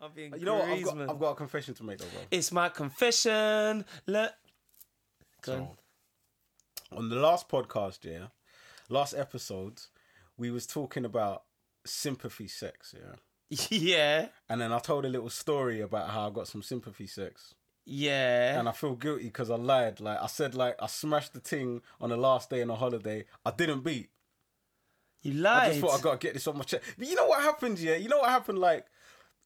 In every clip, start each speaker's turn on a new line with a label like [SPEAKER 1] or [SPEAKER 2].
[SPEAKER 1] I'm being
[SPEAKER 2] You know what? I've got,
[SPEAKER 1] Griezmann.
[SPEAKER 2] I've got a confession to make, though, bro.
[SPEAKER 1] It's my confession. Look. Go on.
[SPEAKER 2] So, on the last podcast, yeah, last episode, we was talking about sympathy sex, yeah,
[SPEAKER 1] yeah.
[SPEAKER 2] and then I told a little story about how I got some sympathy sex,
[SPEAKER 1] Yeah.
[SPEAKER 2] and I feel guilty because I lied. Like I said, like I smashed the thing on the last day on a holiday. I didn't beat.
[SPEAKER 1] you
[SPEAKER 2] I
[SPEAKER 1] lied.
[SPEAKER 2] just thought I gotta get this off my chest. But you know what happened, yeah? You know what happened? Like,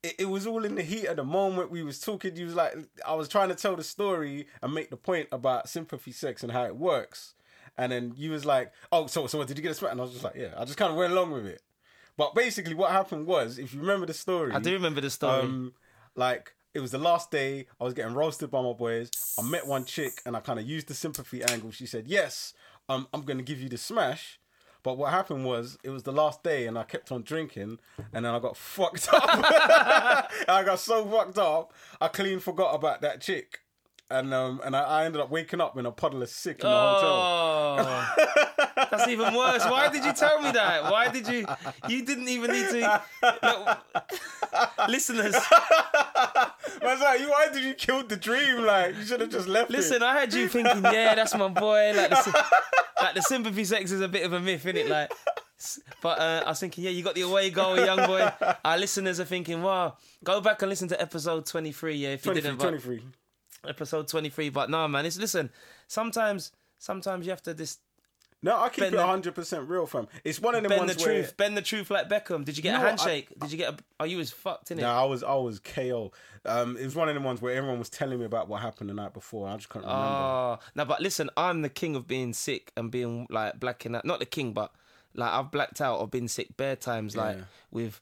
[SPEAKER 2] it, it was all in the heat of the moment. We was talking. You was like, I was trying to tell the story and make the point about sympathy sex and how it works. And then you was like, oh, so so what, did you get a smack? And I was just like, yeah. I just kind of went along with it. But basically, what happened was, if you remember the story,
[SPEAKER 1] I do remember the story.
[SPEAKER 2] um, like it was the last day. I was getting roasted by my boys. I met one chick and I kind of used the sympathy angle. She said, "Yes, um, I'm going to give you the smash." But what happened was it was the last day and I kept on drinking and then I got fucked up. I got so fucked up, I clean forgot about that chick. And um and I, I ended up waking up in a puddle of sick in the hotel.
[SPEAKER 1] Oh, that's even worse. Why did you tell me that? Why did you? You didn't even need to. Look, listeners, Oh.
[SPEAKER 2] Man's like, "You- why did you kill the dream? Like you should have just left
[SPEAKER 1] listen.
[SPEAKER 2] it.
[SPEAKER 1] I had you thinking, yeah, that's my boy. Like the, sy- like the sympathy sex is a bit of a myth, isn't it? Like, s- but uh, I was thinking, yeah, you got the away goal, young boy. Our listeners are thinking, wow, go back and listen to episode twenty-three. Yeah, if you
[SPEAKER 2] 23,
[SPEAKER 1] didn't, but-
[SPEAKER 2] 23.
[SPEAKER 1] episode twenty-three. But no, man, it's listen. Sometimes, sometimes you have to just
[SPEAKER 2] No, I keep
[SPEAKER 1] Bend
[SPEAKER 2] it
[SPEAKER 1] the-
[SPEAKER 2] 100% real, fam. It's one of them
[SPEAKER 1] bend the
[SPEAKER 2] ones where
[SPEAKER 1] truth. Bend the truth like Beckham. Did you get
[SPEAKER 2] You
[SPEAKER 1] a
[SPEAKER 2] know what, I-
[SPEAKER 1] handshake? Did you get? a... Oh, you was fucked in it.
[SPEAKER 2] No, I was I was KO. Um, it was one of the ones where everyone was telling me about what happened the night before. I just couldn't remember.
[SPEAKER 1] Oh no, but listen, I'm the king of being sick and being like blacking out. Not the king, but like I've blacked out or been sick bare times, like
[SPEAKER 2] Yeah.
[SPEAKER 1] with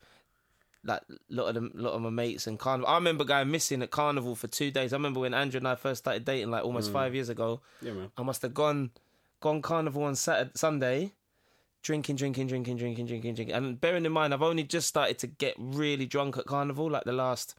[SPEAKER 1] like lot of them, lot of my mates and carnival. I remember going missing at carnival for two days. I remember when Andrew and I first started dating, like
[SPEAKER 2] Mm.
[SPEAKER 1] almost five years ago.
[SPEAKER 2] Yeah, man.
[SPEAKER 1] I must have gone gone carnival on Saturday, Sunday, drinking, drinking, drinking, drinking, drinking, drinking. And bearing in mind, I've only just started to get really drunk at carnival, like the last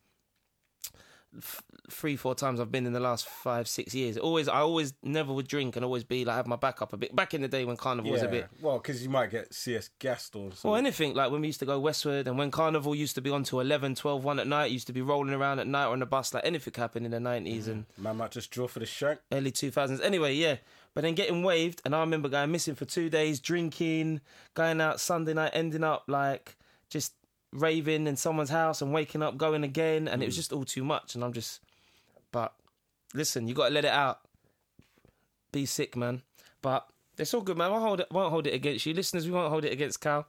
[SPEAKER 1] f- three, four times I've been in the last five, six years. Always, I always never would drink and always be like have my back up a bit. Back in the day when carnival was a
[SPEAKER 2] Yeah.
[SPEAKER 1] bit.
[SPEAKER 2] Well, because you might get CS gassed or something.
[SPEAKER 1] Or anything like when we used to go westward and when carnival used to be on to 11 12 1 at night you used to be rolling around at night on the bus like anything happened in the 90s and
[SPEAKER 2] Man might just draw for the shank.
[SPEAKER 1] early 2000s. Anyway, yeah. But then getting waved, and I remember going missing for two days, drinking, going out Sunday night, ending up like just raving in someone's house and waking up, going again. And it was
[SPEAKER 2] Mm.
[SPEAKER 1] just all too much. And I'm just, but listen, you got to let it out. Be sick, man. But it's all good, man. I won't hold it, won't hold it against you. Listeners, we won't hold it against Cal.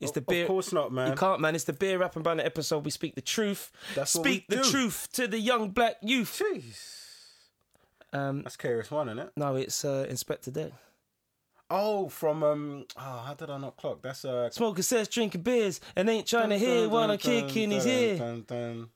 [SPEAKER 1] It's the beer.
[SPEAKER 2] Of course not, man.
[SPEAKER 1] You can't, man. It's the beer rap and banner episode. We speak the truth.
[SPEAKER 2] That's what we
[SPEAKER 1] speak the
[SPEAKER 2] do.
[SPEAKER 1] truth to the young black youth.
[SPEAKER 2] Jeez.
[SPEAKER 1] Um,
[SPEAKER 2] That's KRS1, isn't it?
[SPEAKER 1] no, it's uh, Inspector Deck.
[SPEAKER 2] Oh, from, um, oh, how did I not clock? That's, uh,
[SPEAKER 1] Smoking says drinking beers and ain't trying to hear while I'm kicking his ear.
[SPEAKER 2] Dun, dun.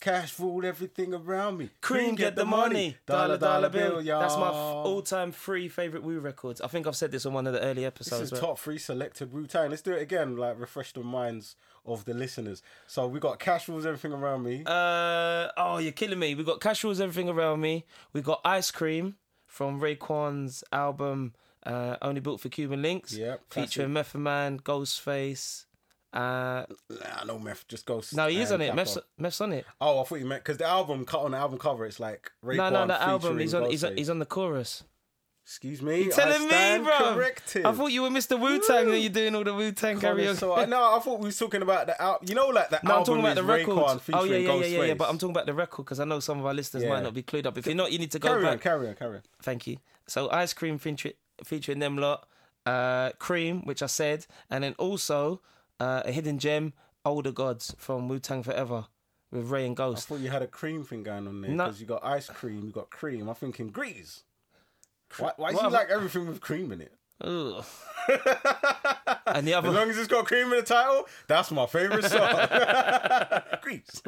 [SPEAKER 2] Cash rule everything around me.
[SPEAKER 1] Cream, get the money. Dollar, dollar bill. That's my f- all-time three favorite Woo records. I think I've said this on one of the early
[SPEAKER 2] This
[SPEAKER 1] episodes.
[SPEAKER 2] is
[SPEAKER 1] right?
[SPEAKER 2] top three selected Wu Tang. Let's do it again, like refresh the minds of the listeners. So we got Cash Rules Everything Around Me.
[SPEAKER 1] Uh, oh, you're killing me. We got casuals, everything around me. We got ice cream from Raekwon's album uh, "Only Built for Cuban Links,"
[SPEAKER 2] Yep,
[SPEAKER 1] featuring Method Man, Ghostface. Uh,
[SPEAKER 2] nah, no meth, just go.
[SPEAKER 1] no, he is on
[SPEAKER 2] and
[SPEAKER 1] it.
[SPEAKER 2] tap
[SPEAKER 1] Meth's,
[SPEAKER 2] off.
[SPEAKER 1] Meth's on it.
[SPEAKER 2] Oh, I thought you meant because the album cut on the album cover. It's like Raekwon
[SPEAKER 1] No, no, the album.
[SPEAKER 2] featuring
[SPEAKER 1] He's on. He's on,
[SPEAKER 2] Ghostface.
[SPEAKER 1] he's on the chorus.
[SPEAKER 2] Excuse me. You're
[SPEAKER 1] telling
[SPEAKER 2] I
[SPEAKER 1] me,
[SPEAKER 2] stand
[SPEAKER 1] bruv.
[SPEAKER 2] Corrected.
[SPEAKER 1] I thought you were Mr. Wu Tang and you're doing all the Wu Tang karaoke.
[SPEAKER 2] So, I- no, I thought we was talking about the album. You know, like the
[SPEAKER 1] No, I'm
[SPEAKER 2] album
[SPEAKER 1] talking about
[SPEAKER 2] is
[SPEAKER 1] the record.
[SPEAKER 2] Raekwon
[SPEAKER 1] oh
[SPEAKER 2] featuring
[SPEAKER 1] yeah, yeah, yeah, yeah, yeah.
[SPEAKER 2] Ghostface.
[SPEAKER 1] But I'm talking about the record because I know some of our listeners might
[SPEAKER 2] Yeah.
[SPEAKER 1] not be clued up. If you're not, you need to go
[SPEAKER 2] carry
[SPEAKER 1] back.
[SPEAKER 2] on, carry on, carry on.
[SPEAKER 1] Thank you. So ice cream feature- featuring them lot, uh, cream, which I said, and then also uh, a hidden gem, older gods from Wu Tang Forever with Ray and
[SPEAKER 2] I
[SPEAKER 1] Ghost.
[SPEAKER 2] thought you had a cream thing going on there
[SPEAKER 1] No.
[SPEAKER 2] because you got ice cream, you got cream. I'm thinking grease. Why, why do
[SPEAKER 1] What
[SPEAKER 2] you
[SPEAKER 1] have I-
[SPEAKER 2] like everything with cream in it? Oh.
[SPEAKER 1] Ugh. and the
[SPEAKER 2] As
[SPEAKER 1] other
[SPEAKER 2] long as it's got cream in the title, that's my favorite song. Grease.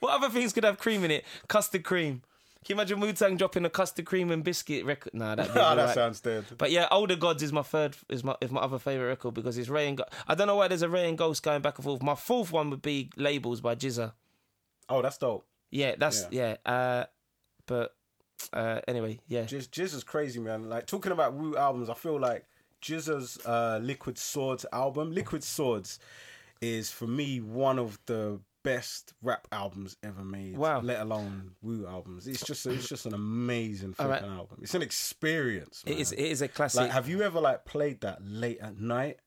[SPEAKER 1] What other things could have cream in it? Custard cream. Can you imagine Wu Tang dropping a custard cream and biscuit record? Nah, that'd be
[SPEAKER 2] Ah, that
[SPEAKER 1] alright.
[SPEAKER 2] sounds dead.
[SPEAKER 1] But yeah, Older Gods is my third is my is my other favorite record because it's Ray and Go- I don't know why there's a Ray and Ghost going back and forth. My fourth one would be Labels by Jizza.
[SPEAKER 2] Oh, that's dope.
[SPEAKER 1] Yeah, that's yeah. uh, but uh, anyway, yeah.
[SPEAKER 2] Jizz, Jizz is crazy, man. Like talking about Wu albums, I feel like Jizz's uh, Liquid Swords album, Liquid Swords, is for me one of the best rap albums ever made.
[SPEAKER 1] Wow.
[SPEAKER 2] Let alone Wu albums. It's just it's just an amazing
[SPEAKER 1] All
[SPEAKER 2] fucking
[SPEAKER 1] right.
[SPEAKER 2] album. It's an experience.
[SPEAKER 1] It is.
[SPEAKER 2] man.
[SPEAKER 1] It is a classic.
[SPEAKER 2] Like, have you ever like played that late at night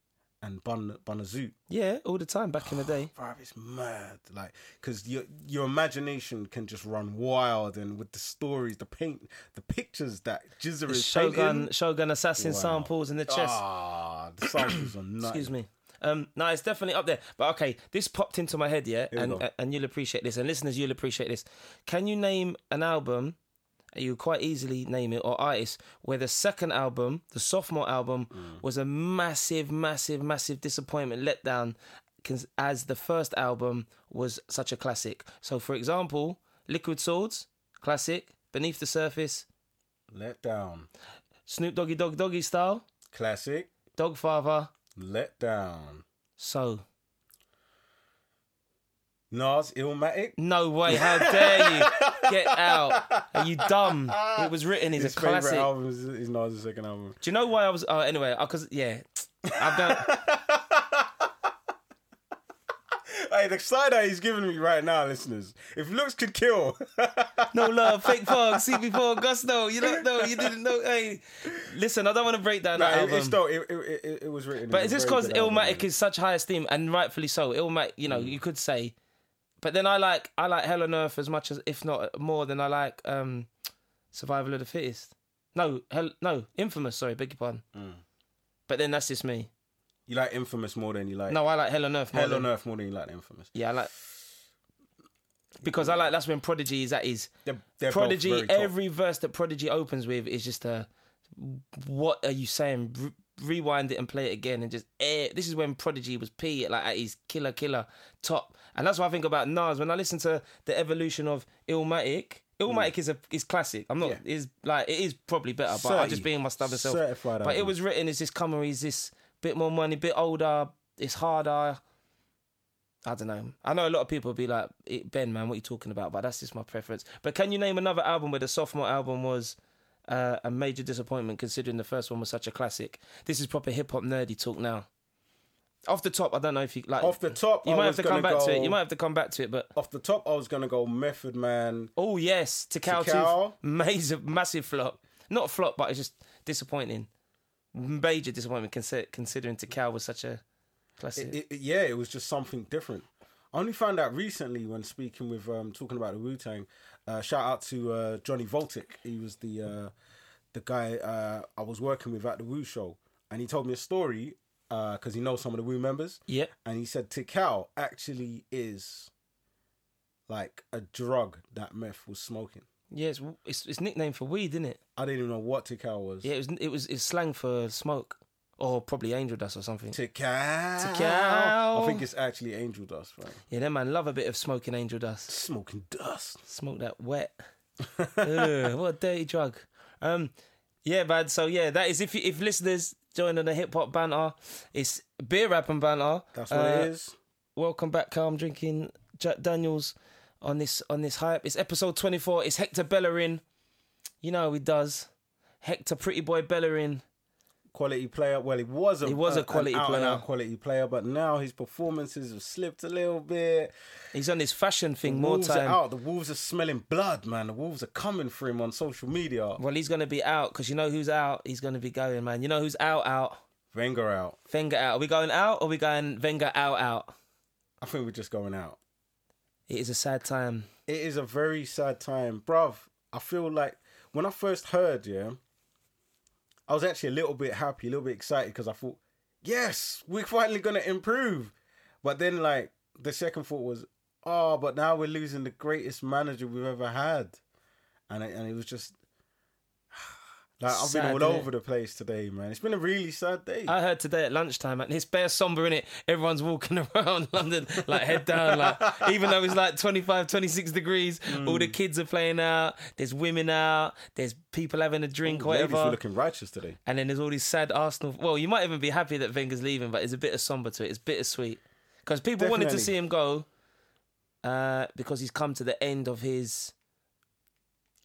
[SPEAKER 2] and bun bun a zoo?
[SPEAKER 1] yeah, all the time back in the day.
[SPEAKER 2] Bruv, it's mad. Like, cause your your imagination can just run wild, and with the stories, the paint, the pictures that Jizza is
[SPEAKER 1] Shogun,
[SPEAKER 2] painting.
[SPEAKER 1] Shogun Assassin
[SPEAKER 2] Wow.
[SPEAKER 1] samples in the chest.
[SPEAKER 2] Ah, the samples are nuts.
[SPEAKER 1] Excuse me. Um, no, it's definitely up there. But okay, this popped into my head, yeah,
[SPEAKER 2] we
[SPEAKER 1] and
[SPEAKER 2] go.
[SPEAKER 1] and you'll appreciate this, and listeners, you'll appreciate this. Can you name an album? You quite easily name it or artist where the second album, the sophomore album,
[SPEAKER 2] Mm.
[SPEAKER 1] was a massive, massive, massive disappointment, letdown, cons- as the first album was such a classic. So, for example, Liquid Swords, classic. Beneath the Surface,
[SPEAKER 2] Let down.
[SPEAKER 1] Snoop Doggy Dog Doggy Style,
[SPEAKER 2] Classic.
[SPEAKER 1] Dogfather.
[SPEAKER 2] Let down.
[SPEAKER 1] So
[SPEAKER 2] Nas Illmatic.
[SPEAKER 1] No way! How dare you? Get out! Are you dumb? It was written. It's
[SPEAKER 2] His
[SPEAKER 1] a
[SPEAKER 2] favorite
[SPEAKER 1] classic.
[SPEAKER 2] album is, is Nas' second album.
[SPEAKER 1] Do you know why I was? Oh, anyway, because yeah, I've done.
[SPEAKER 2] Hey, the side eye he's giving me right now, listeners. If looks could kill,
[SPEAKER 1] No love, fake fog, CP4, Gusto. You don't know. You didn't know. Hey, listen, I don't want to break down
[SPEAKER 2] Nah,
[SPEAKER 1] that
[SPEAKER 2] it,
[SPEAKER 1] album.
[SPEAKER 2] it's dope. It, it, it, it was written.
[SPEAKER 1] but it's just because Illmatic is such high esteem, and rightfully so. Illmatic, you know,
[SPEAKER 2] Mm.
[SPEAKER 1] you could say. But then I like I like Hell on Earth as much as, if not more, than I like um, Survival of the Fittest. No, hell, no, Infamous. Sorry, beg your pardon.
[SPEAKER 2] Mm.
[SPEAKER 1] But then that's just me.
[SPEAKER 2] You like Infamous more than you like
[SPEAKER 1] No, I like Hell on Earth. More
[SPEAKER 2] Hell
[SPEAKER 1] than-
[SPEAKER 2] on Earth more than you like Infamous.
[SPEAKER 1] Yeah, I like because I like that's when Prodigy is at his
[SPEAKER 2] They're, they're
[SPEAKER 1] Prodigy.
[SPEAKER 2] both very top.
[SPEAKER 1] Every verse that Prodigy opens with is just a what are you saying? Re- rewind it and play it again, and just eh. This is when Prodigy was p like at his killer killer top, and that's what I think about Nas. When I listen to the evolution of Illmatic, Illmatic is a is classic. I'm not
[SPEAKER 2] Mm. Yeah.
[SPEAKER 1] is like it is probably better, but I'm just
[SPEAKER 2] Certi-
[SPEAKER 1] being my stubborn self.
[SPEAKER 2] certified
[SPEAKER 1] but it
[SPEAKER 2] album.
[SPEAKER 1] was written as this comer. He's this bit more money, bit older. It's harder. I don't know. I know a lot of people be like, "Eh, Ben, man, what you talking about? But that's just my preference. But can you name another album where the sophomore album was uh, a major disappointment, considering the first one was such a classic? This is proper hip hop nerdy talk now. Off the top, I don't know if you like.
[SPEAKER 2] Off the top,
[SPEAKER 1] you
[SPEAKER 2] I
[SPEAKER 1] might
[SPEAKER 2] was
[SPEAKER 1] have to come
[SPEAKER 2] gonna
[SPEAKER 1] back
[SPEAKER 2] go,
[SPEAKER 1] to it. You might have to come back to it. But
[SPEAKER 2] Off the top, I was gonna go Method Man.
[SPEAKER 1] oh yes, to cow tooth,
[SPEAKER 2] Cow.
[SPEAKER 1] major massive flop. Not flop, but it's just disappointing. Major disappointment, consi- considering to cow was such a classic.
[SPEAKER 2] It, it- it- yeah, it was just something different. I only found out recently when speaking with um talking about the Wu Tang. Uh, shout out to uh, Johnny Voltic. He was the uh, the guy uh, I was working with at the Wu show, and he told me a story because he knows some of the Wu members.
[SPEAKER 1] yep.
[SPEAKER 2] and he said Tikal actually is like a drug that meth was smoking.
[SPEAKER 1] Yeah, it's, it's it's nickname for weed, isn't it?
[SPEAKER 2] I didn't even know what Tikal was.
[SPEAKER 1] Yeah, it was it was it's slang for smoke, or probably angel dust or something.
[SPEAKER 2] Tikal.
[SPEAKER 1] Tikal.
[SPEAKER 2] I think it's actually angel dust, right?
[SPEAKER 1] Yeah, them man love a bit of smoking angel dust.
[SPEAKER 2] Smoking dust.
[SPEAKER 1] Smoke that wet. Ugh, what a dirty drug. Um, yeah, man. So yeah, that is if you, if listeners join on the hip hop banter, it's beer rap and banter.
[SPEAKER 2] That's what
[SPEAKER 1] Uh,
[SPEAKER 2] it is.
[SPEAKER 1] Welcome back, Carl. I'm drinking Jack Daniels on this on this hype. It's episode 24. It's Hector Bellerin. You know how he does. Hector Pretty Boy Bellerin.
[SPEAKER 2] Quality player. Well, he was a
[SPEAKER 1] He was a quality
[SPEAKER 2] an out and out
[SPEAKER 1] player.
[SPEAKER 2] quality player, but now his performances have slipped a little bit.
[SPEAKER 1] He's on this fashion thing more
[SPEAKER 2] wolves
[SPEAKER 1] time.
[SPEAKER 2] are out. The wolves are smelling blood, man. The wolves are coming for him on social media.
[SPEAKER 1] Well, he's going to be out because you know who's out. He's going to be going, man. You know who's out, out.
[SPEAKER 2] Wenger out.
[SPEAKER 1] Wenger out. Are we going out or are we going Wenger out, out?
[SPEAKER 2] I think we're just going out.
[SPEAKER 1] It is a sad time.
[SPEAKER 2] it is a very sad time, bruv. I feel like when I first heard, yeah, I was actually a little bit happy, a little bit excited because I thought, yes, we're finally gonna improve. But then, like, the second thought was, oh, but now we're losing the greatest manager we've ever had, and it, and it was just. Like, I've
[SPEAKER 1] Sad,
[SPEAKER 2] been all
[SPEAKER 1] innit?
[SPEAKER 2] over the place today, man. It's been a really sad day.
[SPEAKER 1] I heard today at lunchtime, and it's bare somber in it. Everyone's walking around London, like head down, like even though it's like 25, 26 degrees,
[SPEAKER 2] Mm.
[SPEAKER 1] all the kids are playing out. There's women out. There's people having a drink, or
[SPEAKER 2] Ladies were
[SPEAKER 1] whatever.
[SPEAKER 2] looking righteous today.
[SPEAKER 1] And then there's all these sad Arsenal. Well, you might even be happy that Wenger's leaving, but it's a bit of somber to it. It's bittersweet because people wanted to
[SPEAKER 2] Definitely.
[SPEAKER 1] see him go uh, because he's come to the end of his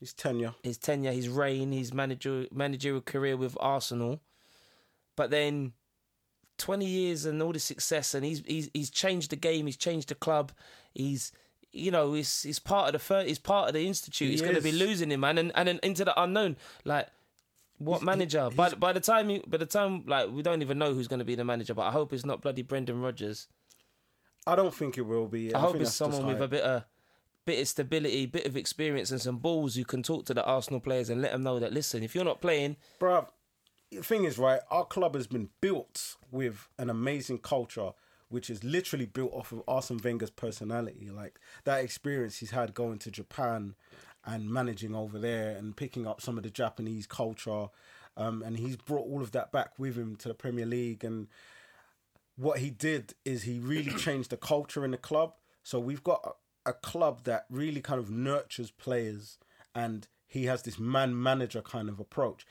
[SPEAKER 2] It's tenure.
[SPEAKER 1] his tenure, his reign, his manager managerial career with Arsenal. But then 20 years and all this success, and he's he's he's changed the game. He's changed the club. He's you know he's he's part of the fir- he's part of the institute. He's going to be
[SPEAKER 2] is.
[SPEAKER 1] losing him, man, and and then into the unknown. Like what manager? by the- by the time you by the time like we don't even know who's going to be the manager. But I hope it's not bloody Brendan Rodgers.
[SPEAKER 2] I don't think it will be.
[SPEAKER 1] I, hope
[SPEAKER 2] think
[SPEAKER 1] it's
[SPEAKER 2] that's just
[SPEAKER 1] someone with
[SPEAKER 2] hype.
[SPEAKER 1] a bit of bit of stability, bit of experience, and some balls who can talk to the Arsenal players and let them know that listen, if you're not playing,
[SPEAKER 2] Bruv, the thing is, right, our club has been built with an amazing culture, which is literally built off of Arsene Wenger's personality. Like that experience he's had going to Japan and managing over there and picking up some of the Japanese culture. Um, and he's brought all of that back with him to the Premier League and what he did is he really changed the culture in the club. So we've got a, a club that really kind of nurtures players, and he has this man manager kind of approach.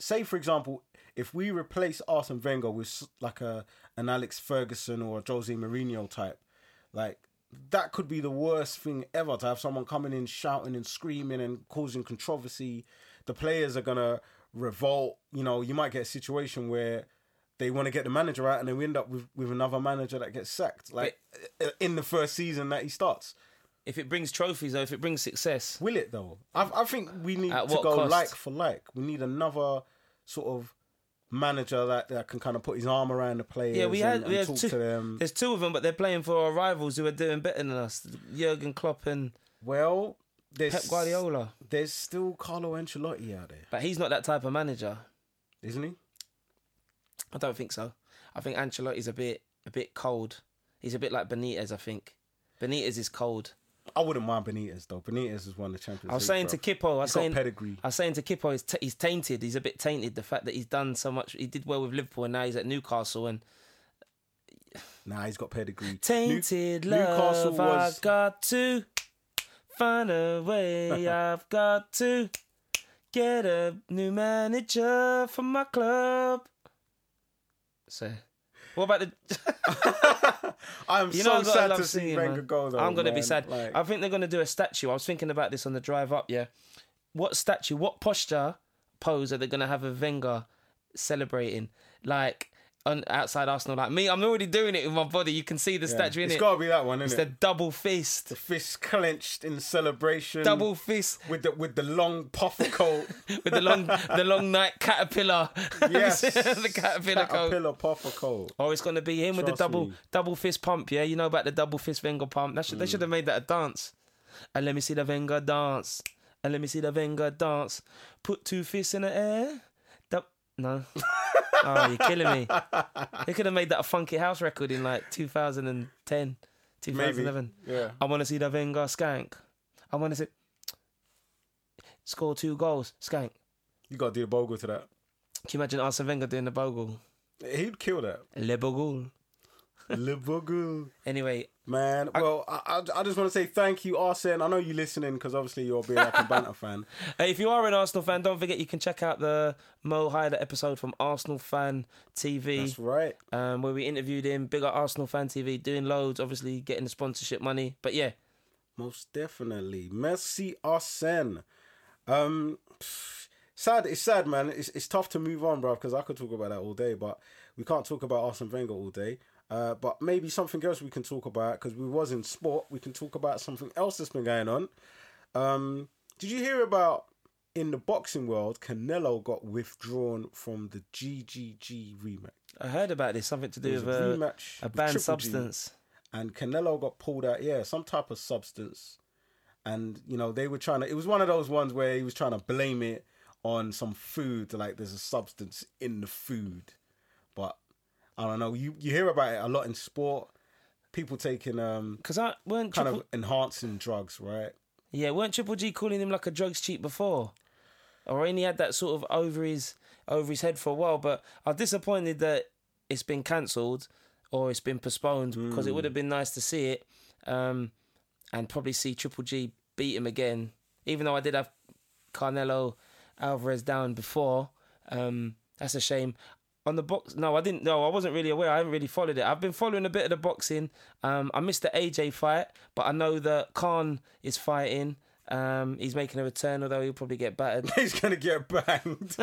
[SPEAKER 2] Say, for example, if we replace Arsene Wenger with s- like a an Alex Ferguson or a Jose Mourinho type, like that could be the worst thing ever to have someone coming in shouting and screaming and causing controversy. The players are gonna revolt. You know, you might get a situation where they want to get the manager out, and then we end up with, with another manager that gets sacked, like uh, in the first season that he starts.
[SPEAKER 1] if it brings trophies or if it brings success,
[SPEAKER 2] Will it though? I, I think we need
[SPEAKER 1] At
[SPEAKER 2] to
[SPEAKER 1] what
[SPEAKER 2] go
[SPEAKER 1] cost?
[SPEAKER 2] like for like. We need another sort of manager that, that can kind of put his arm around the players.
[SPEAKER 1] yeah, we had
[SPEAKER 2] and,
[SPEAKER 1] we
[SPEAKER 2] and
[SPEAKER 1] had
[SPEAKER 2] talk
[SPEAKER 1] two.
[SPEAKER 2] to them.
[SPEAKER 1] There's two of them, but they're playing for our rivals who are doing better than us. Jurgen Klopp and
[SPEAKER 2] Well, there's
[SPEAKER 1] Pep Guardiola,
[SPEAKER 2] There's still Carlo Ancelotti out there,
[SPEAKER 1] but he's not that type of manager.
[SPEAKER 2] isn't he?
[SPEAKER 1] I don't think so. I think Ancelotti's a bit a bit cold. He's a bit like Benitez. I think Benitez is cold.
[SPEAKER 2] I wouldn't mind Benitez though. Benitez has won the Champions.
[SPEAKER 1] I was saying to Kippo, I was
[SPEAKER 2] He's got
[SPEAKER 1] saying
[SPEAKER 2] pedigree.
[SPEAKER 1] I was saying to Kippo, he's, t- he's tainted. He's a bit tainted. The fact that he's done so much, he did well with Liverpool, and now he's at Newcastle. And
[SPEAKER 2] Nah, he's got pedigree. New-
[SPEAKER 1] tainted love, I've got to find a way. I've got to get a new manager for my club. So, what about the?
[SPEAKER 2] I'm
[SPEAKER 1] You know,
[SPEAKER 2] so
[SPEAKER 1] I'm gonna
[SPEAKER 2] sad
[SPEAKER 1] love
[SPEAKER 2] to see
[SPEAKER 1] seeing,
[SPEAKER 2] Wenger
[SPEAKER 1] man.
[SPEAKER 2] go though.
[SPEAKER 1] I'm gonna be
[SPEAKER 2] man.
[SPEAKER 1] sad.
[SPEAKER 2] Like,
[SPEAKER 1] I think they're gonna do a statue. I was thinking about this on the drive up. Yeah, what statue? What posture pose are they gonna have of Wenger celebrating? Like on outside Arsenal, like me, I'm already doing it with my body. You can see the statue in
[SPEAKER 2] It's
[SPEAKER 1] it.
[SPEAKER 2] gotta be that one,
[SPEAKER 1] It's
[SPEAKER 2] isn't
[SPEAKER 1] the
[SPEAKER 2] it?
[SPEAKER 1] double fist,
[SPEAKER 2] The fist clenched in celebration.
[SPEAKER 1] double fist
[SPEAKER 2] with the with the long puff coat.
[SPEAKER 1] with the long, the long night caterpillar.
[SPEAKER 2] yes,
[SPEAKER 1] the caterpillar, coat.
[SPEAKER 2] caterpillar puffer coat.
[SPEAKER 1] Or Oh, it's gonna be him with
[SPEAKER 2] Trust
[SPEAKER 1] the double
[SPEAKER 2] me. Mm.
[SPEAKER 1] double fist pump. Yeah, you know about the double fist Wenger pump. That should, They should have made that a dance. And let me see the Wenger dance. And let me see the Wenger dance. Put two fists in the air. Dou- no. oh, you're killing me. They could have made that a funky house record in like 2010, 2011.
[SPEAKER 2] Yeah.
[SPEAKER 1] I want to see the Wenger skank. I want to see score two goals skank.
[SPEAKER 2] You gotta do the bogle to that.
[SPEAKER 1] Can you imagine Arsene Wenger doing the bogle?
[SPEAKER 2] He'd kill that.
[SPEAKER 1] Le bogle.
[SPEAKER 2] Le bogle.
[SPEAKER 1] Anyway,
[SPEAKER 2] Man, well, I, I, I just want to say thank you, Arsene. I know you're listening because obviously you're a beer like a banter fan.
[SPEAKER 1] Hey, Uh, if you are an Arsenal fan, don't forget you can check out the Mo Hyder episode from Arsenal Fan TV,
[SPEAKER 2] That's right.
[SPEAKER 1] um, where we interviewed him. Big up Arsenal Fan TV, doing loads, obviously getting the sponsorship money. But yeah,
[SPEAKER 2] Most definitely. Merci Arsene. Um pff, sad it's sad man. It's it's tough to move on, bro, because I could talk about that all day, but we can't talk about Arsene Wenger all day. Uh, but maybe something else we can talk about because we was in sport. We can talk about something else that's been going on. Um, did you hear about in the boxing world? Canelo got withdrawn from the GGG rematch.
[SPEAKER 1] I heard about this something to do
[SPEAKER 2] It
[SPEAKER 1] with
[SPEAKER 2] was a
[SPEAKER 1] a,
[SPEAKER 2] rematch
[SPEAKER 1] a
[SPEAKER 2] with
[SPEAKER 1] banned
[SPEAKER 2] Triple G
[SPEAKER 1] substance.
[SPEAKER 2] and Canelo got pulled out. Yeah, some type of substance, and you know they were trying to. It was one of those ones where he was trying to blame it on some food. Like there's a substance in the food, but I don't know. You you hear about it a lot in sport. People taking um
[SPEAKER 1] Because I weren't
[SPEAKER 2] kind
[SPEAKER 1] triple,
[SPEAKER 2] of enhancing drugs, right?
[SPEAKER 1] yeah weren't Triple G calling him like a drugs cheat before, or ain't he had that sort of over his over his head for a while. But I'm disappointed that it's been cancelled or it's been postponed because it would
[SPEAKER 2] Hmm.
[SPEAKER 1] have been nice to see it. um, and probably see Triple G beat him again. Even though I did have Carnelo Alvarez down before, um, that's a shame. On the box, no, I didn't. No, I wasn't really aware. I haven't really followed it. I've been following a bit of the boxing. Um, I missed the AJ fight, but I know that Khan is fighting. Um, he's making a return, although he'll probably get battered.
[SPEAKER 2] He's gonna get banged.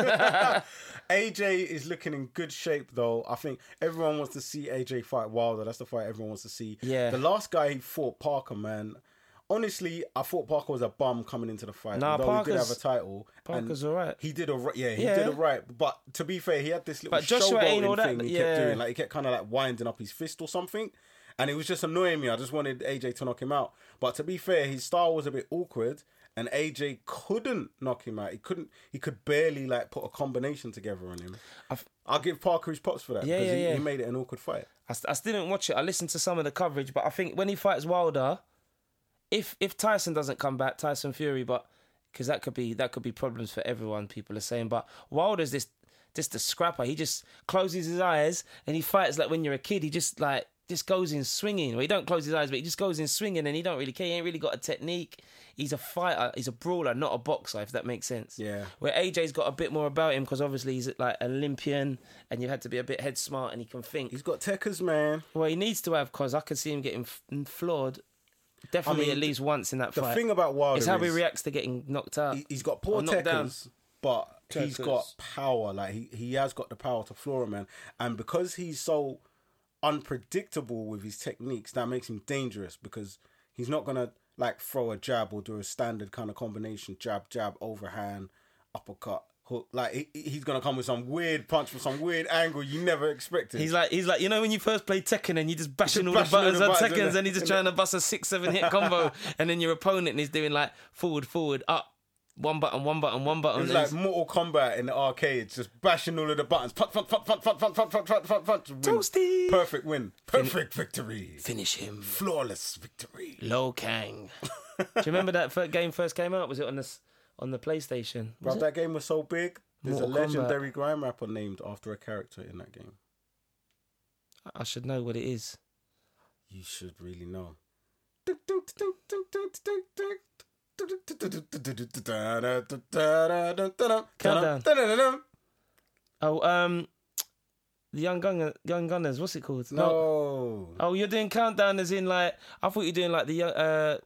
[SPEAKER 2] AJ is looking in good shape though. I think everyone wants to see AJ fight Wilder. That's the fight everyone wants to see.
[SPEAKER 1] Yeah.
[SPEAKER 2] The last guy he fought, Parker, man. Honestly, I thought Parker was a bum coming into the fight.
[SPEAKER 1] Nah,
[SPEAKER 2] although he did
[SPEAKER 1] Parker's-
[SPEAKER 2] have a title. and
[SPEAKER 1] Parker's all right.
[SPEAKER 2] He did all right. Yeah, he
[SPEAKER 1] Yeah.
[SPEAKER 2] did all right. But to be fair, he had this little
[SPEAKER 1] But Uh, Joshua ain't all
[SPEAKER 2] showboating
[SPEAKER 1] that-
[SPEAKER 2] thing he
[SPEAKER 1] yeah.
[SPEAKER 2] kept doing. Like he kept kind of like winding up his fist or something. And it was just annoying me. I just wanted AJ to knock him out. But to be fair, his style was a bit awkward. And AJ couldn't knock him out. He couldn't. He could barely like put a combination together on him. i will give Parker his props for that
[SPEAKER 1] Yeah,
[SPEAKER 2] because
[SPEAKER 1] yeah,
[SPEAKER 2] he,
[SPEAKER 1] yeah.
[SPEAKER 2] he made it an awkward fight.
[SPEAKER 1] I, st- I still didn't watch it. I listened to some of the coverage, but I think when he fights Wilder, if if Tyson doesn't come back, Tyson Fury, but because that could be that could be problems for everyone. People are saying, but Wilder's this just a scrapper. He just closes his eyes and he fights like when you're a kid. He just like just goes in swinging. Well, he don't close his eyes, but he just goes in swinging, and he don't really care. He ain't really got a technique. He's a fighter. He's a brawler, not a boxer. If that makes sense.
[SPEAKER 2] Yeah.
[SPEAKER 1] Where AJ's got a bit more about him because obviously he's like Olympian, and you had to be a bit head smart, and he can think.
[SPEAKER 2] He's got techers, man.
[SPEAKER 1] Well, he needs to have because I could see him getting f- floored. Definitely
[SPEAKER 2] mean,
[SPEAKER 1] at least once in that
[SPEAKER 2] The
[SPEAKER 1] fight.
[SPEAKER 2] thing about Wilder
[SPEAKER 1] it's how he
[SPEAKER 2] is-
[SPEAKER 1] reacts to getting knocked out.
[SPEAKER 2] he- he's got poor
[SPEAKER 1] Or knocked down.
[SPEAKER 2] techers, but he's
[SPEAKER 1] Techers.
[SPEAKER 2] got power. Like he, he has got the power to floor a man, and because he's so unpredictable with his techniques, that makes him dangerous because he's not gonna like throw a jab or do a standard kind of combination jab jab overhand uppercut hook. Like he, he's gonna come with some weird punch from some weird angle you never expected.
[SPEAKER 1] He's like, he's like, you know, when you first play Tekken and you're just bashing all the
[SPEAKER 2] bashing all
[SPEAKER 1] buttons
[SPEAKER 2] the
[SPEAKER 1] on
[SPEAKER 2] buttons,
[SPEAKER 1] Tekkens
[SPEAKER 2] innit?
[SPEAKER 1] and you're just trying to bust a six, seven hit combo, and then your opponent is doing like forward, forward, up, one button, one button, one button.
[SPEAKER 2] It's
[SPEAKER 1] and
[SPEAKER 2] like Mortal Kombat in the arcades, just bashing all of the buttons. Punch, punch, punch, punch, punch, punch, punch, punch, punch, punch, punch. win.
[SPEAKER 1] Toasty.
[SPEAKER 2] Perfect win. Perfect victory.
[SPEAKER 1] finish him,
[SPEAKER 2] Flawless victory.
[SPEAKER 1] Lo Kang. Do you remember that fir- game first came out? Was it on this on the PlayStation? Was
[SPEAKER 2] Bruv,
[SPEAKER 1] it?
[SPEAKER 2] that game was so big. There's
[SPEAKER 1] Mortal
[SPEAKER 2] a
[SPEAKER 1] Kombat.
[SPEAKER 2] legendary grime rapper named after a character in that game.
[SPEAKER 1] I should know what it is.
[SPEAKER 2] You should really know.
[SPEAKER 1] Countdown. Oh, um, the Young Gunner, Young Gunners. What's it called?
[SPEAKER 2] No.
[SPEAKER 1] Oh, you're doing countdown as in like I thought you're doing like the young. Uh,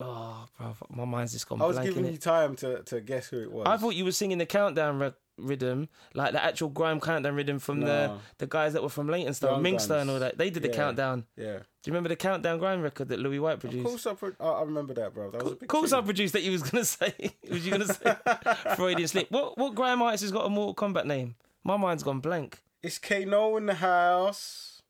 [SPEAKER 1] oh, bro, my mind's just gone
[SPEAKER 2] I was
[SPEAKER 1] blank.
[SPEAKER 2] giving
[SPEAKER 1] innit?
[SPEAKER 2] you time to, to guess who it was.
[SPEAKER 1] I thought you were singing the countdown ry- rhythm, like the actual grime countdown rhythm from the
[SPEAKER 2] No.
[SPEAKER 1] the guys that were from Leytonstone,
[SPEAKER 2] Young
[SPEAKER 1] Minkstone, and all
[SPEAKER 2] Guns.
[SPEAKER 1] that. They did the
[SPEAKER 2] Yeah.
[SPEAKER 1] countdown.
[SPEAKER 2] Yeah.
[SPEAKER 1] Do you remember the countdown grime record that Louis White
[SPEAKER 2] Of
[SPEAKER 1] produced?
[SPEAKER 2] course, I, pro- I I remember that, bro. That was a
[SPEAKER 1] Of
[SPEAKER 2] big
[SPEAKER 1] course, I
[SPEAKER 2] tune.
[SPEAKER 1] produced that you was gonna say. was you gonna say Freudian slip? What what grime artist has got a Mortal Kombat name? My mind's gone blank.
[SPEAKER 2] It's Kano in the house.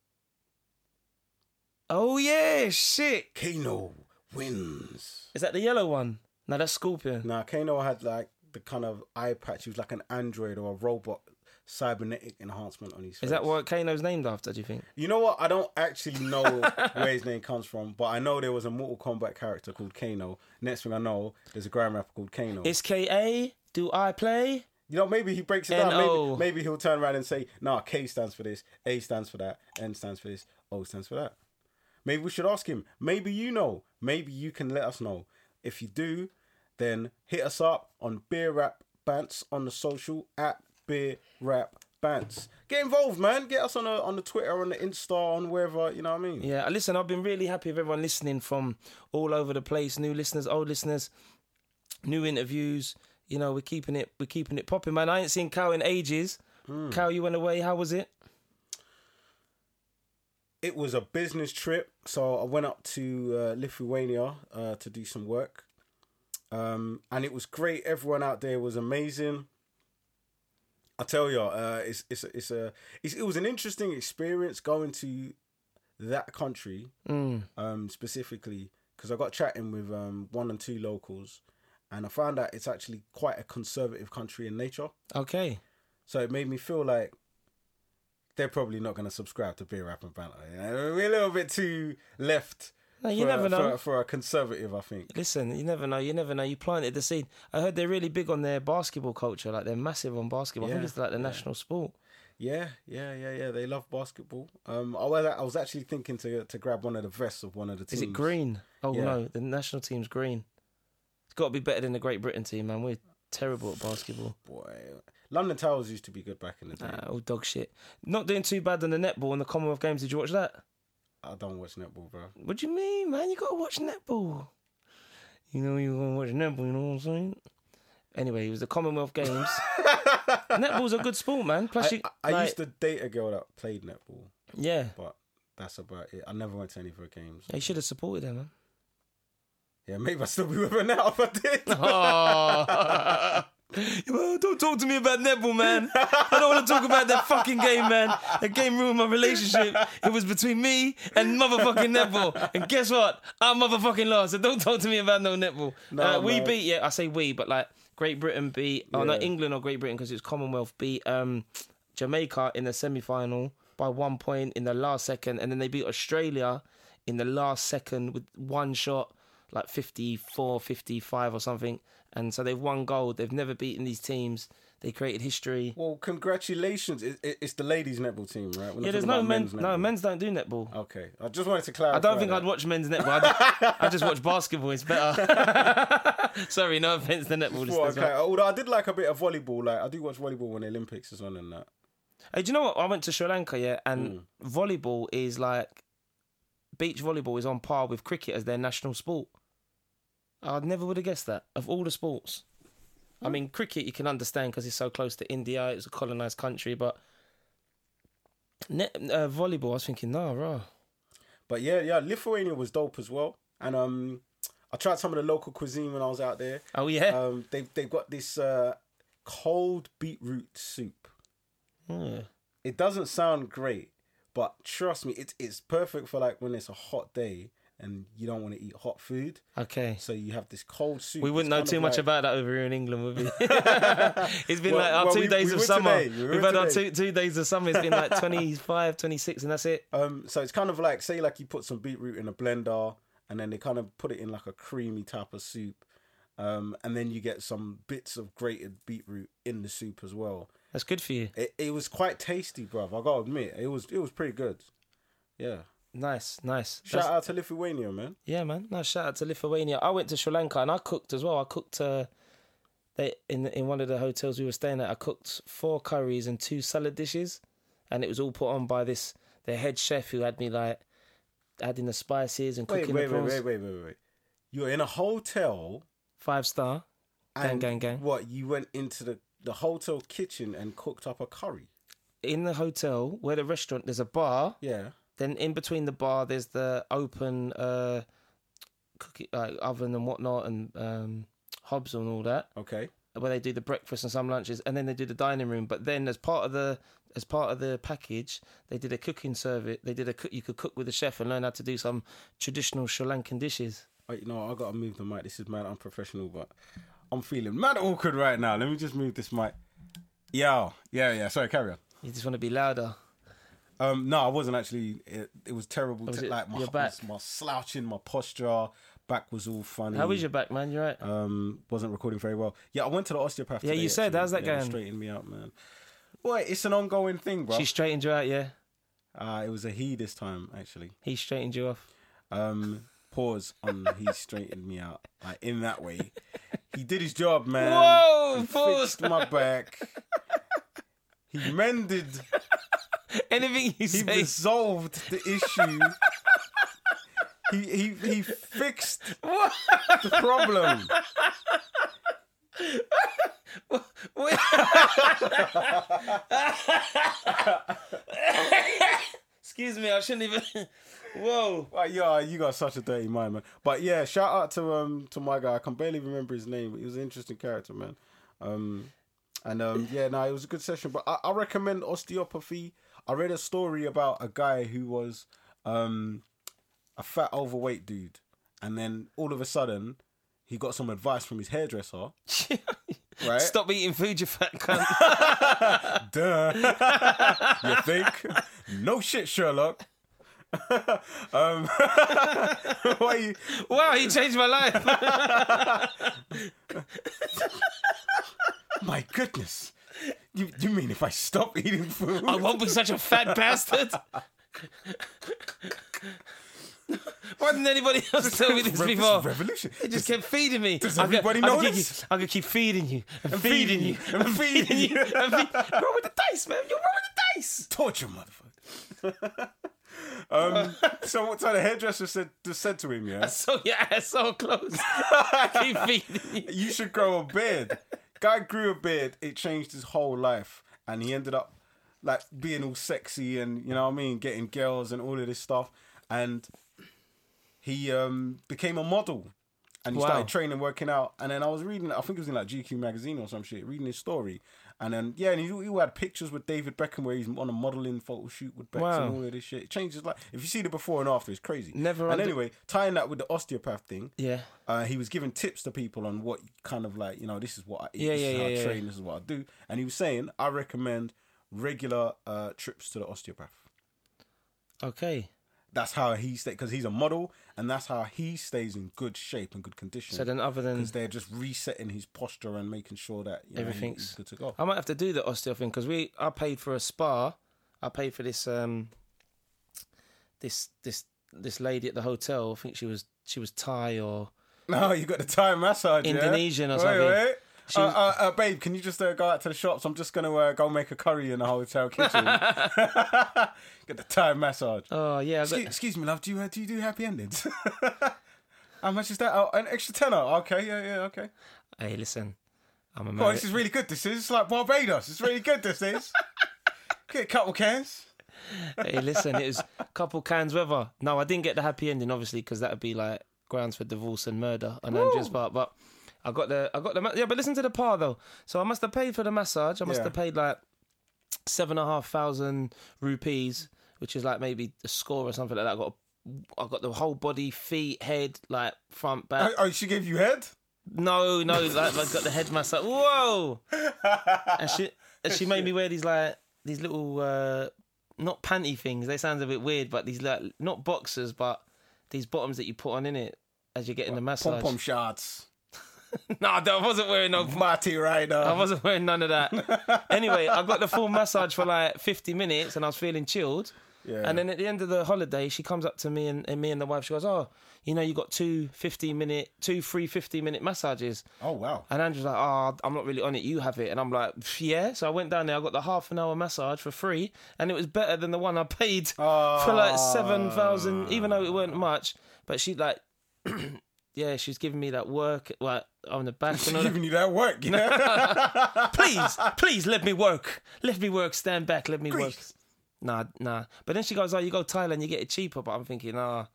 [SPEAKER 1] Oh yeah, shit.
[SPEAKER 2] Kano wins.
[SPEAKER 1] Is that the yellow one? No, that's Scorpion.
[SPEAKER 2] Now, Kano had like the kind of eye patch. He was like an android or a robot cybernetic enhancement on his face.
[SPEAKER 1] Is that what Kano's named after? Do you think?
[SPEAKER 2] You know what? I don't actually know where his name comes from, but I know there was a Mortal Kombat character called Kano. Next thing I know, there's a grime rapper called Kano.
[SPEAKER 1] It's K A. Do I play?
[SPEAKER 2] you know, maybe he breaks it down.
[SPEAKER 1] NO.
[SPEAKER 2] Maybe, maybe he'll turn around and say, nah, K stands for this, A stands for that, N stands for this, O stands for that. Maybe we should ask him. Maybe you know. Maybe you can let us know. If you do, then hit us up on Beer Rap Bants on the social at Beer Rap Bants. Get involved, man. Get us on the on the Twitter, on the Insta, on wherever. You know what I mean?
[SPEAKER 1] Yeah. Listen, I've been really happy with everyone listening from all over the place. New listeners, old listeners, new interviews. You know, we're keeping it. We're keeping it popping, man. I ain't seen Cow in ages.
[SPEAKER 2] Hmm.
[SPEAKER 1] Cow, you went away. How was it?
[SPEAKER 2] it was a business trip, so I went up to uh, Lithuania uh, to do some work, um, and it was great. Everyone out there was amazing. I tell you, uh, it's it's a- it's a it's, it was an interesting experience going to that country um, specifically because I got chatting with um, one and two locals, and I found out it's actually quite a conservative country in nature.
[SPEAKER 1] Okay.
[SPEAKER 2] So it made me feel like they're probably not going to subscribe to beer rap and banter. You know? We're a little bit too left.
[SPEAKER 1] No, you
[SPEAKER 2] for,
[SPEAKER 1] never know.
[SPEAKER 2] For, for a conservative, I think.
[SPEAKER 1] Listen, you never know. You never know. You planted the seed. I heard they're really big on their basketball culture. Like they're massive on basketball. I think
[SPEAKER 2] Yeah,
[SPEAKER 1] it's like the national sport.
[SPEAKER 2] Yeah, yeah, yeah, yeah. They love basketball. Um, I was I was actually thinking to to grab one of the vests of one of the teams.
[SPEAKER 1] Is it green? Oh
[SPEAKER 2] Yeah.
[SPEAKER 1] no, the national team's green. It's got to be better than the Great Britain team, man. We're terrible at basketball.
[SPEAKER 2] Boy, London Towers used to be good back in the day.
[SPEAKER 1] Nah, all dog shit. Not doing too bad on the netball in the Commonwealth Games. Did you watch that?
[SPEAKER 2] I don't watch netball, bro.
[SPEAKER 1] What do you mean, man? You gotta watch netball. you know, you're gonna watch netball. You know what I'm saying? Anyway, it was the Commonwealth Games. Netball's a good sport, man. Plus,
[SPEAKER 2] I,
[SPEAKER 1] you,
[SPEAKER 2] I
[SPEAKER 1] like,
[SPEAKER 2] used to date a girl that played netball,
[SPEAKER 1] yeah,
[SPEAKER 2] but that's about it. I never went to any of her games.
[SPEAKER 1] they should have supported her, man.
[SPEAKER 2] Yeah, maybe I'd still be with her now if I did.
[SPEAKER 1] Oh. Well, don't talk to me about netball, man. I don't want to talk about that fucking game, man. That game ruined my relationship. It was between me and motherfucking netball. And guess what? I motherfucking lost. So don't talk to me about no netball.
[SPEAKER 2] No,
[SPEAKER 1] uh, we
[SPEAKER 2] man.
[SPEAKER 1] beat, yeah, I say we, but like Great Britain beat, oh no,
[SPEAKER 2] Yeah.
[SPEAKER 1] England or Great Britain because it's Commonwealth beat um, Jamaica in the semi final by one point in the last second. And then they beat Australia in the last second with one shot like 54, 55 or something. And so they've won gold. They've never beaten these teams. They created history.
[SPEAKER 2] Well, congratulations. It, it, it's the ladies' netball team, right? We're not
[SPEAKER 1] Yeah, there's
[SPEAKER 2] talking
[SPEAKER 1] no
[SPEAKER 2] about
[SPEAKER 1] men. No,
[SPEAKER 2] netball. Oh,
[SPEAKER 1] men's don't do netball.
[SPEAKER 2] Okay. I just wanted to clarify.
[SPEAKER 1] I don't think I'd watch men's netball. I just, I just watch basketball. It's better. Sorry, no offense to netball.
[SPEAKER 2] Well,
[SPEAKER 1] listeners,
[SPEAKER 2] okay.
[SPEAKER 1] man.
[SPEAKER 2] Although I did like a bit of volleyball. Like I do watch volleyball when the Olympics is on and that.
[SPEAKER 1] Hey, do you know what? I went to Sri Lanka, yeah, and
[SPEAKER 2] Hmm.
[SPEAKER 1] volleyball is like beach volleyball is on par with cricket as their national sport. I never would have guessed that of all the sports.
[SPEAKER 2] Hmm.
[SPEAKER 1] I mean, cricket you can understand because it's so close to India; it's a colonized country. But net, uh, volleyball, I was thinking, nah, rah.
[SPEAKER 2] But yeah, yeah, Lithuania was dope as well. And um, I tried some of the local cuisine when I was out there.
[SPEAKER 1] Oh yeah,
[SPEAKER 2] Um, they they've got this uh, cold beetroot soup.
[SPEAKER 1] yeah.
[SPEAKER 2] It doesn't sound great, but trust me, it's it's perfect for like when it's a hot day and you don't want to eat hot food.
[SPEAKER 1] okay.
[SPEAKER 2] So you have this cold soup.
[SPEAKER 1] We wouldn't know too much
[SPEAKER 2] about.
[SPEAKER 1] about that over here in England, would we? it's been
[SPEAKER 2] Well-
[SPEAKER 1] like our
[SPEAKER 2] well,
[SPEAKER 1] two
[SPEAKER 2] we-
[SPEAKER 1] days
[SPEAKER 2] we
[SPEAKER 1] of
[SPEAKER 2] were
[SPEAKER 1] summer.
[SPEAKER 2] today, we were
[SPEAKER 1] We've had our
[SPEAKER 2] today.
[SPEAKER 1] two two days of summer. It's been like 25, 26, and that's it.
[SPEAKER 2] Um, so it's kind of like say like you put some beetroot in a blender, and then they kind of put it in like a creamy type of soup, um, and then you get some bits of grated beetroot in the soup as well.
[SPEAKER 1] That's good for you.
[SPEAKER 2] It it was quite tasty, bruv. I gotta admit, it was it was pretty good. Yeah.
[SPEAKER 1] Nice, nice.
[SPEAKER 2] Shout
[SPEAKER 1] That's-
[SPEAKER 2] out to Lithuania, man.
[SPEAKER 1] yeah, man. No, shout out to Lithuania. I went to Sri Lanka and I cooked as well. I cooked uh, they, in in one of the hotels we were staying at. I cooked four curries and two salad dishes, and it was all put on by this the head chef who had me like adding the spices and
[SPEAKER 2] Wait,
[SPEAKER 1] cooking
[SPEAKER 2] wait,
[SPEAKER 1] the
[SPEAKER 2] wait,
[SPEAKER 1] prawns.
[SPEAKER 2] wait, wait, wait, wait. You're in a hotel.
[SPEAKER 1] Five star. Gang,
[SPEAKER 2] And
[SPEAKER 1] gang, gang.
[SPEAKER 2] What you went into the the hotel kitchen and cooked up a curry?
[SPEAKER 1] In the hotel where the restaurant, there's a bar.
[SPEAKER 2] Yeah.
[SPEAKER 1] Then in between the bar, there's the open uh, cookie like oven and whatnot and um, hobs and all that.
[SPEAKER 2] Okay.
[SPEAKER 1] where they do the breakfast and some lunches, and then they do the dining room. But then, as part of the as part of the package, they did a cooking service. They did a cook. You could cook with the chef and learn how to do some traditional Sri Lankan dishes.
[SPEAKER 2] Wait, you know, what, I gotta move the mic. This is mad unprofessional, but I'm feeling mad awkward right now. Let me just move this mic. Yeah, yeah, yeah. Sorry, carry on.
[SPEAKER 1] You just want to be louder.
[SPEAKER 2] Um, no, I wasn't actually. It, it was terrible.
[SPEAKER 1] Oh, was
[SPEAKER 2] te-
[SPEAKER 1] it
[SPEAKER 2] like my,
[SPEAKER 1] your back?
[SPEAKER 2] my slouching, my posture, back was all funny.
[SPEAKER 1] How is your back, man? You're right.
[SPEAKER 2] Um, wasn't recording very well. Yeah, I went to the osteopath.
[SPEAKER 1] Yeah,
[SPEAKER 2] today,
[SPEAKER 1] you said.
[SPEAKER 2] actually.
[SPEAKER 1] How's that
[SPEAKER 2] yeah,
[SPEAKER 1] going?
[SPEAKER 2] Straightening me out, man. Well, it's an ongoing thing, bro.
[SPEAKER 1] she straightened you out, yeah.
[SPEAKER 2] Uh, it was a he this time, actually.
[SPEAKER 1] He straightened you off.
[SPEAKER 2] Um, pause on he straightened me out like in that way. He did his job, man.
[SPEAKER 1] Whoa,
[SPEAKER 2] He
[SPEAKER 1] pause.
[SPEAKER 2] fixed my back. He mended.
[SPEAKER 1] Anything you
[SPEAKER 2] He
[SPEAKER 1] say,
[SPEAKER 2] resolved the issue. He he he fixed the problem.
[SPEAKER 1] excuse me, I shouldn't even. Whoa.
[SPEAKER 2] Like, yeah, you got such a dirty mind, man. But yeah, shout out to um to my guy. I can barely remember his name, but he was an interesting character, man. Um, and um, yeah, no, it was a good session. But I, I recommend osteopathy. I read a story about a guy who was um a fat, overweight dude, and then all of a sudden he got some advice from his hairdresser. Right?
[SPEAKER 1] Stop eating food, you fat cunt.
[SPEAKER 2] Duh. you think? No shit, Sherlock. um, why you?
[SPEAKER 1] wow, he changed my life.
[SPEAKER 2] My goodness. You, you mean if I stop eating food?
[SPEAKER 1] I won't be such a fat bastard. Why didn't anybody else tell me this
[SPEAKER 2] Re-
[SPEAKER 1] before?
[SPEAKER 2] revolution.
[SPEAKER 1] They just kept feeding me. Does
[SPEAKER 2] everybody
[SPEAKER 1] I
[SPEAKER 2] know
[SPEAKER 1] could,
[SPEAKER 2] this?
[SPEAKER 1] Keep, I could keep feeding you and
[SPEAKER 2] feeding
[SPEAKER 1] feeding you
[SPEAKER 2] you,
[SPEAKER 1] and feeding you.
[SPEAKER 2] feeding
[SPEAKER 1] and feed- Roll with the dice, man. You roll with the dice.
[SPEAKER 2] Torture, motherfucker. Um, so what time the hairdresser said just said to him, yeah,
[SPEAKER 1] So your ass so close. I keep feeding you.
[SPEAKER 2] you should grow a beard. Guy grew a beard. It changed his whole life, and he ended up like being all sexy and you know what I mean, getting girls and all of this stuff. And he um became a model, and he
[SPEAKER 1] Wow.
[SPEAKER 2] started training, working out. And then I was reading, I think it was in like GQ magazine or some shit, reading his story. And then yeah, and he, he had pictures with David Beckham where he's on a modeling photo shoot with Beckham
[SPEAKER 1] Wow.
[SPEAKER 2] and all of this shit. It changed his life. If you see the before and after, it's crazy.
[SPEAKER 1] Never
[SPEAKER 2] And
[SPEAKER 1] under-
[SPEAKER 2] anyway, tying that with the osteopath thing,
[SPEAKER 1] Yeah.
[SPEAKER 2] uh, he was giving tips to people on what kind of like you know this is what I eat,
[SPEAKER 1] Yeah,
[SPEAKER 2] this
[SPEAKER 1] yeah,
[SPEAKER 2] is how
[SPEAKER 1] yeah,
[SPEAKER 2] I
[SPEAKER 1] yeah.
[SPEAKER 2] train, this is what I do, and he was saying I recommend regular uh, trips to the osteopath.
[SPEAKER 1] Okay.
[SPEAKER 2] That's how he stays because he's a model, and that's how he stays in good shape and good condition.
[SPEAKER 1] So then, other than
[SPEAKER 2] because they're just resetting his posture and making sure that you know, he-
[SPEAKER 1] Everything's-
[SPEAKER 2] he's good to go.
[SPEAKER 1] I might have to do the osteo thing because we I paid for a spa. I paid for this um this this this lady at the hotel. I think she was she was Thai or
[SPEAKER 2] No, you got the Thai massage, yeah?
[SPEAKER 1] Indonesian or
[SPEAKER 2] Wait,
[SPEAKER 1] something.
[SPEAKER 2] wait.
[SPEAKER 1] She
[SPEAKER 2] Uh,
[SPEAKER 1] was-
[SPEAKER 2] uh, uh, babe, can you just uh, go out to the shops? I'm just gonna uh, go make a curry in the hotel kitchen. Get the Thai massage.
[SPEAKER 1] oh yeah. I got-
[SPEAKER 2] Excuse, excuse me, love. Do you uh, do you do happy endings? How much is that? Oh, an extra tenner. Okay, yeah, yeah, okay.
[SPEAKER 1] hey, listen, I'm a
[SPEAKER 2] Oh,
[SPEAKER 1] married.
[SPEAKER 2] this is really good. This is it's like Barbados. It's really good. This is. Get a couple cans.
[SPEAKER 1] hey, listen, it was a couple cans weather. No, I didn't get the happy ending, obviously, because that would be like grounds for divorce and murder on Andrew's part. But I got the, I got the, ma- yeah. But listen to the par though. So I must have paid for the massage. I must
[SPEAKER 2] Yeah.
[SPEAKER 1] have paid like seven and a half thousand rupees, which is like maybe a score or something like that. I got, a, I got the whole body, feet, head, like front, back.
[SPEAKER 2] Oh, oh, she gave you head.
[SPEAKER 1] No, no, like I got the head massage. Whoa! and she and she made me wear these like these little uh not panty things. They sound a bit weird, but these like not boxers, but these bottoms that you put on in it as you're getting the
[SPEAKER 2] Pom
[SPEAKER 1] massage.
[SPEAKER 2] pom shots.
[SPEAKER 1] No, I don't- I wasn't wearing no.
[SPEAKER 2] Marty Ryder.
[SPEAKER 1] I wasn't wearing none of that. anyway, I got the full massage for like 50 minutes, and I was feeling chilled.
[SPEAKER 2] yeah.
[SPEAKER 1] And then at the end of the holiday, she comes up to me and, and me and the wife. She goes, "Oh, you know, you got two 15 minute, two free 15 minute massages."
[SPEAKER 2] oh wow.
[SPEAKER 1] And Andrew's like, oh, I'm not really on it. You have it. And I'm like, "Pff, yeah. So I went down there. I got the half an hour massage for free. And it was better than the one I paid
[SPEAKER 2] Uh,
[SPEAKER 1] for like 7,000, even though it weren't much. But she like, yeah, she was giving me that work like on the back and all that.
[SPEAKER 2] Giving you that work, you know.
[SPEAKER 1] please, please let me work. Let me work. Stand back. Let me work.
[SPEAKER 2] Greece.
[SPEAKER 1] Nah, nah. But then she goes, oh, you go Thailand, you get it cheaper. But I'm thinking, ah,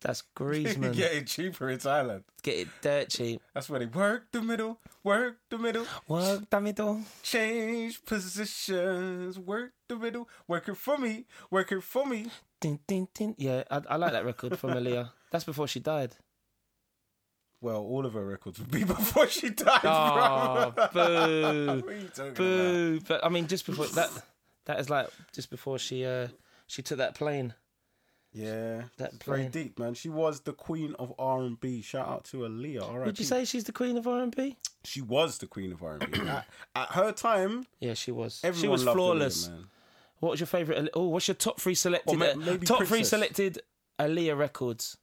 [SPEAKER 1] that's
[SPEAKER 2] you
[SPEAKER 1] Greece, man.
[SPEAKER 2] get it cheaper in Thailand.
[SPEAKER 1] Get it dirt cheap.
[SPEAKER 2] That's where they work the middle, work the middle,
[SPEAKER 1] Work, damn it all.
[SPEAKER 2] change positions, work the middle, work it for me, work it for me.
[SPEAKER 1] Dun, dun, dun. Yeah, I, I like that record from Aaliyah. That's before she died.
[SPEAKER 2] Well, all of her records would be before she died,
[SPEAKER 1] Oh,
[SPEAKER 2] bro.
[SPEAKER 1] boo,
[SPEAKER 2] what are you talking about?
[SPEAKER 1] boo! But I mean, just before that, that is like just before she uh she took that plane.
[SPEAKER 2] Yeah,
[SPEAKER 1] That
[SPEAKER 2] it's very
[SPEAKER 1] plane.
[SPEAKER 2] deep, man. She was the queen of R and B. Shout out to Aaliyah. All right,
[SPEAKER 1] Would you say she's the queen of R and B?
[SPEAKER 2] she was the queen of R and B at, at her time?
[SPEAKER 1] Yeah, she was.
[SPEAKER 2] Everyone
[SPEAKER 1] she was
[SPEAKER 2] loved Aaliyah,
[SPEAKER 1] flawless.
[SPEAKER 2] man.
[SPEAKER 1] What was your favorite? Oh, what's your top three selected?
[SPEAKER 2] ma-
[SPEAKER 1] uh,
[SPEAKER 2] maybe
[SPEAKER 1] top three
[SPEAKER 2] Princess.
[SPEAKER 1] selected Aaliyah records.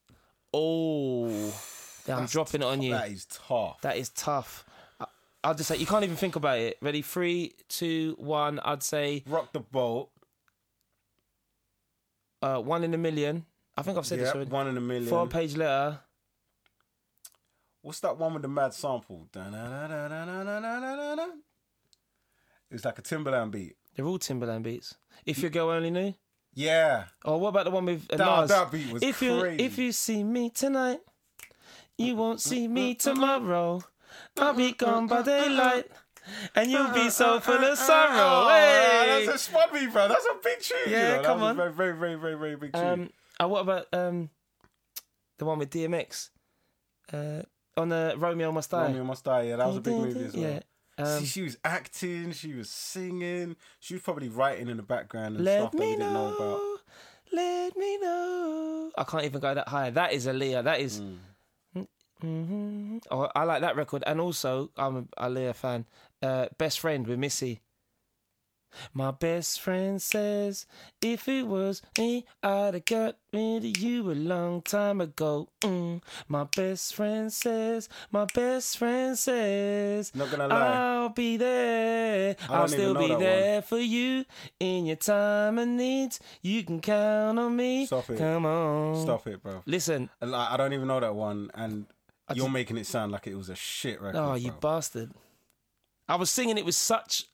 [SPEAKER 1] Oh, yeah, I'm dropping it on you.
[SPEAKER 2] That is tough.
[SPEAKER 1] That is tough. I- I'll just say you can't even think about it. Ready? Three, two, one. I'd say
[SPEAKER 2] Rock the boat.
[SPEAKER 1] uh, one in a million. I think I've said this
[SPEAKER 2] Yeah,
[SPEAKER 1] already.
[SPEAKER 2] one in a million.
[SPEAKER 1] Four page letter.
[SPEAKER 2] What's that one with the mad sample? Da-na-na-na-na-na-na-na-na. It's like a Timberland beat.
[SPEAKER 1] They're all Timberland beats. If your girl only knew.
[SPEAKER 2] Yeah.
[SPEAKER 1] Or what about the one with uh,
[SPEAKER 2] That,
[SPEAKER 1] Nas?
[SPEAKER 2] that beat was
[SPEAKER 1] if you
[SPEAKER 2] crazy.
[SPEAKER 1] if you see me tonight, you won't see me
[SPEAKER 2] Mm-hmm.
[SPEAKER 1] tomorrow. I'll be gone by daylight, and you'll be so full of sorrow.
[SPEAKER 2] Mm-hmm. Oh,
[SPEAKER 1] Hey!
[SPEAKER 2] That's a spot me, bro. That's a big tune. you
[SPEAKER 1] Yeah,
[SPEAKER 2] know. That
[SPEAKER 1] come
[SPEAKER 2] was
[SPEAKER 1] on.
[SPEAKER 2] a Very, very, very, very, very big tune.
[SPEAKER 1] Um, and what about um, the one with DMX uh, on uh, Romeo Must Die?
[SPEAKER 2] Romeo Must Die. Yeah, that was a big movie as well.
[SPEAKER 1] Yeah.
[SPEAKER 2] See,
[SPEAKER 1] Um,
[SPEAKER 2] she was acting, she was singing, she was probably writing in the background and
[SPEAKER 1] Let
[SPEAKER 2] stuff that we
[SPEAKER 1] me
[SPEAKER 2] didn't know about.
[SPEAKER 1] know. Let me know. I can't even go that high. That is Aaliyah. That is.
[SPEAKER 2] Mm.
[SPEAKER 1] Mm-hmm. Oh, I like that record, and also I'm a Aaliyah fan. Uh, Best friend with Missy. My best friend says, if it was me, I'd have got rid of you a long time ago. Mm. My best friend says, my best friend says,
[SPEAKER 2] Not gonna lie.
[SPEAKER 1] I'll be there. I'll
[SPEAKER 2] don't even
[SPEAKER 1] still
[SPEAKER 2] know
[SPEAKER 1] be
[SPEAKER 2] that one.
[SPEAKER 1] there for you in your time of needs. You can count on me.
[SPEAKER 2] Stop it.
[SPEAKER 1] Come on.
[SPEAKER 2] Stop it, bro.
[SPEAKER 1] Listen.
[SPEAKER 2] Like, I don't even know that one, and you're making it sound like it was a shit record.
[SPEAKER 1] Oh, you
[SPEAKER 2] bro.
[SPEAKER 1] bastard. I was singing it with such.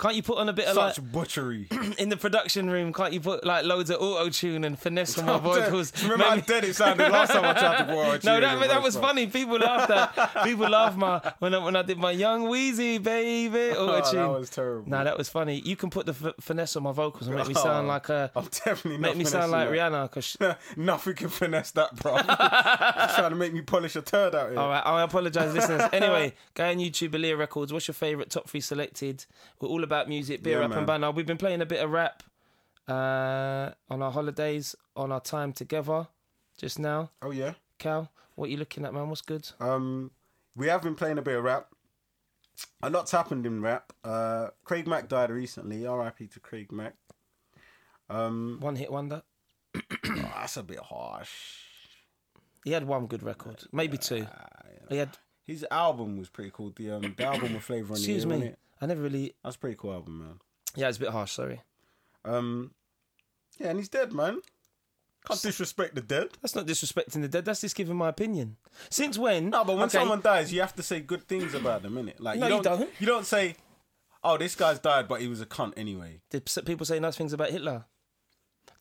[SPEAKER 1] Can't you put on a bit of
[SPEAKER 2] such
[SPEAKER 1] like
[SPEAKER 2] butchery.
[SPEAKER 1] in the production room? Can't you put like loads of auto tune and finesse on my vocals?
[SPEAKER 2] Remember how
[SPEAKER 1] Made me-
[SPEAKER 2] dead it sounded last time I tried to borrow it.
[SPEAKER 1] No, that, that was funny. People laughed at people laughed my when I, when I did my Young Wheezy baby auto
[SPEAKER 2] Oh,
[SPEAKER 1] tune.
[SPEAKER 2] that was terrible.
[SPEAKER 1] Nah, that was funny. You can put the f- finesse on my vocals and make me sound
[SPEAKER 2] Oh,
[SPEAKER 1] like a
[SPEAKER 2] I'm definitely
[SPEAKER 1] make
[SPEAKER 2] not
[SPEAKER 1] me sound
[SPEAKER 2] finessing
[SPEAKER 1] like
[SPEAKER 2] that.
[SPEAKER 1] Rihanna. Cause she,
[SPEAKER 2] Nothing can finesse that, bro. trying to make me polish a turd out here.
[SPEAKER 1] all right, I apologize, listeners. Anyway, go on YouTube, Aaliyah Records. What's your favorite top three selected? We're all about music, beer,
[SPEAKER 2] Yeah,
[SPEAKER 1] rap, and
[SPEAKER 2] man.
[SPEAKER 1] banner. We've been playing a bit of rap uh, on our holidays, on our time together. Just now,
[SPEAKER 2] Oh yeah.
[SPEAKER 1] Cal, what you looking at, man? What's good?
[SPEAKER 2] Um, we have been playing a bit of rap. A lot's happened in rap. Uh, Craig Mack died recently. R.I.P. to Craig Mack. Um,
[SPEAKER 1] One hit wonder.
[SPEAKER 2] oh, that's a bit harsh.
[SPEAKER 1] He had one good record,
[SPEAKER 2] uh,
[SPEAKER 1] maybe two. He had.
[SPEAKER 2] His album was pretty cool. The um, the album with Flavor on the
[SPEAKER 1] Excuse
[SPEAKER 2] Year, wasn't
[SPEAKER 1] me.
[SPEAKER 2] it?
[SPEAKER 1] I never really.
[SPEAKER 2] That's a pretty cool album, man.
[SPEAKER 1] Yeah, it's a bit harsh. Sorry.
[SPEAKER 2] Um, yeah, and he's dead, man. Can't disrespect the dead.
[SPEAKER 1] That's not disrespecting the dead. That's just giving my opinion. Since when?
[SPEAKER 2] No, but when
[SPEAKER 1] Okay,
[SPEAKER 2] someone dies, you have to say good things about them, innit? Like
[SPEAKER 1] No,
[SPEAKER 2] you,
[SPEAKER 1] you
[SPEAKER 2] don't,
[SPEAKER 1] don't.
[SPEAKER 2] You don't say, "Oh, this guy's died, but he was a cunt anyway."
[SPEAKER 1] did s- people say nice things about Hitler?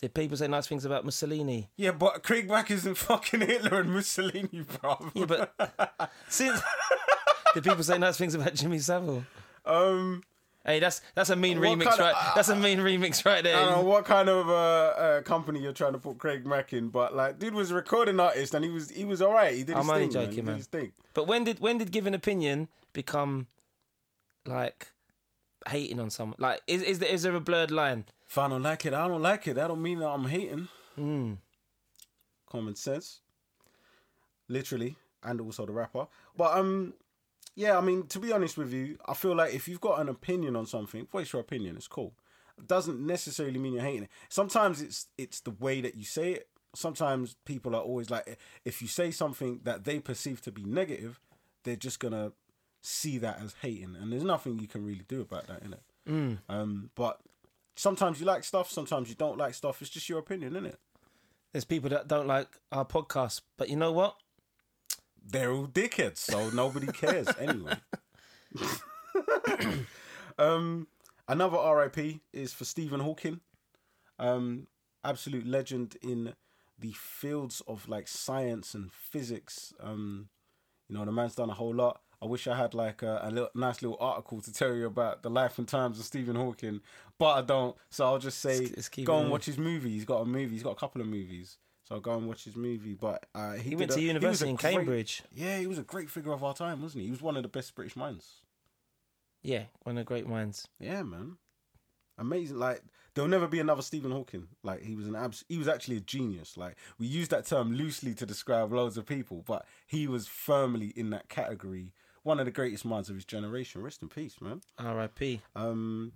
[SPEAKER 1] Did people say nice things about Mussolini?
[SPEAKER 2] Yeah, but Craig Mack isn't fucking Hitler and Mussolini, bro.
[SPEAKER 1] Yeah, but since did people say nice things about Jimmy Savile?
[SPEAKER 2] um,
[SPEAKER 1] Hey, that's that's a mean
[SPEAKER 2] What
[SPEAKER 1] remix,
[SPEAKER 2] kind of- uh,
[SPEAKER 1] right? that's a mean remix right there.
[SPEAKER 2] I don't know what kind of uh, uh, company you're trying to put Craig Mack in, but like, dude was a recording artist, and he was he was alright. He did his
[SPEAKER 1] I'm only
[SPEAKER 2] thing, man. He
[SPEAKER 1] joking,
[SPEAKER 2] did
[SPEAKER 1] man.
[SPEAKER 2] his thing.
[SPEAKER 1] But when did when did give an opinion become like hating on someone? Like, is is there, is there a blurred line?
[SPEAKER 2] If I don't like it, I don't like it. That don't mean that I'm hating.
[SPEAKER 1] Mm.
[SPEAKER 2] Common sense, literally, and also the rapper. But um, yeah, I mean, to be honest with you, I feel like if you've got an opinion on something, voice your opinion. It's cool. It doesn't necessarily mean you're hating it. Sometimes it's it's the way that you say it. Sometimes people are always like, if you say something that they perceive to be negative, they're just gonna see that as hating, and there's nothing you can really do about that, innit? Mm. Um, but sometimes you like stuff, sometimes you don't like stuff. It's just your opinion, innit?
[SPEAKER 1] There's people that don't like our podcast, but you know what?
[SPEAKER 2] they're all dickheads, so nobody cares anyway. um, another RIP is for Stephen Hawking, um, absolute legend in the fields of like science and physics. Um, you know, the man's done a whole lot. I wish I had like a, a little, nice little article to tell you about the life and times of Stephen Hawking, but I don't. So I'll just say,
[SPEAKER 1] Let's- let's keep
[SPEAKER 2] go
[SPEAKER 1] it
[SPEAKER 2] and
[SPEAKER 1] in.
[SPEAKER 2] watch his movie. He's got a movie. He's got a couple of movies. So go and watch his movie. But uh, he,
[SPEAKER 1] He went
[SPEAKER 2] did
[SPEAKER 1] to
[SPEAKER 2] a- was
[SPEAKER 1] university
[SPEAKER 2] a
[SPEAKER 1] in
[SPEAKER 2] great-
[SPEAKER 1] Cambridge.
[SPEAKER 2] yeah, he was a great figure of our time, wasn't he? He was one of the best British minds.
[SPEAKER 1] Yeah, one of the great minds.
[SPEAKER 2] Yeah, man. Amazing. Like there'll never be another Stephen Hawking. Like he was an abs- he was actually a genius. Like we use that term loosely to describe loads of people, but he was firmly in that category. One of the greatest minds of his generation. Rest in peace, man.
[SPEAKER 1] R.I.P.
[SPEAKER 2] Um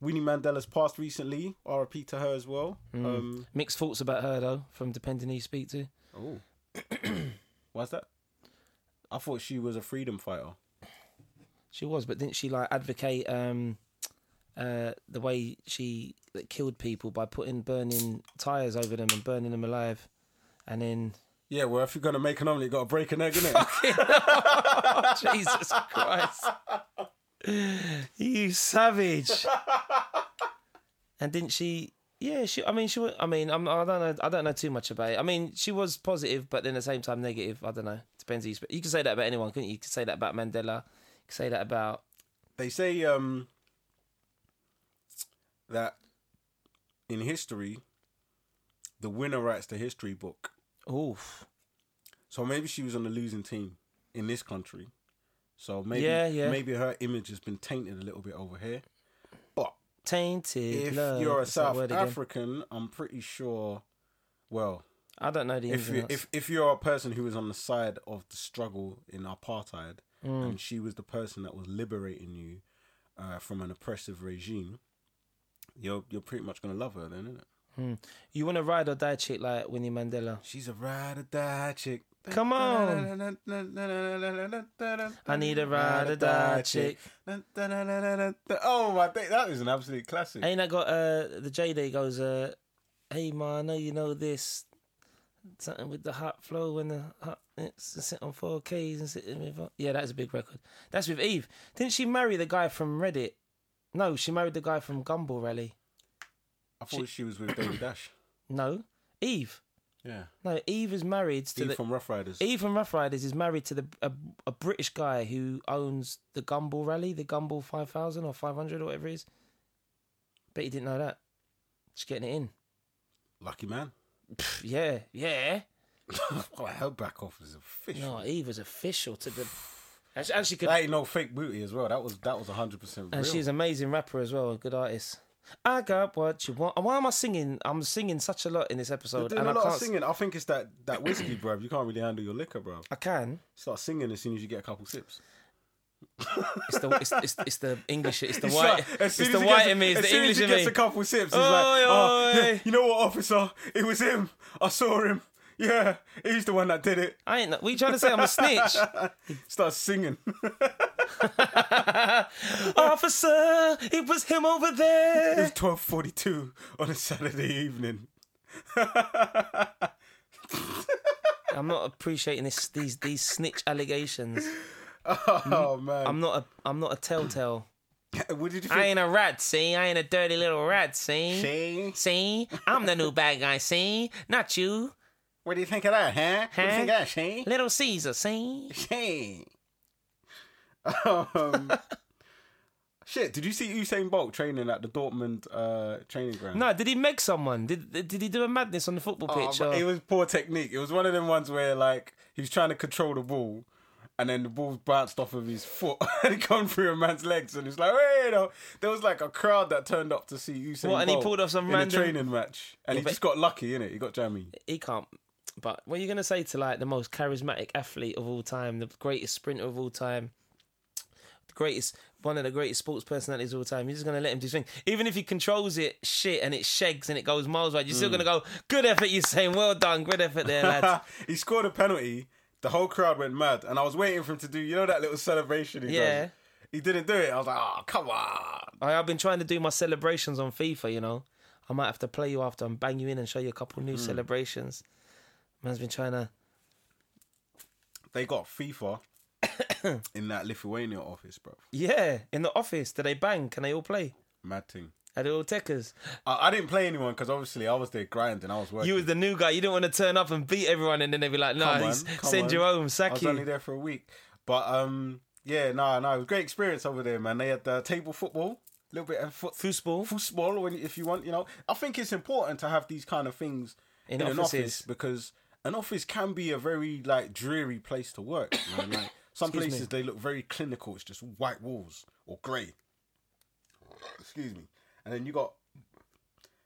[SPEAKER 2] Winnie Mandela's passed recently. RIP to her as well. Um
[SPEAKER 1] Mixed thoughts about her though, from depending who you speak to.
[SPEAKER 2] Oh. Why's that? I thought she was a freedom fighter.
[SPEAKER 1] She was, but didn't she like advocate um, uh, the way she that killed people by putting burning tires over them and burning them alive, and then
[SPEAKER 2] Yeah, well, if you're gonna make an omelet, you gotta break an egg, innit?
[SPEAKER 1] Jesus Christ, you savage! and didn't she? Yeah, she. I mean, she. wa- I mean, I'm, I don't know. I don't know too much about it. I mean, she was positive, but then at the same time negative. I don't know. Depends. Who you, sp- you could say that about anyone, couldn't you? You could say that about Mandela. You could say that about
[SPEAKER 2] they say um that in history the winner writes the history book
[SPEAKER 1] oof.
[SPEAKER 2] so maybe she was on the losing team in this country so maybe
[SPEAKER 1] Yeah, yeah.
[SPEAKER 2] maybe her image has been tainted a little bit over here but
[SPEAKER 1] Tainted
[SPEAKER 2] if
[SPEAKER 1] love.
[SPEAKER 2] you're a
[SPEAKER 1] What's that
[SPEAKER 2] south
[SPEAKER 1] word again?
[SPEAKER 2] african i'm pretty sure well
[SPEAKER 1] I don't know the
[SPEAKER 2] if
[SPEAKER 1] ins and
[SPEAKER 2] you
[SPEAKER 1] outs.
[SPEAKER 2] if, if you're a person who was on the side
[SPEAKER 1] Mm.
[SPEAKER 2] of the struggle in apartheid and she was the person that was liberating you uh, from an oppressive regime, you're you're pretty much gonna love her then, isn't it?
[SPEAKER 1] You want to ride or die chick like Winnie Mandela.
[SPEAKER 2] She's a ride or die chick.
[SPEAKER 1] Come on.
[SPEAKER 2] I
[SPEAKER 1] need a ride or die chick.
[SPEAKER 2] Oh my day, that is an absolute classic.
[SPEAKER 1] Ain't that got uh, the J Day goes, uh, hey man, I know you know this. Something with the hot flow and the hot it's sit on four Ks and sitting with Yeah, that's a big record. That's with Eve. Didn't she marry the guy from Reddit? No, she married the guy from Gumball Rally.
[SPEAKER 2] I thought she was with David Dash.
[SPEAKER 1] No. Eve.
[SPEAKER 2] Yeah,
[SPEAKER 1] No, Eve is married to
[SPEAKER 2] Steve
[SPEAKER 1] the
[SPEAKER 2] from Rough Riders.
[SPEAKER 1] Eve from Rough Riders is married to the a, a British guy who owns the Gumball Rally, the Gumball 5000 or 500 or whatever it is. Bet you didn't know that. Just getting it in.
[SPEAKER 2] Lucky man.
[SPEAKER 1] Pff, yeah, yeah.
[SPEAKER 2] oh, her back off is official.
[SPEAKER 1] No, Eve was official to the. And she, and she could,
[SPEAKER 2] That ain't no fake booty as well. That was that was hundred percent real.
[SPEAKER 1] and she's an amazing rapper as well, a good artist. I got what you want. Why am I singing? I'm singing such a lot in this
[SPEAKER 2] You're
[SPEAKER 1] episode,
[SPEAKER 2] doing
[SPEAKER 1] and
[SPEAKER 2] a
[SPEAKER 1] I
[SPEAKER 2] lot
[SPEAKER 1] can't.
[SPEAKER 2] of singing. I think it's that that whiskey, bro. You can't really handle your liquor, bro.
[SPEAKER 1] I can.
[SPEAKER 2] Start singing as soon as you get a couple sips.
[SPEAKER 1] It's the it's, it's, it's the English. It's the
[SPEAKER 2] He's
[SPEAKER 1] white.
[SPEAKER 2] like,
[SPEAKER 1] It's
[SPEAKER 2] soon
[SPEAKER 1] the
[SPEAKER 2] he
[SPEAKER 1] white
[SPEAKER 2] gets-
[SPEAKER 1] in me. It's
[SPEAKER 2] as
[SPEAKER 1] the
[SPEAKER 2] soon
[SPEAKER 1] English
[SPEAKER 2] as
[SPEAKER 1] in
[SPEAKER 2] he gets
[SPEAKER 1] me.
[SPEAKER 2] a couple sips, he's
[SPEAKER 1] Oi,
[SPEAKER 2] like, oh,
[SPEAKER 1] oi.
[SPEAKER 2] yeah, you know what, officer? It was him. I saw him. Yeah, he's the one that did it.
[SPEAKER 1] I ain't. We trying to say I'm a snitch.
[SPEAKER 2] Starts singing.
[SPEAKER 1] Officer, it was him over
[SPEAKER 2] It
[SPEAKER 1] there.
[SPEAKER 2] was twelve forty-two on a Saturday evening.
[SPEAKER 1] I'm not appreciating this these these snitch allegations. Mm.
[SPEAKER 2] Oh man,
[SPEAKER 1] I'm not a I'm not a telltale.
[SPEAKER 2] what did you
[SPEAKER 1] I
[SPEAKER 2] think?
[SPEAKER 1] ain't a rat, see? I ain't a dirty little rat, see?
[SPEAKER 2] Shay?
[SPEAKER 1] See? I'm the new bad guy, see? Not you.
[SPEAKER 2] What do you think of that, huh? What do you think of that, Shay?
[SPEAKER 1] Little Caesar, see?
[SPEAKER 2] Hey. Um, shit, did you see Usain Bolt training at the Dortmund uh, training ground?
[SPEAKER 1] No, did he make someone? Did did he do a madness on the football
[SPEAKER 2] Oh,
[SPEAKER 1] pitch?
[SPEAKER 2] but
[SPEAKER 1] or-
[SPEAKER 2] it was poor technique. It was one of them ones where like he was trying to control the ball, and then the ball bounced off of his foot and it come through a man's legs, and it's like, hey, no. There was like a crowd that turned up to see Usain
[SPEAKER 1] What,
[SPEAKER 2] Bolt.
[SPEAKER 1] and he pulled off some
[SPEAKER 2] in
[SPEAKER 1] random-
[SPEAKER 2] a training match, and he
[SPEAKER 1] but-
[SPEAKER 2] just got lucky, innit? He got jammy.
[SPEAKER 1] he can't. But what are you going to say to like the most charismatic athlete of all time, the greatest sprinter of all time, the greatest one of the greatest sports personalities of all time? You're just going to let him do his thing, even if he controls it, shit, and it shakes and it goes miles wide. You're still going to go, good effort, you're saying, well done, good effort there, lads.
[SPEAKER 2] he scored a penalty. The whole crowd went mad, and I was waiting for him to do, you know, that little celebration he
[SPEAKER 1] Yeah.
[SPEAKER 2] does. He didn't do it. I was like, oh, come on.
[SPEAKER 1] I, I've been trying to do my celebrations on FIFA, you know. I might have to play you after and bang you in and show you a couple new celebrations. Man's been trying to.
[SPEAKER 2] They got FIFA in that Lithuania office, bro.
[SPEAKER 1] Yeah, in the office, do they bang? Can they all play?
[SPEAKER 2] Mad thing.
[SPEAKER 1] Are they all techers?
[SPEAKER 2] I, I didn't play anyone because obviously I was there grinding. I was working.
[SPEAKER 1] You was the new guy. You didn't want to turn up and beat everyone, and then they'd be like, "No,
[SPEAKER 2] Come on,
[SPEAKER 1] he's-
[SPEAKER 2] come
[SPEAKER 1] send
[SPEAKER 2] on.
[SPEAKER 1] you home,
[SPEAKER 2] I
[SPEAKER 1] sack
[SPEAKER 2] was
[SPEAKER 1] you."
[SPEAKER 2] only there for a week, but um, yeah, no, no, it was a great experience over there, man. They had the table football, a little bit of foot
[SPEAKER 1] Foosball.
[SPEAKER 2] football when if you want, you know. I think it's important to have these kind of things
[SPEAKER 1] In
[SPEAKER 2] in, an
[SPEAKER 1] offices.
[SPEAKER 2] office because an office can be a very like dreary place to work. man. Like, some
[SPEAKER 1] Excuse me.
[SPEAKER 2] places they look very clinical. It's just white walls or grey. Excuse me, and then you got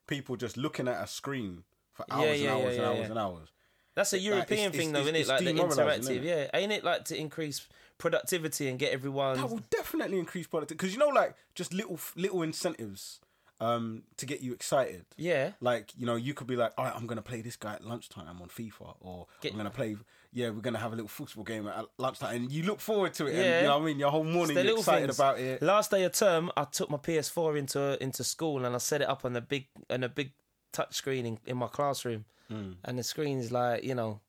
[SPEAKER 2] people just looking at a screen for hours and
[SPEAKER 1] yeah, yeah,
[SPEAKER 2] hours
[SPEAKER 1] yeah,
[SPEAKER 2] and
[SPEAKER 1] yeah.
[SPEAKER 2] hours and hours.
[SPEAKER 1] That's a European
[SPEAKER 2] it's-
[SPEAKER 1] thing,
[SPEAKER 2] it's-
[SPEAKER 1] though,
[SPEAKER 2] it's-
[SPEAKER 1] isn't it? Like the
[SPEAKER 2] it's demoralising,
[SPEAKER 1] interactive,
[SPEAKER 2] innit?
[SPEAKER 1] yeah. Ain't it like to increase productivity and get
[SPEAKER 2] That
[SPEAKER 1] everyone?
[SPEAKER 2] will definitely increase productivity because you know, like just little little incentives um, to get you excited.
[SPEAKER 1] Yeah,
[SPEAKER 2] Like you know, you could be like, "All right, I'm gonna play this guy at lunchtime on FIFA," or "I'm gonna play." Yeah, we're gonna have a little football game at lunchtime, and you look forward to it.
[SPEAKER 1] Yeah.
[SPEAKER 2] And, you know what I mean? Your whole morning,
[SPEAKER 1] the
[SPEAKER 2] you're
[SPEAKER 1] little
[SPEAKER 2] excited
[SPEAKER 1] things.
[SPEAKER 2] about it.
[SPEAKER 1] Last day of term, I took my PS4 into into school and I set it up on a big on a big touch screen in, in my classroom,
[SPEAKER 2] Hmm.
[SPEAKER 1] and the screen's like you know.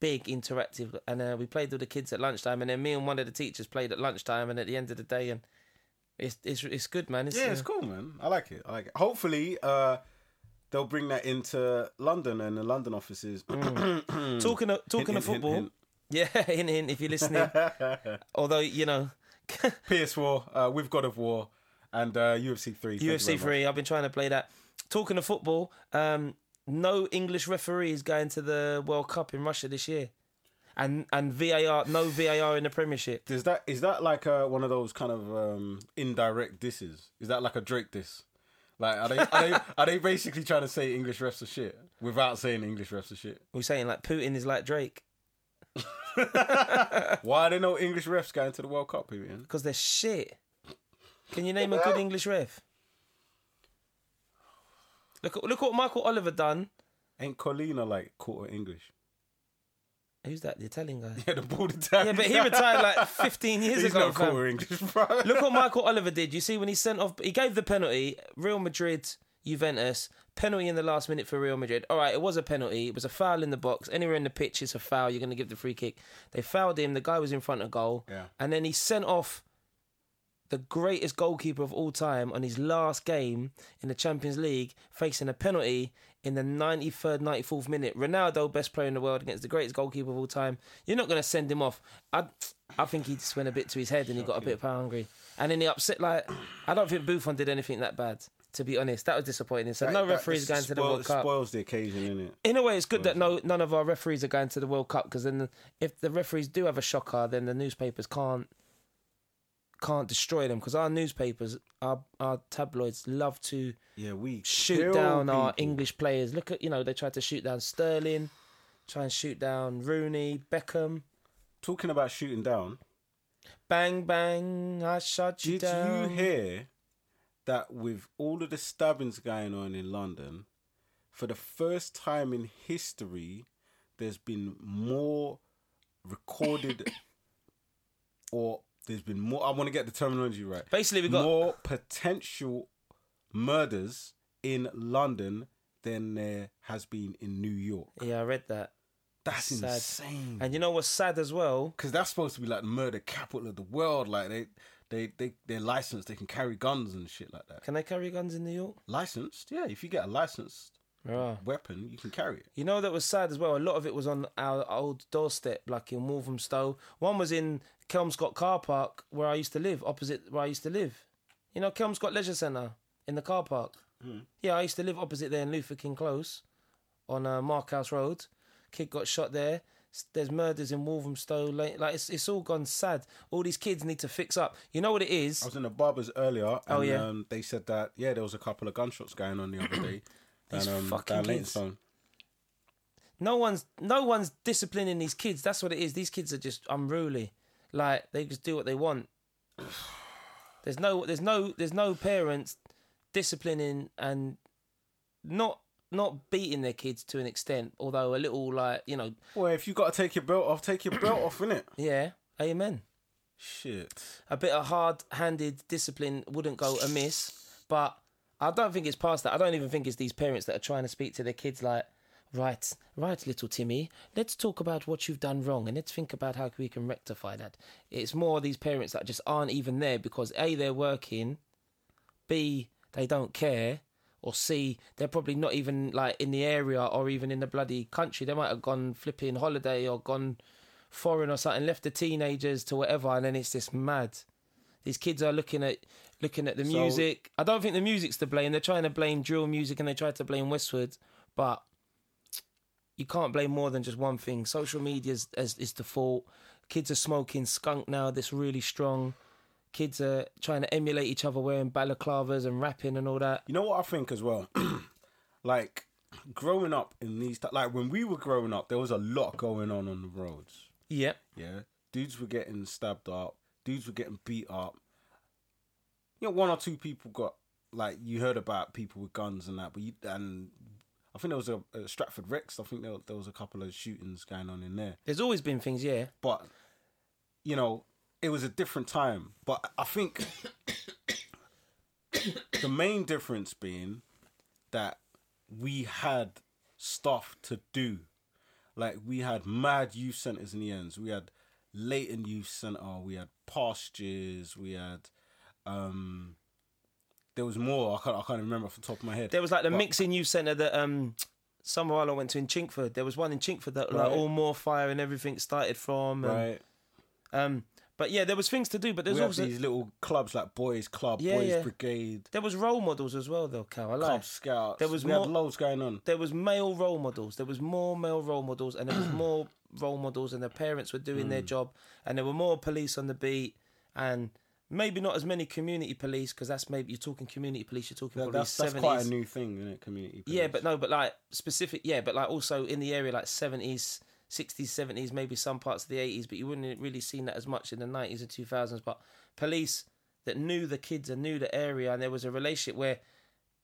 [SPEAKER 1] Big interactive, and uh, we played with the kids at lunchtime, and then me and one of the teachers played at lunchtime, and at the end of the day, and it's it's it's good, man. It's,
[SPEAKER 2] Yeah, Hmm.
[SPEAKER 1] uh,
[SPEAKER 2] it's cool, man. I like it. I like it. Hopefully, uh, they'll bring that into London and the London offices.
[SPEAKER 1] Mm. Talking of, talking
[SPEAKER 2] hint,
[SPEAKER 1] of football,
[SPEAKER 2] hint,
[SPEAKER 1] yeah, hint, hint, if you're listening. Although you know,
[SPEAKER 2] PS4, uh, we've God of War, and uh, UFC three. Thank you very
[SPEAKER 1] UFC
[SPEAKER 2] much.
[SPEAKER 1] three, I've been trying to play that. Talking of football, um, no English referee is going to the World Cup in Russia this year, and and VAR, no VAR in the Premiership.
[SPEAKER 2] Does that is that like uh, one of those kind of um, indirect disses? Is that like a Drake diss? Like are they are they, are they basically trying to say English refs are shit without saying English refs are shit?
[SPEAKER 1] We're saying like Putin is like Drake
[SPEAKER 2] Why are there no English refs going to the World Cup? Ian?
[SPEAKER 1] because they're shit. Can you name a good English ref? Look, at- look what Michael Oliver done.
[SPEAKER 2] Ain't Colina like quarter English?
[SPEAKER 1] Who's that? The Italian guy.
[SPEAKER 2] Yeah, the ball attack.
[SPEAKER 1] Yeah, but he retired like 15 years
[SPEAKER 2] He's
[SPEAKER 1] ago.
[SPEAKER 2] not
[SPEAKER 1] fam.
[SPEAKER 2] quarter English, bro.
[SPEAKER 1] Look what Michael Oliver did. You see, when he sent off, he gave the penalty. Real Madrid, Juventus, penalty in the last minute for Real Madrid. All right, it was a penalty. It was a foul in the box. Anywhere in the pitch, it's a foul. You're going to give the free kick. They fouled him. The guy was in front of goal.
[SPEAKER 2] Yeah.
[SPEAKER 1] And then he sent off the greatest goalkeeper of all time on his last game in the Champions League, facing a penalty in the 93rd, 94th minute. Ronaldo, best player in the world, against the greatest goalkeeper of all time. You're not going to send him off. I, I think he just went a bit to his head and he got a bit power hungry. And then he upset, like, I don't think Buffon did anything that bad, to be honest. That was disappointing. So no
[SPEAKER 2] That- that
[SPEAKER 1] referees
[SPEAKER 2] just
[SPEAKER 1] going to the
[SPEAKER 2] spoil-
[SPEAKER 1] World Cup
[SPEAKER 2] Spoils the occasion, innit?
[SPEAKER 1] in a way, it's good that no none of our referees are going to the World Cup because then, if the referees do have a shocker, then the newspapers can't can't destroy them because our newspapers, our our tabloids, love to
[SPEAKER 2] Yeah, we
[SPEAKER 1] shoot
[SPEAKER 2] kill
[SPEAKER 1] down our
[SPEAKER 2] people.
[SPEAKER 1] English players. Look at you know they tried to shoot down Sterling, try and shoot down Rooney, Beckham.
[SPEAKER 2] Talking about shooting down,
[SPEAKER 1] Bang bang, I shot you
[SPEAKER 2] did
[SPEAKER 1] down.
[SPEAKER 2] you hear that with all of the stabbings going on in London, for the first time in history, there's been more recorded, or there's been more. I want to get the terminology right.
[SPEAKER 1] Basically, we got
[SPEAKER 2] more potential murders in London than there has been in New York.
[SPEAKER 1] yeah, I read that,
[SPEAKER 2] That's
[SPEAKER 1] Sad.
[SPEAKER 2] insane.
[SPEAKER 1] and you know what's sad as well.
[SPEAKER 2] because that's supposed to be like the murder capital of the world. Like they, they, they, they're licensed. They can carry guns and shit like that.
[SPEAKER 1] Can they carry guns in New York?
[SPEAKER 2] Licensed, yeah. If you get a licensed
[SPEAKER 1] Yeah.
[SPEAKER 2] Ah. weapon, you can carry it.
[SPEAKER 1] You know that was sad as well. A lot of it was on our old doorstep, like in Walthamstow. One was in Kelmscott car park where I used to live, opposite where I used to live. You know Kelmscott Leisure Centre in the car park. Yeah, I used to live opposite there in Luther King Close, on uh, Mark House Road. Kid got shot there. S- There's murders in Walthamstow. Like, like it's it's all gone sad. All these kids need to fix up. You know what it is?
[SPEAKER 2] I was in a barber's earlier, and
[SPEAKER 1] Oh, yeah.
[SPEAKER 2] um, they said that yeah, there was a couple of gunshots going on the other day.
[SPEAKER 1] These
[SPEAKER 2] down, um,
[SPEAKER 1] fucking
[SPEAKER 2] down
[SPEAKER 1] kids.
[SPEAKER 2] Leightonstone.
[SPEAKER 1] No one's no one's disciplining these kids. That's what it is. These kids are just unruly. Like they just do what they want. There's no there's no there's no parents disciplining and not not beating their kids to an extent, although a little like, you know,
[SPEAKER 2] Well, if you got to take your belt off, take your belt off, innit?
[SPEAKER 1] yeah, amen.
[SPEAKER 2] Shit.
[SPEAKER 1] A bit of hard handed discipline wouldn't go amiss. But I don't think it's past that. I don't even think it's these parents that are trying to speak to their kids like, right, right, little Timmy, let's talk about what you've done wrong and let's think about how we can rectify that. It's more these parents that just aren't even there because A, they're working, B, they don't care. Or C, they're probably not even like in the area or even in the bloody country. They might have gone flipping holiday or gone foreign or something, left the teenagers to whatever, and then it's just mad. These kids are looking at looking at the
[SPEAKER 2] So-
[SPEAKER 1] music. I don't think the music's to blame. They're trying to blame drill music and they try to blame Westwood, but you can't blame more than just one thing. Social media is, is, is the fault. Kids are smoking skunk now. That's really strong. Kids are trying to emulate each other, wearing balaclavas and rapping and all that.
[SPEAKER 2] You know what I think as well? like growing up in these ti- like when we were growing up, there was a lot going on on the roads.
[SPEAKER 1] Yeah,
[SPEAKER 2] Yeah, dudes were getting stabbed up, dudes were getting beat up. You know, one or two people got like you heard about people with guns and that, but you and I think there was a, a Stratford Rex. I think there, there was a couple of shootings going on in there
[SPEAKER 1] there's always been things. Yeah,
[SPEAKER 2] but you know it was a different time but i think the main difference being that we had stuff to do like we had mad youth centers in the ends we had leighton youth center we had pastures we had um there was more i can't, I can't remember off the top of my head
[SPEAKER 1] there was like the
[SPEAKER 2] But-
[SPEAKER 1] mixing youth centre that um some of I went to in Chinkford. There was one in Chinkford that like
[SPEAKER 2] Right.
[SPEAKER 1] all more fire and everything started from. And,
[SPEAKER 2] right
[SPEAKER 1] Um, but yeah, there was things to do. But there's
[SPEAKER 2] we had
[SPEAKER 1] also
[SPEAKER 2] these little clubs like boys club
[SPEAKER 1] Yeah,
[SPEAKER 2] boys
[SPEAKER 1] yeah.
[SPEAKER 2] brigade
[SPEAKER 1] there was role models as well though, Cal. I like.
[SPEAKER 2] club scouts
[SPEAKER 1] There was
[SPEAKER 2] we
[SPEAKER 1] more-
[SPEAKER 2] had loads going on
[SPEAKER 1] There was male role models. There was more male role models, and there was more role models, and their parents were doing
[SPEAKER 2] Mm.
[SPEAKER 1] their job, and there were more police on the beat, and maybe not as many community police because that's maybe you're talking community police, you're talking
[SPEAKER 2] That-
[SPEAKER 1] probably
[SPEAKER 2] that's, that's
[SPEAKER 1] seventies.
[SPEAKER 2] quite a new thing, isn't it? Community.
[SPEAKER 1] Yeah,
[SPEAKER 2] police.
[SPEAKER 1] but no, but like specific. Yeah, but like also in the area, like seventies, sixties, seventies, maybe some parts of the eighties. But you wouldn't have really seen that as much in the nineties and two thousands. But police, that knew the kids and knew the area, and there was a relationship where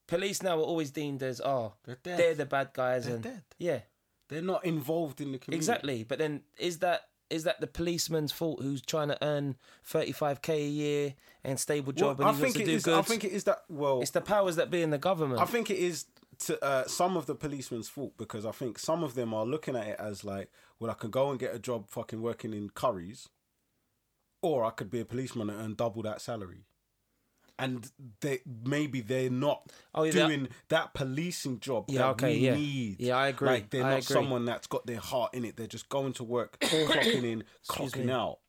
[SPEAKER 1] police now were always deemed as oh
[SPEAKER 2] They're dead.
[SPEAKER 1] they're the bad guys
[SPEAKER 2] They're
[SPEAKER 1] and
[SPEAKER 2] dead. Mm.
[SPEAKER 1] yeah
[SPEAKER 2] They're not involved in the community.
[SPEAKER 1] exactly. But then is that is that the policeman's fault who's trying to earn thirty five k a year and stable
[SPEAKER 2] Well,
[SPEAKER 1] job
[SPEAKER 2] I
[SPEAKER 1] and he wants
[SPEAKER 2] think
[SPEAKER 1] to
[SPEAKER 2] it
[SPEAKER 1] do
[SPEAKER 2] is.
[SPEAKER 1] good?
[SPEAKER 2] I think it is that. Well,
[SPEAKER 1] it's the powers that be in the government.
[SPEAKER 2] I think it is to uh, some of the policemen's fault because I think some of them are looking at it as like, well, I can go and get a job fucking working in curries, or I could be a policeman and earn double that salary. And they maybe they're not
[SPEAKER 1] Oh, yeah, they-
[SPEAKER 2] doing that policing job
[SPEAKER 1] Yeah,
[SPEAKER 2] that
[SPEAKER 1] okay,
[SPEAKER 2] we
[SPEAKER 1] yeah.
[SPEAKER 2] need.
[SPEAKER 1] Yeah, I agree,
[SPEAKER 2] Like they're
[SPEAKER 1] I
[SPEAKER 2] not
[SPEAKER 1] agree.
[SPEAKER 2] someone that's got their heart in it. They're just going to work, clocking in, clocking out.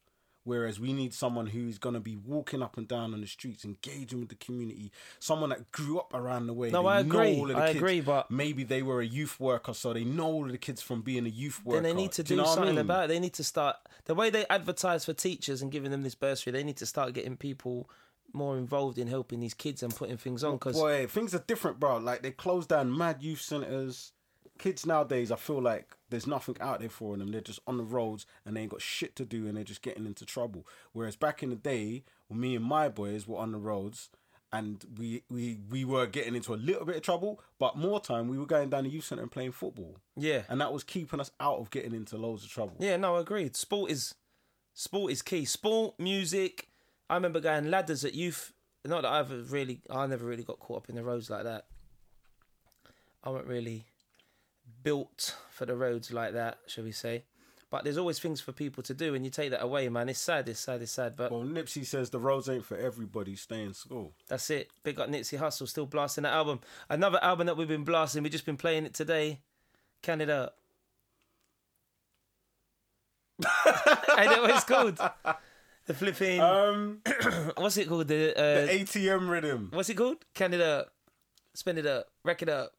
[SPEAKER 2] Whereas we need someone who's going to be walking up and down on the streets, engaging with the community, someone that grew up around the way.
[SPEAKER 1] No,
[SPEAKER 2] they
[SPEAKER 1] I
[SPEAKER 2] know
[SPEAKER 1] agree.
[SPEAKER 2] all of the
[SPEAKER 1] I
[SPEAKER 2] kids.
[SPEAKER 1] agree, but-
[SPEAKER 2] maybe they were a youth worker, so they know all of the kids from being a youth worker.
[SPEAKER 1] then they need to
[SPEAKER 2] Do you
[SPEAKER 1] do,
[SPEAKER 2] know what I
[SPEAKER 1] something
[SPEAKER 2] mean?
[SPEAKER 1] about it. They need to start the way they advertise for teachers and giving them this bursary. They need to start getting people more involved in helping these kids and putting things on because
[SPEAKER 2] Boy, things are different, bro. Like they closed down mad youth centers. Kids nowadays, I feel like there's nothing out there for them. They're just on the roads and they ain't got shit to do, and they're just getting into trouble. Whereas back in the day, when me and my boys were on the roads, and we we we were getting into a little bit of trouble, but more time we were going down the youth center and playing football,
[SPEAKER 1] yeah,
[SPEAKER 2] and that was keeping us out of getting into loads of trouble.
[SPEAKER 1] yeah, no, agreed. Sport is sport is key. Sport, music. I remember going ladders at youth. Not that I've really, I never really got caught up in the roads like that. I weren't really built for the roads like that, shall we say? But there's always things for people to do, and you take that away, man. It's sad. It's sad. It's sad. But
[SPEAKER 2] Well, Nipsey says the roads ain't for everybody. Stay in school.
[SPEAKER 1] That's it. Big up Nipsey Hussle, still blasting that album. Another album that we've been blasting, we've just been playing it today. Canada. I know what it's called. The flipping.
[SPEAKER 2] Um,
[SPEAKER 1] what's it called? Uh, The, uh,
[SPEAKER 2] ATM rhythm.
[SPEAKER 1] what's it called? Canada. Spin it up. Wreck it up.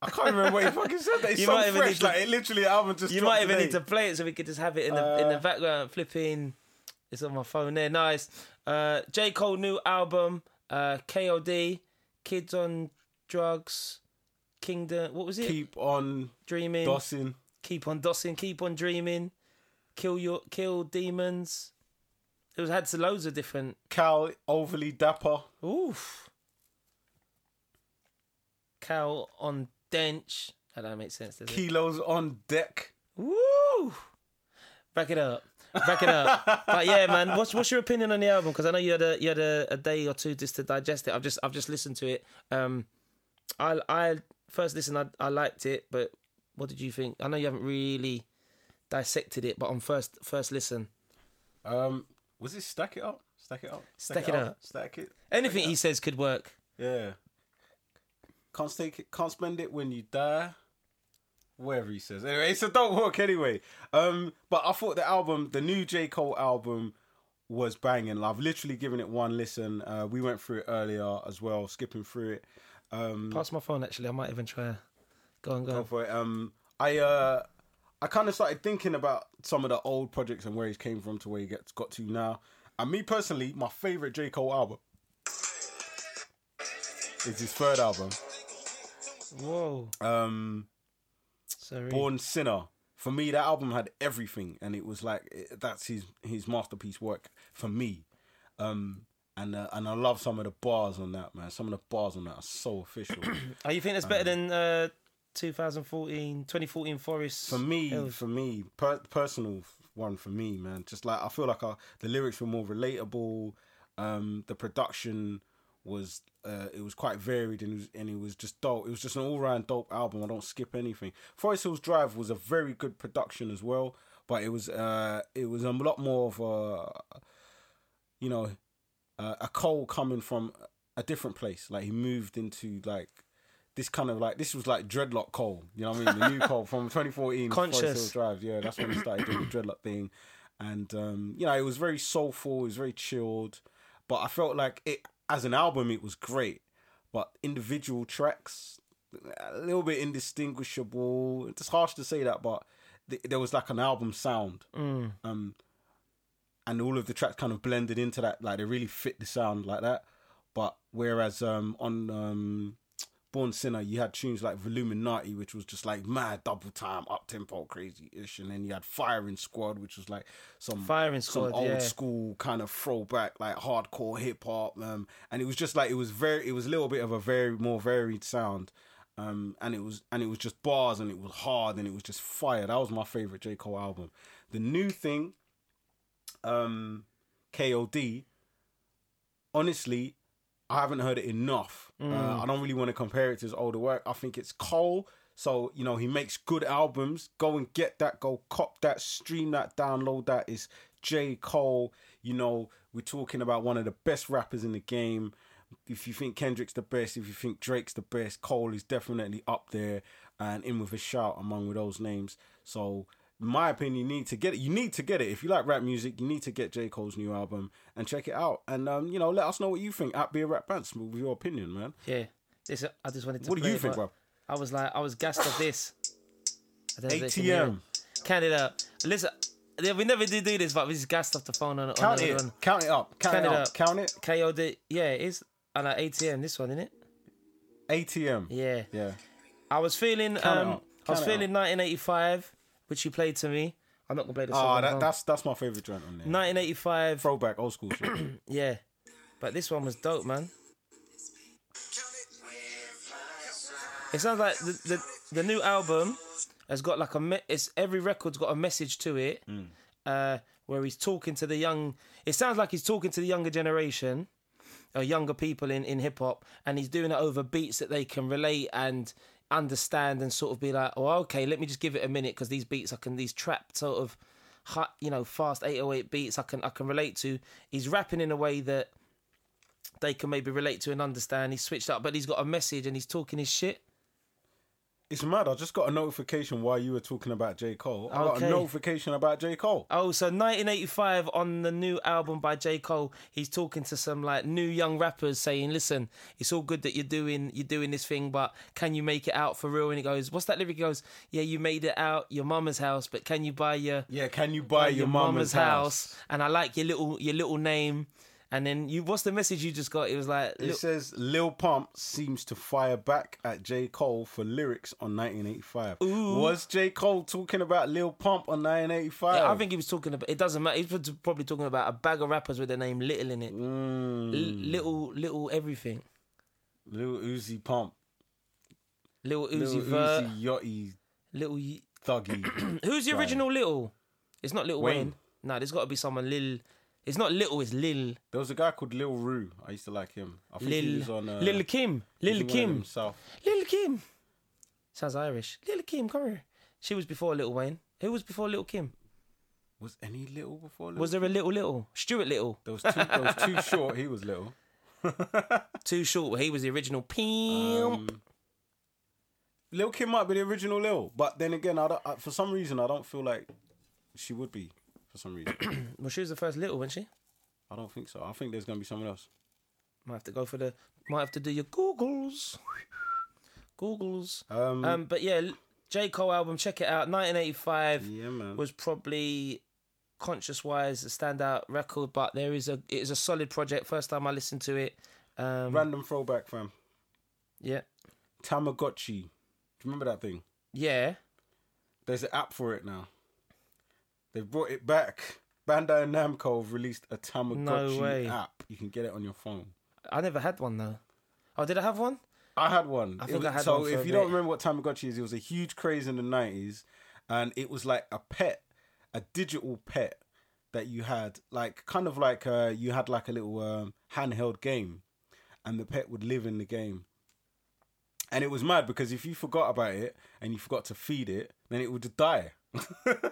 [SPEAKER 2] I can't remember what he fucking said. That. It's
[SPEAKER 1] You
[SPEAKER 2] so
[SPEAKER 1] might even
[SPEAKER 2] fresh.
[SPEAKER 1] need to-
[SPEAKER 2] like it literally, the album just.
[SPEAKER 1] You
[SPEAKER 2] dropped
[SPEAKER 1] might even
[SPEAKER 2] today.
[SPEAKER 1] need to play it so we could just have it in the in the
[SPEAKER 2] Uh,
[SPEAKER 1] background. Flipping, it's on my phone there. Nice. Uh, J Cole new album. Uh, K.O.D. Kids on Drugs. Kingdom. What was it?
[SPEAKER 2] keep on
[SPEAKER 1] dreaming.
[SPEAKER 2] dossing.
[SPEAKER 1] Keep on dossing. Keep on dreaming. Kill your kill demons. It was had loads of different.
[SPEAKER 2] Cal overly dapper.
[SPEAKER 1] Oof. Cow on dench. That don't make sense. Does it?
[SPEAKER 2] Kilos on deck.
[SPEAKER 1] Woo! Back it up. Back it up. but yeah, man. What's what's your opinion on the album? Because I know you had a you had a, a day or two just to digest it. I've just I've just listened to it. Um, I I first listened. I I liked it, but what did you think? I know you haven't really dissected it, but on first first listen,
[SPEAKER 2] Um, was it stack it up? Stack it up.
[SPEAKER 1] Stack It Up.
[SPEAKER 2] Stack it.
[SPEAKER 1] anything he says could work.
[SPEAKER 2] Yeah. Can't stake it. Can't spend it when you die. Whatever he says. Anyway, so don't walk anyway. Um, but I thought the album, the new J Cole album, was banging. I've literally given it one listen. Uh, we went through it earlier as well, skipping through it. Um,
[SPEAKER 1] Pass my phone. Actually, I might even try. Go on, go.
[SPEAKER 2] go
[SPEAKER 1] on.
[SPEAKER 2] for it. Um, I uh, I kind of started thinking about some of the old projects and where he came from to where he gets got to now. And me personally, my favorite J Cole album is his third album,
[SPEAKER 1] Whoa.
[SPEAKER 2] um,
[SPEAKER 1] Sorry.
[SPEAKER 2] Born Sinner. For me, that album had everything, and it was like it, that's his his masterpiece work for me. Um, and uh, and I love some of the bars on that man. Some of the bars on that are so official.
[SPEAKER 1] Oh, you think that's better
[SPEAKER 2] Um,
[SPEAKER 1] than uh, 2014, 2014 Forest?
[SPEAKER 2] for me,
[SPEAKER 1] Hills?
[SPEAKER 2] for me, per- personal f- one for me, man. Just like I feel like I, the lyrics were more relatable. Um, the production was uh, it was quite varied and it was, and it was just dope. It was just an all round dope album. I don't skip anything. Forest Hills Drive was a very good production as well, but it was uh, it was a lot more of a you know uh, a Cole coming from a different place. Like he moved into like this kind of like this was like dreadlock Cole. You know what I mean? The new Cole from 2014. Forest
[SPEAKER 1] Conscious.
[SPEAKER 2] Hill Drive. Yeah, that's when he started doing the dreadlock thing, and um, you know it was very soulful. It was very chilled, but I felt like it as an album it was great, but individual tracks a little bit indistinguishable. It's harsh to say that, but th- there was like an album sound. Um, and all of the tracks kind of blended into that like they really fit the sound like that but whereas um on um Born Sinner, you had tunes like Voluminati, which was just like mad double time, up tempo, crazy ish, and then you had Firing Squad, which was like some
[SPEAKER 1] Firing
[SPEAKER 2] some
[SPEAKER 1] Squad,
[SPEAKER 2] old
[SPEAKER 1] yeah.
[SPEAKER 2] school kind of throwback, like hardcore hip hop, um, and it was just like it was very, it was a little bit of a very more varied sound, um, and it was and it was just bars and it was hard and it was just fire. That was my favorite J Cole album. The new thing, um, KOD, honestly, I haven't heard it enough. Uh, I don't really want to compare it to his older work. I think it's Cole. So, you know, he makes good albums. Go and get that. Go cop that. Stream that. Download that. It's J. Cole. You know, we're talking about one of the best rappers in the game. If you think Kendrick's the best, if you think Drake's the best, Cole is definitely up there and in with a shout among with those names. So, in my opinion, you need to get it. You need to get it. If you like rap music, you need to get J. Cole's new album and check it out. And um, you know, let us know what you think at Be a Rap Pants with your opinion, man.
[SPEAKER 1] Yeah. This, I just wanted to.
[SPEAKER 2] What do
[SPEAKER 1] play
[SPEAKER 2] you
[SPEAKER 1] it, but
[SPEAKER 2] think, bro?
[SPEAKER 1] I was like, I was gassed of this. I don't know if you can hear it.
[SPEAKER 2] ATM.
[SPEAKER 1] Canada. Listen, yeah, we never did do this, but we just gassed off the phone on,
[SPEAKER 2] Count
[SPEAKER 1] on,
[SPEAKER 2] it.
[SPEAKER 1] on
[SPEAKER 2] Count it up. Count, it up. Count it.
[SPEAKER 1] KOD. Yeah, it is. And like ATM, this one, isn't it?
[SPEAKER 2] ATM.
[SPEAKER 1] Yeah.
[SPEAKER 2] Yeah.
[SPEAKER 1] I was feeling.
[SPEAKER 2] Count it
[SPEAKER 1] um,
[SPEAKER 2] up.
[SPEAKER 1] I was
[SPEAKER 2] Count it
[SPEAKER 1] feeling 1985, which you played to me. I'm not gonna play the song.
[SPEAKER 2] Ah,
[SPEAKER 1] on the
[SPEAKER 2] that,
[SPEAKER 1] phone.
[SPEAKER 2] that's that's my favorite joint on there.
[SPEAKER 1] 1985.
[SPEAKER 2] Throwback, old school shit.
[SPEAKER 1] Yeah. But this one was dope, man. It sounds like the, the, the new album has got like a me- it's every record's got a message to it, uh, where he's talking to the young. It sounds like he's talking to the younger generation, or uh, younger people in in hip hop, and he's doing it over beats that they can relate and understand and sort of be like, oh, okay, let me just give it a minute because these beats I can these trap sort of, hot, you know, fast 808 beats I can I can relate to. He's rapping in a way that they can maybe relate to and understand. He's switched up, but he's got a message and he's talking his shit.
[SPEAKER 2] it's mad. I just got a notification while you were talking about J. Cole. I got
[SPEAKER 1] Okay.
[SPEAKER 2] a notification about J. Cole.
[SPEAKER 1] Oh, so 1985 on the new album by J. Cole, he's talking to some like new young rappers saying, Listen, it's all good that you're doing you're doing this thing, but can you make it out for real? And he goes, What's that lyric? He goes, Yeah, you made it out your mama's house, but can you buy your
[SPEAKER 2] Yeah, can you buy,
[SPEAKER 1] your, mama's house. And I like your little your little name. And then you what's the message you just got? It was like
[SPEAKER 2] It
[SPEAKER 1] "Look,
[SPEAKER 2] says Lil Pump seems to fire back at J. Cole for lyrics on 1985. Was J. Cole talking about Lil Pump on 1985?
[SPEAKER 1] I think he was talking about. It doesn't matter. He's probably talking about a bag of rappers with the name Little in it. L- little, little everything.
[SPEAKER 2] Mm. Lil Uzi Pump.
[SPEAKER 1] Little
[SPEAKER 2] Lil
[SPEAKER 1] Uzi Vert.
[SPEAKER 2] Uzi Yachty
[SPEAKER 1] Little. Ye-
[SPEAKER 2] Thuggy.
[SPEAKER 1] Who's the original Little? It's not Little Wayne.
[SPEAKER 2] Wayne.
[SPEAKER 1] No, there's got to be someone Lil. It's not Little. It's Lil.
[SPEAKER 2] there was a guy called Lil Rue. I used to like him. I think he
[SPEAKER 1] Lil.
[SPEAKER 2] was on uh,
[SPEAKER 1] Lil Kim.
[SPEAKER 2] he was
[SPEAKER 1] Lil
[SPEAKER 2] one of
[SPEAKER 1] Kim.
[SPEAKER 2] them South.
[SPEAKER 1] Lil Kim. Sounds Irish. Lil Kim, come here. She was before Little Wayne. Who was before Little Kim?
[SPEAKER 2] Was any little before? Lil?
[SPEAKER 1] Was there a Little Little? Stuart Little.
[SPEAKER 2] there was two? There was too short. He was little.
[SPEAKER 1] Too short. He was the original.
[SPEAKER 2] Um,
[SPEAKER 1] Pimp.
[SPEAKER 2] Lil Kim might be the original Lil, but then again, I, don't, I for some reason I don't feel like she would be. For some reason,
[SPEAKER 1] well, she was the first Little, wasn't she?
[SPEAKER 2] I don't think so. I think there's gonna be someone else.
[SPEAKER 1] Might have to go for the. Might have to do your Googles. Googles.
[SPEAKER 2] Um,
[SPEAKER 1] Um, but yeah, J. Cole album, check it out. 1985
[SPEAKER 2] yeah, man.
[SPEAKER 1] was probably conscious wise a standout record, but there is a it is a solid project. First time I listened to it. Um,
[SPEAKER 2] Random throwback, fam.
[SPEAKER 1] yeah.
[SPEAKER 2] Tamagotchi. Do you remember that thing?
[SPEAKER 1] Yeah.
[SPEAKER 2] There's an app for it now. They've brought it back. Bandai Namco have released a Tamagotchi
[SPEAKER 1] way.
[SPEAKER 2] app. You can get it on your phone.
[SPEAKER 1] I never had one though. Oh, did I have one?
[SPEAKER 2] I had one.
[SPEAKER 1] I
[SPEAKER 2] It
[SPEAKER 1] think
[SPEAKER 2] was-
[SPEAKER 1] I had
[SPEAKER 2] so
[SPEAKER 1] one for
[SPEAKER 2] if
[SPEAKER 1] a
[SPEAKER 2] you don't
[SPEAKER 1] bit.
[SPEAKER 2] remember what Tamagotchi is, it was a huge craze in the nineties, and it was like a pet, a digital pet that you had, like kind of like uh, you had like a little um, handheld game, and the pet would live in the game. And it was mad because if you forgot about it and you forgot to feed it, then it would die.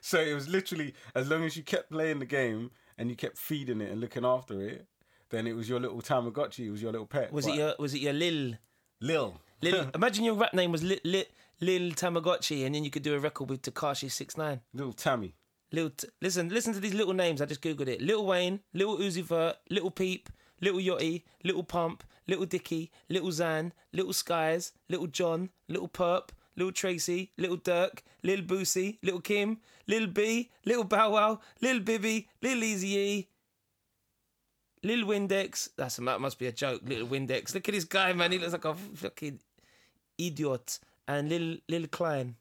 [SPEAKER 2] so it was literally as long as you kept playing the game and you kept feeding it and looking after it, then it was your little Tamagotchi. It was your little pet.
[SPEAKER 1] Was
[SPEAKER 2] But-
[SPEAKER 1] it your Was it your Lil?
[SPEAKER 2] Lil?
[SPEAKER 1] Lil. imagine your rap name was Lil, Lil, Lil Tamagotchi, and then you could do a record with Takashi Six Nine.
[SPEAKER 2] Little Tammy.
[SPEAKER 1] Little t- listen, listen to these little names. I just googled it. Little Wayne, Little Uzi Vert, Little Peep, Little Yachty, Little Pump, Little Dicky, Little Zan, Little Skies, Little John, Little Perp, Little Tracy, Little Dirk, Little Boosie, Little Kim, Little B, Little Bow Wow, Little Bibby, Little Easy E, Lil Windex, that's that must be a joke. Lil Windex, look at this guy, man. He looks like a fucking idiot. And Lil Lil Klein,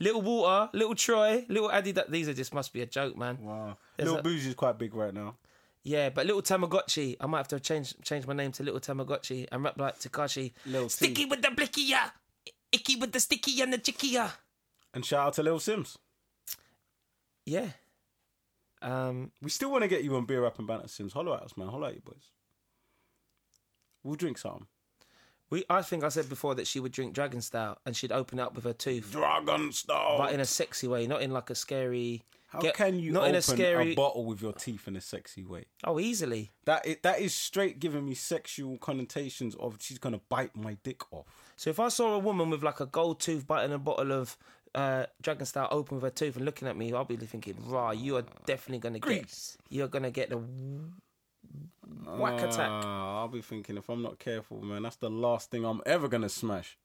[SPEAKER 1] Little Walter, Little Troy, Little Addy. That these are just must be a joke, man.
[SPEAKER 2] Wow.
[SPEAKER 1] There's
[SPEAKER 2] Lil
[SPEAKER 1] a-
[SPEAKER 2] Boozy's quite big right now.
[SPEAKER 1] Yeah, but Little Tamagotchi, I might have to change change my name to Little Tamagotchi and rap like Takashi.
[SPEAKER 2] Lil
[SPEAKER 1] Sticky with the blicky, yeah. Icky with the sticky and the chicky, yeah.
[SPEAKER 2] And shout out to Lil Sims.
[SPEAKER 1] Yeah. Um,
[SPEAKER 2] We still want to get you on beer rap and banter Sims. Holler at us, man. Holler at you boys. We'll drink some.
[SPEAKER 1] we I think I said before that she would drink dragon style and she'd open it up with her tooth,
[SPEAKER 2] Dragon Star.
[SPEAKER 1] but in a sexy way, not in like a scary.
[SPEAKER 2] How
[SPEAKER 1] get-
[SPEAKER 2] can you
[SPEAKER 1] not
[SPEAKER 2] open
[SPEAKER 1] in
[SPEAKER 2] a,
[SPEAKER 1] a scary?
[SPEAKER 2] bottle with your teeth in a sexy way?
[SPEAKER 1] oh, easily.
[SPEAKER 2] That is, that is straight giving me sexual connotations of she's gonna bite my dick off.
[SPEAKER 1] So if I saw a woman with like a gold tooth biting a bottle of uh, dragon style open with her tooth and looking at me, I'll be thinking, "Rah, you are definitely gonna
[SPEAKER 2] Grease.
[SPEAKER 1] get, you're gonna get the whack attack."
[SPEAKER 2] Ah, I'll be thinking if I'm not careful, man, that's the last thing I'm ever gonna smash.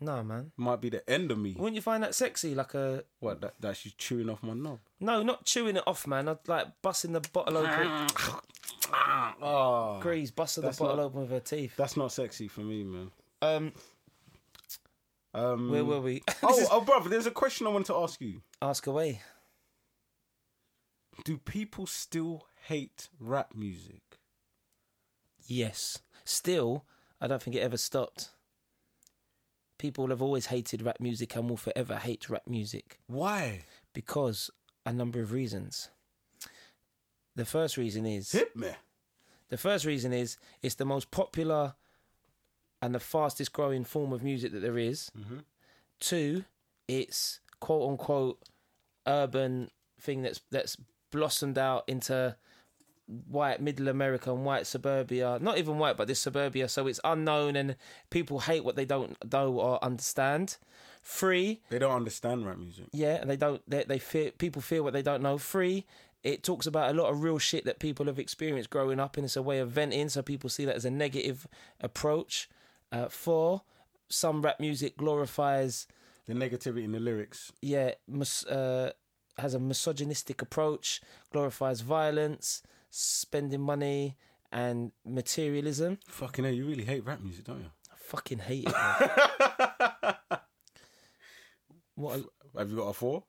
[SPEAKER 1] No, man.
[SPEAKER 2] Might be the end of me.
[SPEAKER 1] Wouldn't you find that sexy? Like a
[SPEAKER 2] What? That, that she's chewing off my knob.
[SPEAKER 1] no, not chewing it off, man. I'd like busting the bottle open,
[SPEAKER 2] Oh,
[SPEAKER 1] grease, busting the
[SPEAKER 2] That's
[SPEAKER 1] bottle
[SPEAKER 2] not-
[SPEAKER 1] open with her teeth.
[SPEAKER 2] that's not sexy for me, man.
[SPEAKER 1] Um,
[SPEAKER 2] Um,
[SPEAKER 1] where were we?
[SPEAKER 2] oh, oh, brother, there's a question I want to ask you.
[SPEAKER 1] Ask away.
[SPEAKER 2] Do people still hate rap music?
[SPEAKER 1] Yes. Still, I don't think it ever stopped. People have always hated rap music and will forever hate rap music
[SPEAKER 2] Why?
[SPEAKER 1] because a number of reasons. The first reason is
[SPEAKER 2] Hit me.
[SPEAKER 1] the first reason is it's the most popular and the fastest growing form of music that there is. Two, it's quote unquote urban thing that's that's blossomed out into white middle America and white suburbia. Not even white, but this suburbia. So it's unknown and people hate what they don't know or understand. Three,
[SPEAKER 2] They don't understand rap music.
[SPEAKER 1] yeah, and they don't. They, they fear people fear what they don't know. Free. It talks about a lot of real shit that people have experienced growing up, and it's a way of venting. So people see that as a negative approach. Uh, four. Some rap music glorifies
[SPEAKER 2] The negativity in the lyrics.
[SPEAKER 1] yeah, mis- uh, has a misogynistic approach, glorifies violence, spending money, and materialism.
[SPEAKER 2] Fucking hell, you really hate rap music, don't you?
[SPEAKER 1] I fucking hate it. man. what?
[SPEAKER 2] Have you got a four?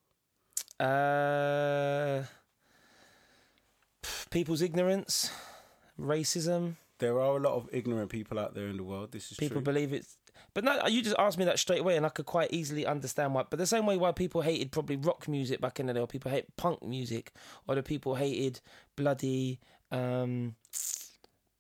[SPEAKER 1] A, uh, pff, people's ignorance, racism.
[SPEAKER 2] There are a lot of ignorant people out there in the world. This is
[SPEAKER 1] People
[SPEAKER 2] true.
[SPEAKER 1] believe it's. But no, you just asked me that straight away, and I could quite easily understand why. But the same way why people hated probably rock music back in the day, or people hate punk music, or the people hated bloody. Um,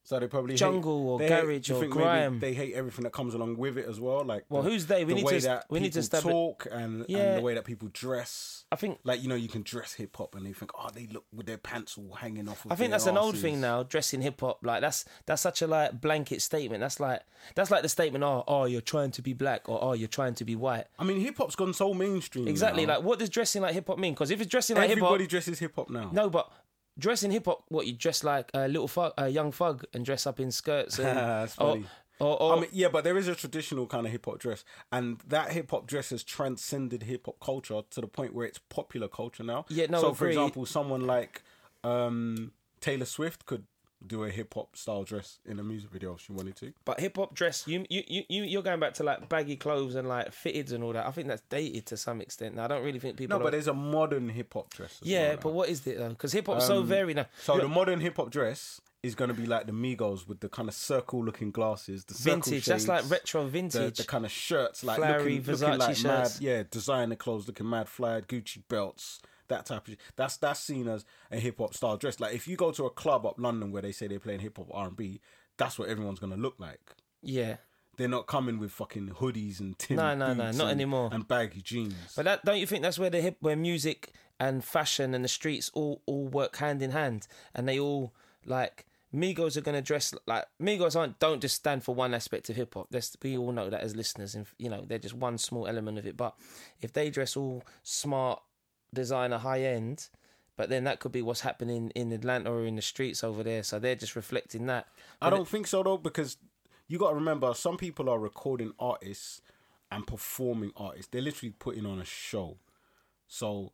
[SPEAKER 2] so they probably
[SPEAKER 1] jungle or
[SPEAKER 2] hate, they
[SPEAKER 1] garage
[SPEAKER 2] do you
[SPEAKER 1] or
[SPEAKER 2] think maybe
[SPEAKER 1] grime.
[SPEAKER 2] They hate everything that comes along with it as well. Like
[SPEAKER 1] Well,
[SPEAKER 2] the,
[SPEAKER 1] who's they? We
[SPEAKER 2] the
[SPEAKER 1] need
[SPEAKER 2] way
[SPEAKER 1] to-
[SPEAKER 2] that
[SPEAKER 1] we need to
[SPEAKER 2] people
[SPEAKER 1] establish-
[SPEAKER 2] talk and, and
[SPEAKER 1] Yeah.
[SPEAKER 2] the way that people dress.
[SPEAKER 1] I think
[SPEAKER 2] Like you know, you can dress hip hop and they think, oh, they look with their pants all hanging off. Of
[SPEAKER 1] I think
[SPEAKER 2] their
[SPEAKER 1] that's an old
[SPEAKER 2] asses.
[SPEAKER 1] thing now. Dressing hip hop like that's that's such a like blanket statement. That's like that's like the statement. Oh, oh, you're trying to be black, or oh, you're trying to be white.
[SPEAKER 2] I mean, hip hop's gone so mainstream.
[SPEAKER 1] Exactly.
[SPEAKER 2] now.
[SPEAKER 1] Like, what does dressing like hip hop mean? Because if it's dressing like hip hop,
[SPEAKER 2] everybody dresses hip hop now.
[SPEAKER 1] no, but dressing hip hop, what you dress like a little thug, a young thug, and dress up in skirts. And,
[SPEAKER 2] That's
[SPEAKER 1] or-
[SPEAKER 2] funny.
[SPEAKER 1] Or, or,
[SPEAKER 2] I mean, yeah, but there is a traditional kind of hip hop dress, and that hip hop dress has transcended hip hop culture to the point where it's popular culture now.
[SPEAKER 1] Yeah, no,
[SPEAKER 2] So, for
[SPEAKER 1] agree.
[SPEAKER 2] example, someone like um, Taylor Swift could do a hip hop style dress in a music video if she wanted to.
[SPEAKER 1] but hip hop dress, you you you you- you're going back to like baggy clothes and like fitteds and all that. I think that's dated to some extent. Now, I don't really think people.
[SPEAKER 2] No,
[SPEAKER 1] are-
[SPEAKER 2] but there's a modern hip hop dress. as
[SPEAKER 1] yeah,
[SPEAKER 2] well now.
[SPEAKER 1] but what is it though? Because hip hop's
[SPEAKER 2] Um,
[SPEAKER 1] so varied now.
[SPEAKER 2] so the modern hip hop dress is going to be like the Migos with the kind of circle looking glasses, the circle
[SPEAKER 1] vintage. That's like
[SPEAKER 2] shades.
[SPEAKER 1] retro
[SPEAKER 2] the,
[SPEAKER 1] vintage.
[SPEAKER 2] the kind of shirts like
[SPEAKER 1] Flowery
[SPEAKER 2] looking, looking
[SPEAKER 1] Versace
[SPEAKER 2] like
[SPEAKER 1] shirts.
[SPEAKER 2] mad, yeah, designer clothes looking mad flared, Gucci belts, that type of that's that's seen as a hip hop style dress. Like if you go to a club up London where they say they're playing hip hop R and B, that's what everyone's gonna look like.
[SPEAKER 1] yeah,
[SPEAKER 2] They're not coming with fucking hoodies and tin
[SPEAKER 1] No, no, no,
[SPEAKER 2] boots
[SPEAKER 1] not
[SPEAKER 2] and-
[SPEAKER 1] anymore.
[SPEAKER 2] and baggy jeans.
[SPEAKER 1] but that don't you think that's where the hip, where music and fashion and the streets all all work hand in hand, and they all like Migos are gonna dress like Migos aren't don't just stand for one aspect of hip hop. That's we all know that as listeners, and you know they're just one small element of it. But if they dress all smart, designer, high end. But then that could be what's happening in Atlanta or in the streets over there. So they're just reflecting that.
[SPEAKER 2] I don't think so though, because you got to remember some people are recording artists and performing artists. They're literally putting on a show. So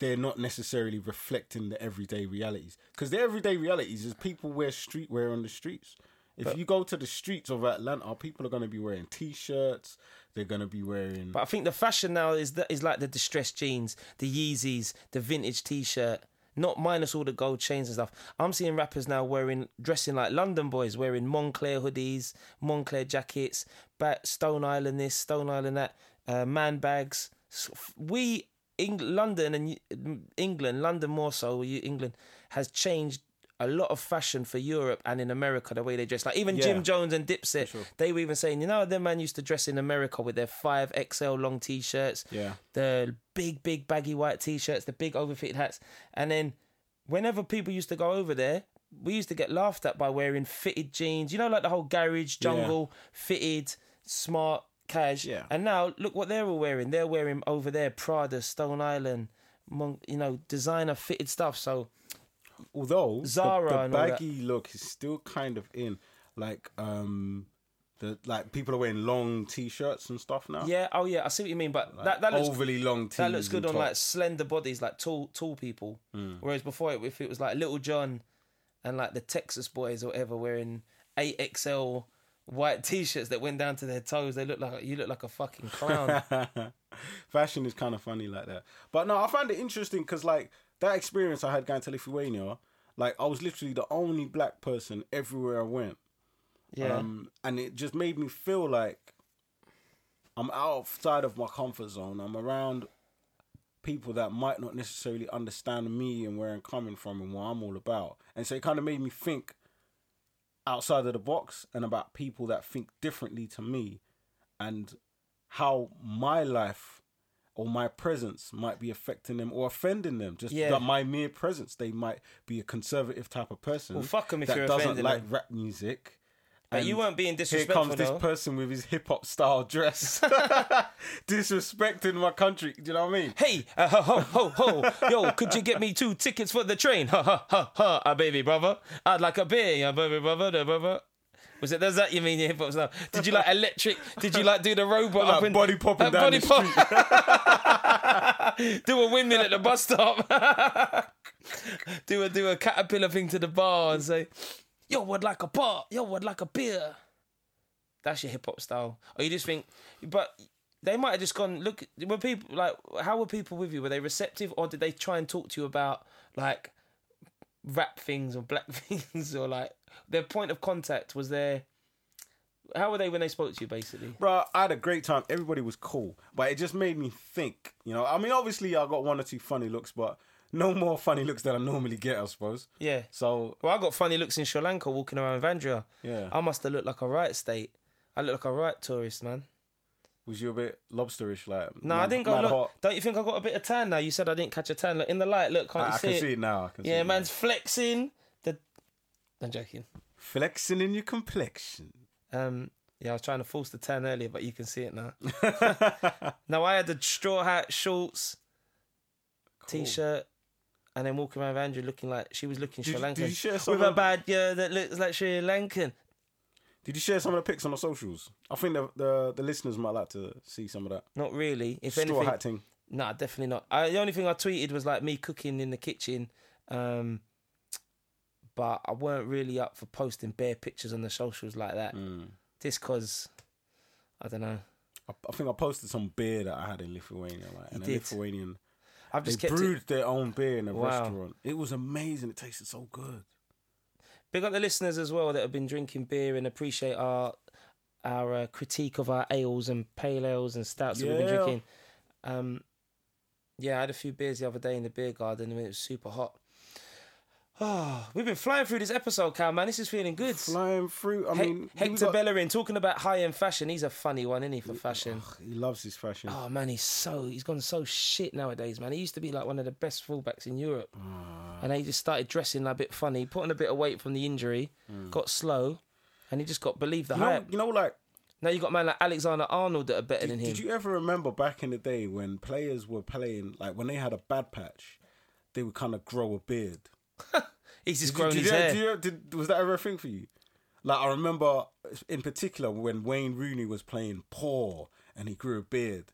[SPEAKER 2] they're not necessarily reflecting the everyday realities. Because the everyday realities is people wear streetwear on the streets. If you go to the streets of Atlanta, people are going to be wearing t-shirts. They're going to be wearing.
[SPEAKER 1] But I think the fashion now is that is like the distressed jeans, the Yeezys, the vintage T-shirt. Not minus all the gold chains and stuff. I'm seeing rappers now wearing, dressing like London boys, wearing Moncler hoodies, Moncler jackets, back, Stone Island this, Stone Island that, uh, man bags. S- f- We, Eng- London and y- England, London more so, you- England has changed a lot of fashion for Europe and in America, the way they dress. Like even Jim Jones and Dipset, they were even saying, you know, them man used to dress in America with their five XL long t shirts,
[SPEAKER 2] Yeah.
[SPEAKER 1] the big, big baggy white t shirts, the big overfitted hats. And then whenever people used to go over there, we used to get laughed at by wearing fitted jeans, you know, like the whole garage, jungle, fitted, smart, cash.
[SPEAKER 2] Yeah.
[SPEAKER 1] And now look what they're all wearing. They're wearing over there Prada, Stone Island, Mon- you know, designer fitted stuff. So
[SPEAKER 2] although the-
[SPEAKER 1] Zara
[SPEAKER 2] the,
[SPEAKER 1] and all that.
[SPEAKER 2] baggy look is still kind of in. Like um, the like people are wearing long t-shirts and stuff now.
[SPEAKER 1] yeah, oh yeah, I see what you mean. But that that looks
[SPEAKER 2] overly long.
[SPEAKER 1] that
[SPEAKER 2] tees
[SPEAKER 1] looks good
[SPEAKER 2] and
[SPEAKER 1] on
[SPEAKER 2] tops.
[SPEAKER 1] like slender bodies, like tall tall people.
[SPEAKER 2] Hmm.
[SPEAKER 1] Whereas before, it- if it was like Little John and like the Texas boys or whatever wearing eight XL white T-shirts that went down to their toes, they look like you look like a fucking clown.
[SPEAKER 2] fashion is kind of funny like that. But no, I find it interesting because like that experience I had going to Lithuania, like I was literally the only black person everywhere I went,
[SPEAKER 1] Yeah,
[SPEAKER 2] um, and it just made me feel like I'm outside of my comfort zone. I'm around people that might not necessarily understand me and where I'm coming from and what I'm all about, and so it kind of made me think outside of the box and about people that think differently to me and how my life or my presence might be affecting them or offending them. Just
[SPEAKER 1] Yeah.
[SPEAKER 2] that my mere presence, they might be a conservative type of person.
[SPEAKER 1] Well, fuck 'em if
[SPEAKER 2] that
[SPEAKER 1] you're
[SPEAKER 2] doesn't
[SPEAKER 1] offending
[SPEAKER 2] like rap music.
[SPEAKER 1] but you
[SPEAKER 2] and
[SPEAKER 1] weren't being
[SPEAKER 2] Here
[SPEAKER 1] disrespectful
[SPEAKER 2] comes this
[SPEAKER 1] though.
[SPEAKER 2] person with his hip hop style dress, disrespecting my country. Do you know what I mean?
[SPEAKER 1] Hey, uh, ho, ho, ho, ho. Yo, could you get me two tickets for the train? Ha, ha, ha, ha, uh, baby brother. I'd like a beer, uh, baby brother, da, brother. Was it, does that you mean your hip hop stuff? Did you like electric? Did you like do the robot?
[SPEAKER 2] Like
[SPEAKER 1] up in-
[SPEAKER 2] body popping
[SPEAKER 1] Uh,
[SPEAKER 2] down the
[SPEAKER 1] do a windmill at the bus stop. do a do a caterpillar thing to the bar and say, yo, would like a bar? Yo, would like a beer? That's your hip hop style. Or you just think, but they might have just gone, look, were people like, how were people with you? Were they receptive or did they try and talk to you about like rap things or black things or like their point of contact? Was there, how were they when they spoke to you basically?
[SPEAKER 2] Bro, I had a great time. Everybody was cool, but it just made me think. You know, I mean, obviously, I got one or two funny looks, but no more funny looks than I normally get, I suppose.
[SPEAKER 1] Yeah.
[SPEAKER 2] So
[SPEAKER 1] Well, I got funny looks in Sri Lanka walking around Vandria.
[SPEAKER 2] Yeah.
[SPEAKER 1] I must have looked like a right state. I look like a right tourist, man.
[SPEAKER 2] was you a bit lobsterish, like?
[SPEAKER 1] No, I didn't go.
[SPEAKER 2] mad
[SPEAKER 1] Look,
[SPEAKER 2] hot?
[SPEAKER 1] don't you think I got a bit of tan now? You said I didn't catch a tan. Look, in the light, look, can't
[SPEAKER 2] I,
[SPEAKER 1] you
[SPEAKER 2] I
[SPEAKER 1] see,
[SPEAKER 2] can
[SPEAKER 1] it?
[SPEAKER 2] see it now. I can see
[SPEAKER 1] Yeah,
[SPEAKER 2] it now.
[SPEAKER 1] man's flexing. The... I'm joking.
[SPEAKER 2] flexing in your complexion.
[SPEAKER 1] Um, yeah, I was trying to force the tan earlier, but you can see it now. no, I had the straw hat, shorts, t-shirt, and then walking around Vandria looking like she was looking
[SPEAKER 2] Did-
[SPEAKER 1] Sri
[SPEAKER 2] did you
[SPEAKER 1] Lankan
[SPEAKER 2] share
[SPEAKER 1] with a
[SPEAKER 2] someone-
[SPEAKER 1] badge that looks like Sri Lankan.
[SPEAKER 2] Did you share some of the pics on the socials? I think the the, the listeners might like to see some of that
[SPEAKER 1] Not really. If
[SPEAKER 2] straw
[SPEAKER 1] anything,
[SPEAKER 2] hat thing.
[SPEAKER 1] Nah, definitely not. I, the only thing I tweeted was like me cooking in the kitchen, um, but I weren't really up for posting bare pictures on the socials like that.
[SPEAKER 2] Mm.
[SPEAKER 1] Just cause I don't know.
[SPEAKER 2] I, I think I posted some beer that I had in Lithuania, like and a
[SPEAKER 1] did.
[SPEAKER 2] Lithuanian.
[SPEAKER 1] I've
[SPEAKER 2] They
[SPEAKER 1] just kept
[SPEAKER 2] brewed
[SPEAKER 1] it.
[SPEAKER 2] their own beer in a
[SPEAKER 1] Wow.
[SPEAKER 2] restaurant. It was amazing. It tasted so good.
[SPEAKER 1] Big up the listeners as well that have been drinking beer and appreciate our our uh, critique of our ales and pale ales and stouts that we've been
[SPEAKER 2] Yeah.
[SPEAKER 1] drinking. Um, yeah, I had a few beers the other day in the beer garden and it was super hot. Oh, we've been flying through this episode, Cal, man. This is feeling good.
[SPEAKER 2] Flying fruit. I
[SPEAKER 1] He-
[SPEAKER 2] mean, we
[SPEAKER 1] Hector
[SPEAKER 2] got-
[SPEAKER 1] Bellerin talking about high end fashion. He's a funny one, isn't he, for fashion?
[SPEAKER 2] he loves his fashion.
[SPEAKER 1] Oh man, he's so he's gone so shit nowadays, man. He used to be like one of the best fullbacks in Europe, and then he just started dressing a bit funny, putting a bit of weight from the injury, got slow, and he just got believed the
[SPEAKER 2] you, know,
[SPEAKER 1] hype.
[SPEAKER 2] you know, like,
[SPEAKER 1] Now you got man like Alexander Arnold that are better than him.
[SPEAKER 2] did you ever remember back in the day when players were playing, like, when they had a bad patch, they would kind of grow a beard?
[SPEAKER 1] he's just
[SPEAKER 2] Did-
[SPEAKER 1] grown
[SPEAKER 2] did
[SPEAKER 1] his
[SPEAKER 2] you-
[SPEAKER 1] hair.
[SPEAKER 2] did you- did- was that ever a thing for you? Like, I remember in particular when Wayne Rooney was playing poor and he grew a beard.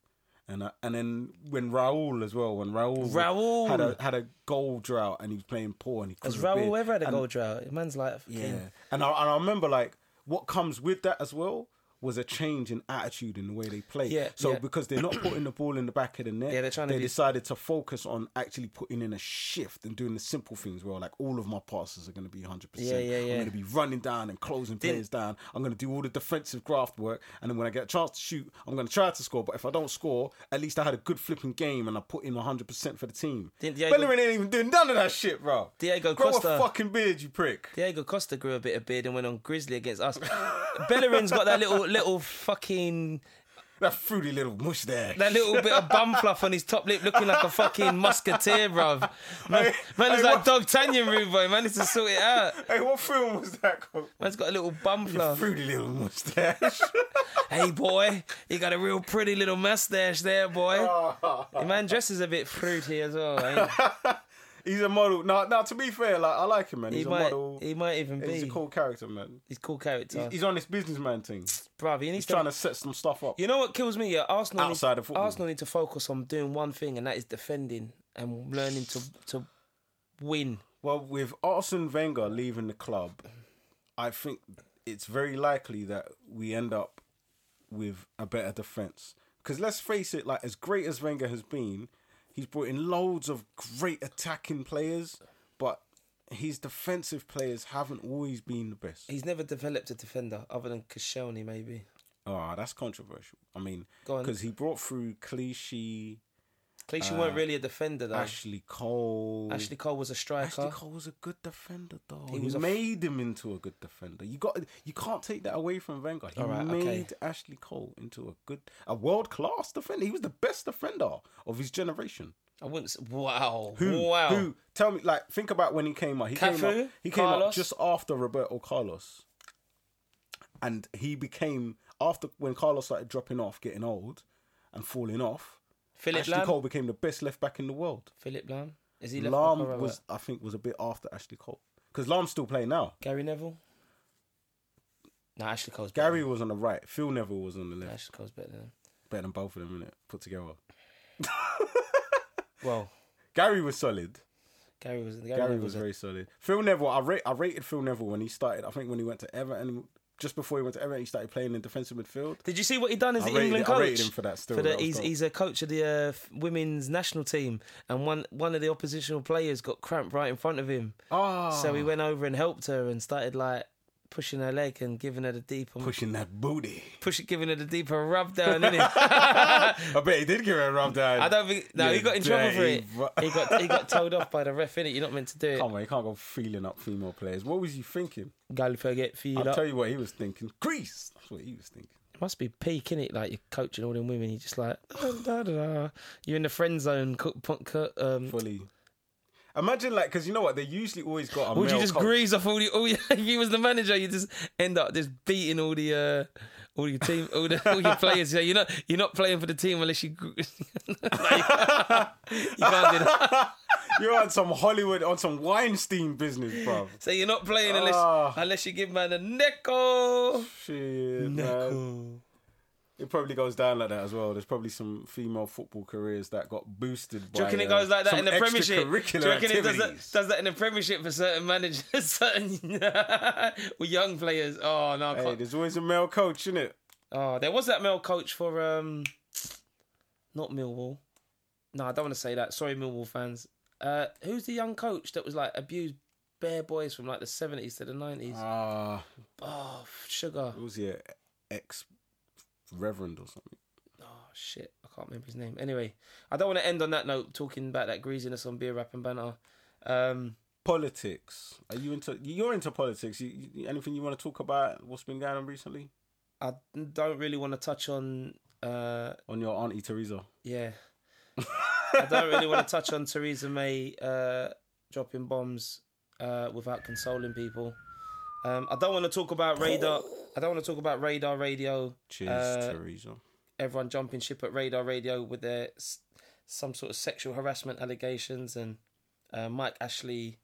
[SPEAKER 2] And uh, and then when Raul as well, when Raul,
[SPEAKER 1] Raul.
[SPEAKER 2] had a had a goal drought and he was playing poor and he
[SPEAKER 1] Has
[SPEAKER 2] couldn't bid.
[SPEAKER 1] Raul ever had a
[SPEAKER 2] And-
[SPEAKER 1] goal drought? Man's like,
[SPEAKER 2] Yeah,
[SPEAKER 1] fucking-
[SPEAKER 2] and I and I remember like what comes with that as well was a change in attitude in the way they play.
[SPEAKER 1] Yeah,
[SPEAKER 2] So
[SPEAKER 1] yeah.
[SPEAKER 2] because they're not putting the ball in the back of the net,
[SPEAKER 1] Yeah, they're trying to
[SPEAKER 2] they
[SPEAKER 1] be-
[SPEAKER 2] decided to focus on actually putting in a shift and doing the simple things. Well, like all of my passes are going to be hundred
[SPEAKER 1] Yeah,
[SPEAKER 2] percent.
[SPEAKER 1] yeah, yeah.
[SPEAKER 2] I'm going to be running down and closing players down. I'm going to do all the defensive graft work, and then when I get a chance to shoot, I'm going to try to score. But if I don't score, at least I had a good flipping game and I put in hundred percent for the team.
[SPEAKER 1] Didn't Diego-
[SPEAKER 2] Bellerin ain't even doing none of that shit, bro.
[SPEAKER 1] Diego
[SPEAKER 2] Grow
[SPEAKER 1] Costa-
[SPEAKER 2] a fucking beard, you prick.
[SPEAKER 1] Diego Costa grew a bit of beard and went on Grizzly against us. Bellerin's got that little little fucking
[SPEAKER 2] That fruity little mush there.
[SPEAKER 1] that little bit of bum fluff on his top lip, looking like a fucking musketeer, bruv. Man,
[SPEAKER 2] Hey,
[SPEAKER 1] man is
[SPEAKER 2] hey,
[SPEAKER 1] like
[SPEAKER 2] what-
[SPEAKER 1] Dog Tanyan rude boy. Man needs to sort it out.
[SPEAKER 2] hey, what film was that called?
[SPEAKER 1] Man's got a little bum fluff.
[SPEAKER 2] Fruity little mustache.
[SPEAKER 1] Hey boy, you got a real pretty little mustache there, boy.
[SPEAKER 2] Oh.
[SPEAKER 1] Your man dresses a bit fruity as well. eh? Ain't he?
[SPEAKER 2] He's a model. No, no. To be fair, like I like him, man. He's
[SPEAKER 1] He
[SPEAKER 2] a
[SPEAKER 1] might,
[SPEAKER 2] model.
[SPEAKER 1] he might even be.
[SPEAKER 2] He's a cool character, man.
[SPEAKER 1] He's cool character,
[SPEAKER 2] He's, he's on this businessman thing. He's
[SPEAKER 1] bruv. He needs to
[SPEAKER 2] trying to set some stuff up.
[SPEAKER 1] You know what kills me? Yeah, Arsenal
[SPEAKER 2] Outside
[SPEAKER 1] need,
[SPEAKER 2] of football.
[SPEAKER 1] Arsenal need to focus on doing one thing, and that is defending and learning to to win.
[SPEAKER 2] Well, with Arsene Wenger leaving the club, I think it's very likely that we end up with a better defense. Because let's face it, like as great as Wenger has been, he's brought in loads of great attacking players, but his defensive players haven't always been the best.
[SPEAKER 1] He's never developed a defender other than Koscielny, maybe.
[SPEAKER 2] Oh, that's controversial. I mean,
[SPEAKER 1] Go on.
[SPEAKER 2] because he brought through Clichy,
[SPEAKER 1] Clichy weren't really a defender though.
[SPEAKER 2] Uh, Ashley Cole.
[SPEAKER 1] Ashley Cole was a striker.
[SPEAKER 2] Ashley Cole was a good defender, though. He,
[SPEAKER 1] was a f-
[SPEAKER 2] made him into a good defender. You got you can't take that away from Wenger. He
[SPEAKER 1] Alright, okay.
[SPEAKER 2] made Ashley Cole into a good, a world class defender. He was the best defender of his generation.
[SPEAKER 1] I wouldn't. s wow.
[SPEAKER 2] Who?
[SPEAKER 1] wow.
[SPEAKER 2] Who? Tell me, like, think about when he came up. He came
[SPEAKER 1] Cafu?
[SPEAKER 2] up. He came up
[SPEAKER 1] Carlos?
[SPEAKER 2] just after Roberto Carlos, and he became after when Carlos started dropping off, getting old, and falling off.
[SPEAKER 1] Philip
[SPEAKER 2] Ashley
[SPEAKER 1] Lam.
[SPEAKER 2] Cole became the best left back in the world.
[SPEAKER 1] Philip Lam. Is he left back or right
[SPEAKER 2] Lam
[SPEAKER 1] back?
[SPEAKER 2] was, I think, was a bit after Ashley Cole because Lam's still playing now.
[SPEAKER 1] Gary Neville? No, Ashley Cole's better.
[SPEAKER 2] Gary was on the right. Phil Neville was on the
[SPEAKER 1] than-
[SPEAKER 2] left.
[SPEAKER 1] Ashley Cole's better than. him.
[SPEAKER 2] Better than both of them, innit? Put together.
[SPEAKER 1] Well,
[SPEAKER 2] Gary was solid.
[SPEAKER 1] Gary was. Gary,
[SPEAKER 2] Gary
[SPEAKER 1] Neville
[SPEAKER 2] was
[SPEAKER 1] was.
[SPEAKER 2] very solid. Phil Neville, I rate, I rated Phil Neville when he started. I think when he went to Everton, just before he went to Everton, he started playing in defensive midfield.
[SPEAKER 1] Did you see what he done as
[SPEAKER 2] I
[SPEAKER 1] the
[SPEAKER 2] rated,
[SPEAKER 1] England
[SPEAKER 2] I
[SPEAKER 1] coach?
[SPEAKER 2] rated him for that still.
[SPEAKER 1] for the,
[SPEAKER 2] That was
[SPEAKER 1] he's,
[SPEAKER 2] dope.
[SPEAKER 1] he's a coach of the uh, f- women's national team, and one one of the oppositional players got cramped right in front of him.
[SPEAKER 2] Ah,
[SPEAKER 1] So he went over and helped her and started like pushing her leg and giving her the deeper push,
[SPEAKER 2] pushing that booty.
[SPEAKER 1] giving her the deeper rub down. innit?
[SPEAKER 2] I bet he did give her a rub down.
[SPEAKER 1] I don't think no,
[SPEAKER 2] You
[SPEAKER 1] he got in trouble for
[SPEAKER 2] dirty
[SPEAKER 1] it.
[SPEAKER 2] ru-
[SPEAKER 1] He got he got told off by the ref. Innit? You're not meant to do it.
[SPEAKER 2] Come on, you can't go feeling up female players. What was you thinking?
[SPEAKER 1] Gal forget feel
[SPEAKER 2] I'll
[SPEAKER 1] up.
[SPEAKER 2] tell you what he was thinking. Greece. That's what he was thinking.
[SPEAKER 1] It must be peak in it. Like you're coaching all them women. You're just like da, da, da, da. you're in the friend zone. Cook, punk, cook, um,
[SPEAKER 2] Fully. Imagine like, because you know what? They usually always got a.
[SPEAKER 1] Would you
[SPEAKER 2] male
[SPEAKER 1] just
[SPEAKER 2] coach.
[SPEAKER 1] grease off all the all your, if you was the manager, you just end up just beating all the uh, all your team, all, the, all your players. Yeah, you're not you're not playing for the team unless you. gr- Like, you can't do that.
[SPEAKER 2] You're on some Hollywood, on some Weinstein business, bruv.
[SPEAKER 1] So you're not playing unless
[SPEAKER 2] Ah.
[SPEAKER 1] unless you give man a nickel.
[SPEAKER 2] Shit, man. It probably goes down like that as well. There's probably some female football careers that got boosted.
[SPEAKER 1] Do you
[SPEAKER 2] by,
[SPEAKER 1] reckon it
[SPEAKER 2] uh,
[SPEAKER 1] goes like that
[SPEAKER 2] some
[SPEAKER 1] in the Premiership? Do
[SPEAKER 2] extracurricular
[SPEAKER 1] you reckon it does that,
[SPEAKER 2] activities.
[SPEAKER 1] does that in the Premiership for certain managers, certain with young players? Oh no, I
[SPEAKER 2] Hey,
[SPEAKER 1] can't.
[SPEAKER 2] there's always a male coach, innit?
[SPEAKER 1] Oh, there was that male coach for um, not Millwall. No, I don't want to say that. Sorry, Millwall fans. Uh, who's the young coach that was like abused bare boys from like the seventies to the nineties?
[SPEAKER 2] Ah,
[SPEAKER 1] oh, f- sugar.
[SPEAKER 2] it was your ex reverend or something.
[SPEAKER 1] Oh shit, I can't remember his name. Anyway, I don't want to end on that note talking about that greasiness on beer rap and banter. Um,
[SPEAKER 2] Politics. Are you into? You're into politics. You, you, anything you want to talk about? What's been going on recently?
[SPEAKER 1] I don't really want to touch on. Uh,
[SPEAKER 2] On your auntie Teresa.
[SPEAKER 1] yeah, I don't really want to touch on Theresa May uh, dropping bombs uh, without consoling people. Um, I don't want to talk about radar. I don't want to talk about radar radio.
[SPEAKER 2] Cheers,
[SPEAKER 1] Uh,
[SPEAKER 2] Teresa.
[SPEAKER 1] Everyone jumping ship at radar radio with their s- some sort of sexual harassment allegations and uh, Mike Ashley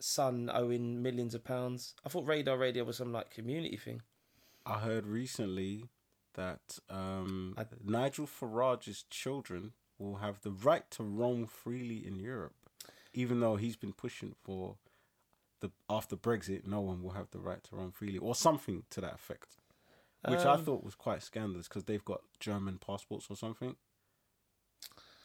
[SPEAKER 1] son owing millions of pounds. I thought radar radio was some like community thing.
[SPEAKER 2] I heard recently that um, Nigel Farage's children will have the right to roam freely in Europe, even though he's been pushing for the after Brexit, no one will have the right to roam freely, or something to that effect, which
[SPEAKER 1] Um,
[SPEAKER 2] I thought was quite scandalous because they've got German passports or something.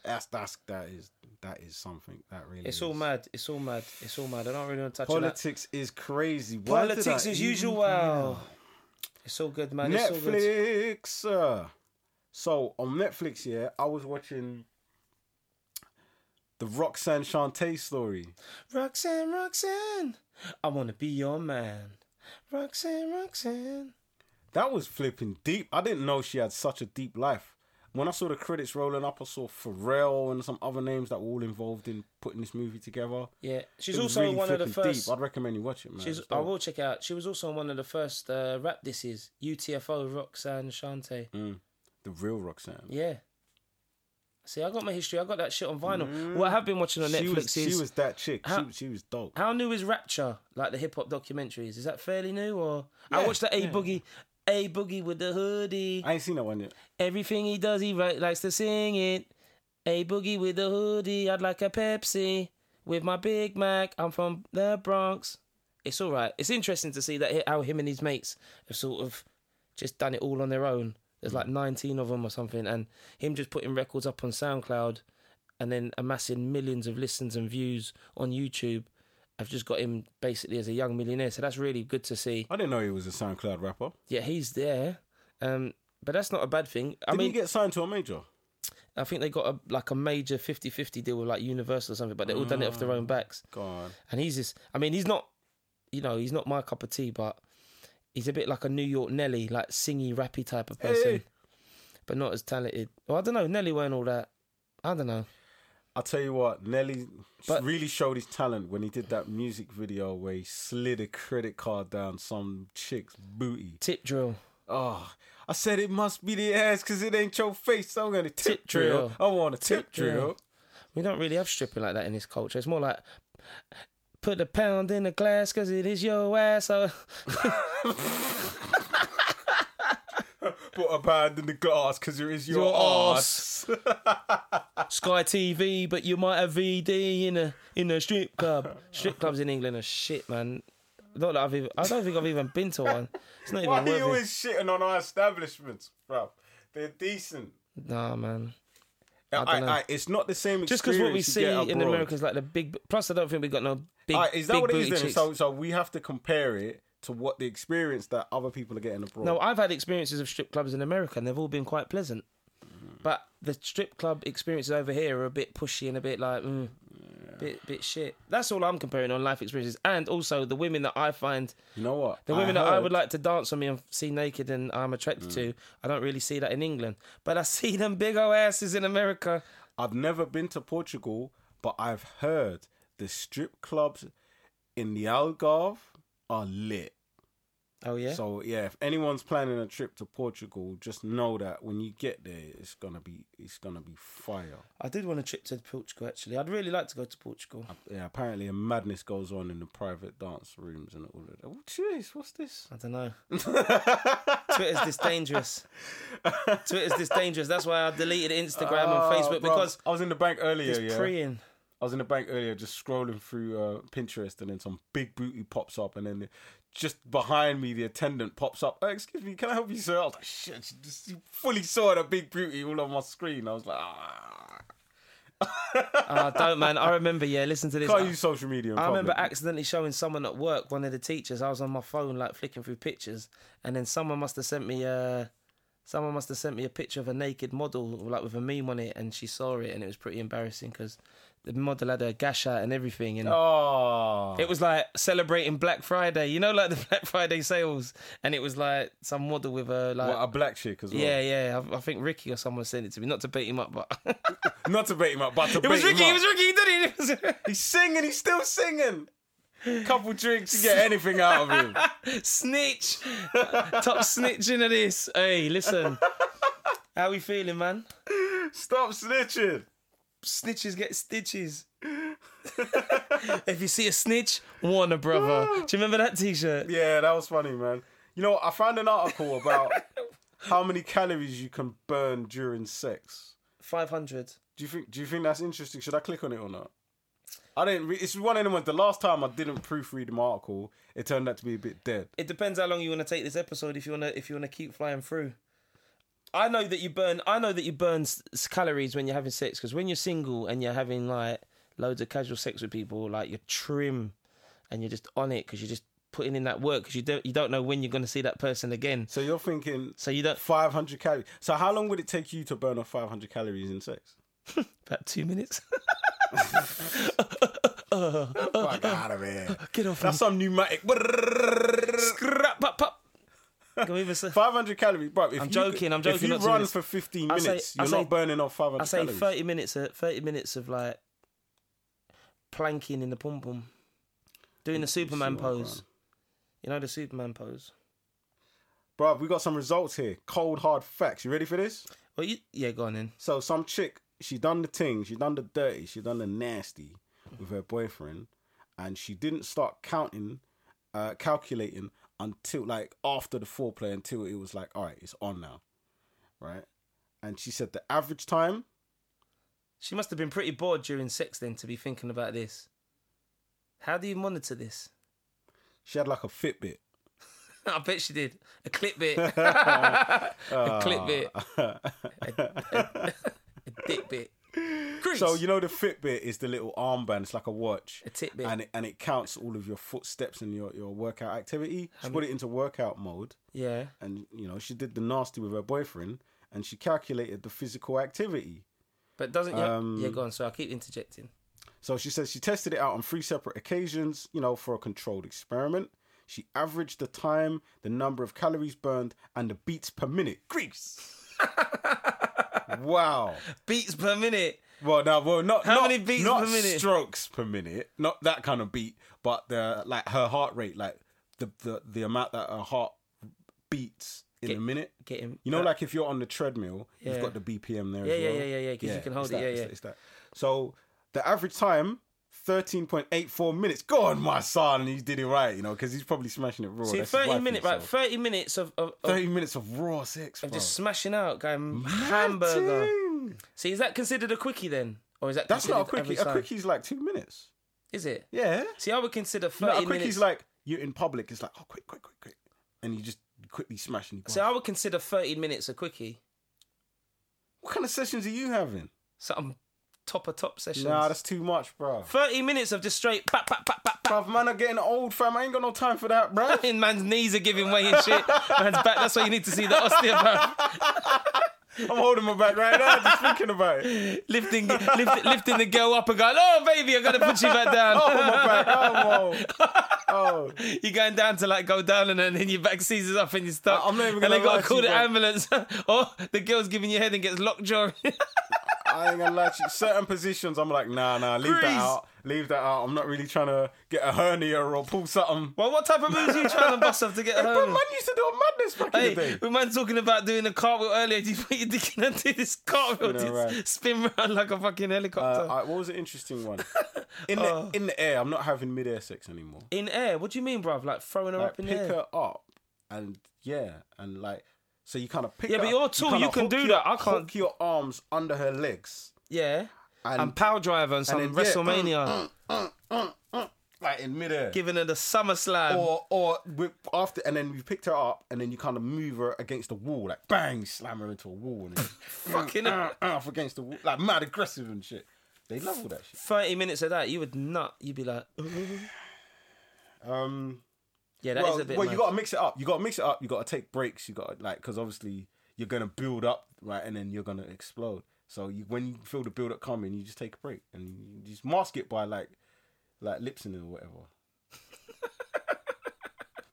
[SPEAKER 2] That's that's that is that is something that really.
[SPEAKER 1] It's all
[SPEAKER 2] is.
[SPEAKER 1] mad. It's all mad. It's all mad. I don't really want to touch on that.
[SPEAKER 2] Politics is crazy. Why did
[SPEAKER 1] Politics
[SPEAKER 2] I
[SPEAKER 1] as
[SPEAKER 2] even
[SPEAKER 1] usual.
[SPEAKER 2] bring it
[SPEAKER 1] Wow.
[SPEAKER 2] up?
[SPEAKER 1] It's all good, man. It's all good.
[SPEAKER 2] Netflix. uh, so on Netflix, yeah, I was watching the Roxanne Shante story.
[SPEAKER 1] Roxanne, Roxanne, I want to be your man. Roxanne, Roxanne.
[SPEAKER 2] That was flipping deep. I didn't know she had such a deep life. When I saw the credits rolling up, I saw Pharrell and some other names that were all involved in putting this movie together.
[SPEAKER 1] Yeah, she's
[SPEAKER 2] It was
[SPEAKER 1] also
[SPEAKER 2] really
[SPEAKER 1] one of the
[SPEAKER 2] flipping
[SPEAKER 1] first.
[SPEAKER 2] Deep. I'd recommend you watch it, man.
[SPEAKER 1] She's,
[SPEAKER 2] It's
[SPEAKER 1] I
[SPEAKER 2] dope.
[SPEAKER 1] will check it out. She was also on one of the first uh, rap disses, UTFO, Roxanne Shante.
[SPEAKER 2] Mm. The real Roxanne.
[SPEAKER 1] Yeah. See, I got my history. I got that shit on vinyl. What I have been watching on
[SPEAKER 2] Mm. she
[SPEAKER 1] Netflix
[SPEAKER 2] was,
[SPEAKER 1] is
[SPEAKER 2] she was that chick.
[SPEAKER 1] How-
[SPEAKER 2] she, she was dope.
[SPEAKER 1] how new is Rapture? Like the hip hop documentaries? Is that fairly new or? I
[SPEAKER 2] Yeah,
[SPEAKER 1] watched the A
[SPEAKER 2] yeah.
[SPEAKER 1] Boogie, A Boogie with the hoodie.
[SPEAKER 2] I ain't seen that one yet.
[SPEAKER 1] Everything he does, he right, likes to sing it. A Boogie with the hoodie. I'd like a Pepsi with my Big Mac. I'm from the Bronx. It's all right. It's interesting to see that hi- how him and his mates have sort of just done it all on their own. There's like 19 of them or something, and him just putting records up on SoundCloud and then amassing millions of listens and views on YouTube. I've just got him basically as a young millionaire, so that's really good to see.
[SPEAKER 2] I didn't know he was a SoundCloud rapper.
[SPEAKER 1] Yeah, he's there, um, but that's not a bad thing. I
[SPEAKER 2] Did
[SPEAKER 1] mean,
[SPEAKER 2] he get signed to a major?
[SPEAKER 1] I think they got a like a major 50-50 deal with like Universal or something, but they all done it off their own backs.
[SPEAKER 2] God.
[SPEAKER 1] And he's just, I mean, he's not, you know, he's not my cup of tea, but he's a bit like a New York Nelly, like singy, rappy type of person,
[SPEAKER 2] Hey.
[SPEAKER 1] but not as talented. Well, I don't know, Nelly weren't all that. I don't know.
[SPEAKER 2] I'll tell you what, Nelly
[SPEAKER 1] But-
[SPEAKER 2] really showed his talent when he did that music video where he slid a credit card down some chick's booty.
[SPEAKER 1] Tip drill.
[SPEAKER 2] Oh, I said it must be the ass because it ain't your face. So I'm going to tip,
[SPEAKER 1] Tip
[SPEAKER 2] drill.
[SPEAKER 1] drill.
[SPEAKER 2] I want a tip,
[SPEAKER 1] Tip drill.
[SPEAKER 2] drill.
[SPEAKER 1] We don't really have stripping like that in this culture. It's more like put a pound in the glass because it is your ass. So
[SPEAKER 2] Put a pound in the glass because it is your,
[SPEAKER 1] Your
[SPEAKER 2] ass.
[SPEAKER 1] Sky TV, but you might have VD in a in a strip club. Strip clubs in England are shit, man. Not that I've even, I don't think I've even been to one. It's not
[SPEAKER 2] Why
[SPEAKER 1] even
[SPEAKER 2] are you
[SPEAKER 1] worth it.
[SPEAKER 2] always shitting on our establishments, bro? They're decent.
[SPEAKER 1] Nah, man.
[SPEAKER 2] I,
[SPEAKER 1] dunno.
[SPEAKER 2] I- it's not the same
[SPEAKER 1] Just
[SPEAKER 2] experience.
[SPEAKER 1] because what we
[SPEAKER 2] you
[SPEAKER 1] see
[SPEAKER 2] get
[SPEAKER 1] in
[SPEAKER 2] abroad.
[SPEAKER 1] America is like the big. Plus, I don't think we got no big.
[SPEAKER 2] Alright, is that
[SPEAKER 1] big
[SPEAKER 2] what it is
[SPEAKER 1] booty
[SPEAKER 2] then?
[SPEAKER 1] chicks.
[SPEAKER 2] So, so we have to compare it to what the experience that other people are getting abroad.
[SPEAKER 1] No, I've had experiences of strip clubs in America, and they've all been quite pleasant. But the strip club experiences over here are a bit pushy and a bit like, mm, bit bit shit. That's all I'm comparing on life experiences, and also the women that I find
[SPEAKER 2] You know what?
[SPEAKER 1] The women
[SPEAKER 2] I
[SPEAKER 1] that I
[SPEAKER 2] heard- Mm.
[SPEAKER 1] would like to dance on me and see naked and I'm attracted to, I don't really see that in England. But I see them big old asses in America.
[SPEAKER 2] I've never been to Portugal, but I've heard the strip clubs in the Algarve are lit.
[SPEAKER 1] Oh yeah.
[SPEAKER 2] So yeah, if anyone's planning a trip to Portugal, just know that when you get there, it's gonna be it's gonna be fire.
[SPEAKER 1] I did want a trip to Portugal actually. I'd really like to go to Portugal.
[SPEAKER 2] Yeah, apparently a madness goes on in the private dance rooms and all of that. Oh, jeez, what's this?
[SPEAKER 1] I don't know. Twitter's this dangerous. Twitter's this dangerous. That's why I deleted Instagram and
[SPEAKER 2] Oh,
[SPEAKER 1] Facebook
[SPEAKER 2] bro,
[SPEAKER 1] because
[SPEAKER 2] I was in the bank earlier.
[SPEAKER 1] it's
[SPEAKER 2] Yeah,
[SPEAKER 1] preying.
[SPEAKER 2] I was in the bank earlier, just scrolling through uh, Pinterest, and then some big booty pops up, and then just behind me, the attendant pops up. "Uh, excuse me, can I help you, sir? I was like, shit, she just she fully saw the big booty all on my screen. I was like, ah.
[SPEAKER 1] Oh, don't man. I remember. Yeah, listen to this.
[SPEAKER 2] can't use social media. In
[SPEAKER 1] I remember
[SPEAKER 2] public.
[SPEAKER 1] accidentally showing someone at work, one of the teachers. I was on my phone, like flicking through pictures, and then someone must have sent me a, someone must have sent me a picture of a naked model, like with a meme on it, and she saw it, and it was pretty embarrassing because the model had a gash out and everything, and
[SPEAKER 2] Oh,
[SPEAKER 1] it was like celebrating Black Friday, you know, like the Black Friday sales, and it was like some model with a like.
[SPEAKER 2] What, a black chick as well.
[SPEAKER 1] yeah, yeah. I, I think Ricky or someone sent it to me. Not to beat him up, but
[SPEAKER 2] Not to bait him up, but to
[SPEAKER 1] it was
[SPEAKER 2] bait
[SPEAKER 1] Ricky.
[SPEAKER 2] him
[SPEAKER 1] It
[SPEAKER 2] up.
[SPEAKER 1] was Ricky. He did it. it was...
[SPEAKER 2] He's singing. He's still singing. Couple drinks, you get anything out of him.
[SPEAKER 1] Snitch, top snitching of this. Hey, listen, how we feeling, man?
[SPEAKER 2] Stop snitching.
[SPEAKER 1] Snitches get stitches. if you see a snitch, warn a brother. Do you remember that T-shirt?
[SPEAKER 2] Yeah, that was funny, man. You know, I found an article about how many calories you can burn during sex.
[SPEAKER 1] Five hundred.
[SPEAKER 2] Do you think? Do you think that's interesting? Should I click on it or not? I didn't. Re- it's one of them ones. The last time I didn't proofread my article, it turned out to be a bit dead.
[SPEAKER 1] It depends how long you want to take this episode. If you want to, if you want to keep flying through. I know that you burn. I know that you burn s- s- calories when you're having sex because when you're single and you're having like loads of casual sex with people, like you're trim and you're just on it because you're just putting in that work because you don't you don't know when you're going to see that person again.
[SPEAKER 2] So you're thinking
[SPEAKER 1] So you don't
[SPEAKER 2] 500 calories. So how long would it take you to burn off 500 calories in sex?
[SPEAKER 1] about two minutes.
[SPEAKER 2] Fuck out of here.
[SPEAKER 1] Get off.
[SPEAKER 2] That's some pneumatic.
[SPEAKER 1] Scrap, pop, pop. Go even say,
[SPEAKER 2] 500 calories, bro. If
[SPEAKER 1] I'm
[SPEAKER 2] you-
[SPEAKER 1] joking, I'm joking,
[SPEAKER 2] If you
[SPEAKER 1] not two
[SPEAKER 2] run
[SPEAKER 1] minutes.
[SPEAKER 2] for 15
[SPEAKER 1] I
[SPEAKER 2] minutes,
[SPEAKER 1] say- I
[SPEAKER 2] you're
[SPEAKER 1] say-
[SPEAKER 2] not burning off 500
[SPEAKER 1] I say
[SPEAKER 2] calories.
[SPEAKER 1] thirty minutes. Of, thirty minutes of like planking in the pom pom, doing the Superman
[SPEAKER 2] Superman.
[SPEAKER 1] pose. You know the Superman pose.
[SPEAKER 2] Bro, we got some results here. Cold hard facts. You ready for this?
[SPEAKER 1] Well, you, yeah, go on then.
[SPEAKER 2] So some chick, she done the thing, she done the dirty, she done the nasty with her boyfriend, and she didn't start counting, uh, calculating until like after the foreplay until it was like, all right, it's on now, right? And she said the average time
[SPEAKER 1] She must have been pretty bored during sex then to be thinking about this. How do you monitor this?
[SPEAKER 2] she had like a Fitbit.
[SPEAKER 1] I bet she did. A clip bit. a clip bit.
[SPEAKER 2] Uh,
[SPEAKER 1] A dick bit. Grease.
[SPEAKER 2] So you know the Fitbit is the little armband. It's like a watch.
[SPEAKER 1] A titbit.
[SPEAKER 2] And it, and it counts all of your footsteps and your, your workout activity. She put it into workout mode,
[SPEAKER 1] yeah.
[SPEAKER 2] and you know she did the nasty with her boyfriend, and she calculated the physical activity.
[SPEAKER 1] But doesn't your...
[SPEAKER 2] Um,
[SPEAKER 1] yeah, go on. So I keep interjecting.
[SPEAKER 2] So she says she tested it out on three separate occasions, you know, for a controlled experiment. She averaged the time, the number of calories burned, and the beats per minute. Greece. wow.
[SPEAKER 1] Beats per minute.
[SPEAKER 2] Well, no, well, not
[SPEAKER 1] How
[SPEAKER 2] not-
[SPEAKER 1] many beats
[SPEAKER 2] not
[SPEAKER 1] per minute?
[SPEAKER 2] Strokes per minute, not that kind of beat, but the like her heart rate, like the the, the amount that her heart beats in
[SPEAKER 1] Get-
[SPEAKER 2] a minute.
[SPEAKER 1] Get him.
[SPEAKER 2] You know, like if you're on the treadmill,
[SPEAKER 1] Yeah.
[SPEAKER 2] you've got the BPM there
[SPEAKER 1] Yeah,
[SPEAKER 2] as
[SPEAKER 1] yeah,
[SPEAKER 2] well.
[SPEAKER 1] yeah, yeah, yeah, 'cause you can
[SPEAKER 2] it's
[SPEAKER 1] hold it,
[SPEAKER 2] that,
[SPEAKER 1] yeah,
[SPEAKER 2] it's
[SPEAKER 1] yeah.
[SPEAKER 2] that, it's that. So the average time, 13.84 minutes. Go on, my son, you did it right, you know, because he's probably smashing it raw.
[SPEAKER 1] See,
[SPEAKER 2] That's his
[SPEAKER 1] thirty
[SPEAKER 2] wife
[SPEAKER 1] minutes, right?
[SPEAKER 2] himself.
[SPEAKER 1] Thirty minutes of, of, of
[SPEAKER 2] 30 minutes of raw sex, bro.
[SPEAKER 1] just smashing out, going hamburger.
[SPEAKER 2] Ting.
[SPEAKER 1] See, is that considered a quickie then, or is that
[SPEAKER 2] That's not a
[SPEAKER 1] considered average
[SPEAKER 2] quickie. A
[SPEAKER 1] time?
[SPEAKER 2] quickie is like two minutes.
[SPEAKER 1] Is it?
[SPEAKER 2] Yeah.
[SPEAKER 1] See, I would consider
[SPEAKER 2] No,
[SPEAKER 1] thirty
[SPEAKER 2] a
[SPEAKER 1] minutes.
[SPEAKER 2] quickie's like you're in public. It's like oh, quick, quick, quick, quick, and you just quickly smash and you go.
[SPEAKER 1] See, I would consider thirty minutes a quickie.
[SPEAKER 2] what kind of sessions are you having?
[SPEAKER 1] Some top of top sessions.
[SPEAKER 2] Nah, that's too much, bro.
[SPEAKER 1] thirty minutes of just straight pat pat pat pat pat.
[SPEAKER 2] Bruv, man, I'm getting old, fam. I ain't got no time for that, bro.
[SPEAKER 1] And man's knees are giving way and shit. Man's back. That's why you need to see the osteopath
[SPEAKER 2] I'm holding my back right now, just thinking about it.
[SPEAKER 1] lifting, lift, lifting the girl up and going, "Oh baby, I'm gonna put you back down."
[SPEAKER 2] Oh my back, oh, whoa. oh.
[SPEAKER 1] You're going down to like go down and then your back seizes up and you're stuck.
[SPEAKER 2] I- I'm not even
[SPEAKER 1] And
[SPEAKER 2] gonna
[SPEAKER 1] they gotta
[SPEAKER 2] lie to
[SPEAKER 1] call
[SPEAKER 2] you,
[SPEAKER 1] the
[SPEAKER 2] bro.
[SPEAKER 1] ambulance. or the girl's giving you head and gets lockjaw.
[SPEAKER 2] I ain't gonna lie to you. Certain positions, I'm like, nah, nah, leave
[SPEAKER 1] Grease.
[SPEAKER 2] that out. Leave that out. I'm not really trying to get a hernia or pull something.
[SPEAKER 1] well, what type of moves are you trying to bust off to get
[SPEAKER 2] Bro, man
[SPEAKER 1] home?
[SPEAKER 2] used to do a madness back in the
[SPEAKER 1] Hey,
[SPEAKER 2] day.
[SPEAKER 1] we man talking about doing a cartwheel earlier. Do you think you're thinking I do this cartwheel?
[SPEAKER 2] Spin
[SPEAKER 1] Spin,
[SPEAKER 2] around.
[SPEAKER 1] spin around like a fucking
[SPEAKER 2] Uh,
[SPEAKER 1] helicopter.
[SPEAKER 2] I- what was an interesting one? In the,
[SPEAKER 1] Oh.
[SPEAKER 2] in the air, I'm not having mid air sex anymore.
[SPEAKER 1] in air? What do you mean, bruv? Like throwing her
[SPEAKER 2] like
[SPEAKER 1] up in the
[SPEAKER 2] pick
[SPEAKER 1] air?
[SPEAKER 2] her up and yeah and like so you kind of pick
[SPEAKER 1] Yeah,
[SPEAKER 2] her
[SPEAKER 1] but
[SPEAKER 2] up,
[SPEAKER 1] you're tall,
[SPEAKER 2] kinda
[SPEAKER 1] you can
[SPEAKER 2] hook
[SPEAKER 1] do
[SPEAKER 2] your-
[SPEAKER 1] that. I can't-
[SPEAKER 2] hook your arms under her legs
[SPEAKER 1] Yeah.
[SPEAKER 2] and,
[SPEAKER 1] And power driver and some
[SPEAKER 2] then, yeah,
[SPEAKER 1] WrestleMania,
[SPEAKER 2] uh, like in midair
[SPEAKER 1] giving her the summer slam.
[SPEAKER 2] or or with, after and then you picked her up and then you kind of move her against the wall like bang you slam her into a wall and
[SPEAKER 1] Fucking
[SPEAKER 2] fucking off against the wall like mad aggressive and shit they love all that shit
[SPEAKER 1] Thirty minutes of that, you would nut. You'd be like,
[SPEAKER 2] um
[SPEAKER 1] yeah, that is
[SPEAKER 2] well,
[SPEAKER 1] a bit.
[SPEAKER 2] well you
[SPEAKER 1] much.
[SPEAKER 2] gotta mix it up. You gotta mix it up. You gotta take breaks. You gotta like because obviously you're gonna build up right, and then you're gonna explode. So you, when you feel the build up coming, you just take a break and you just mask it by like like lip syncing or whatever.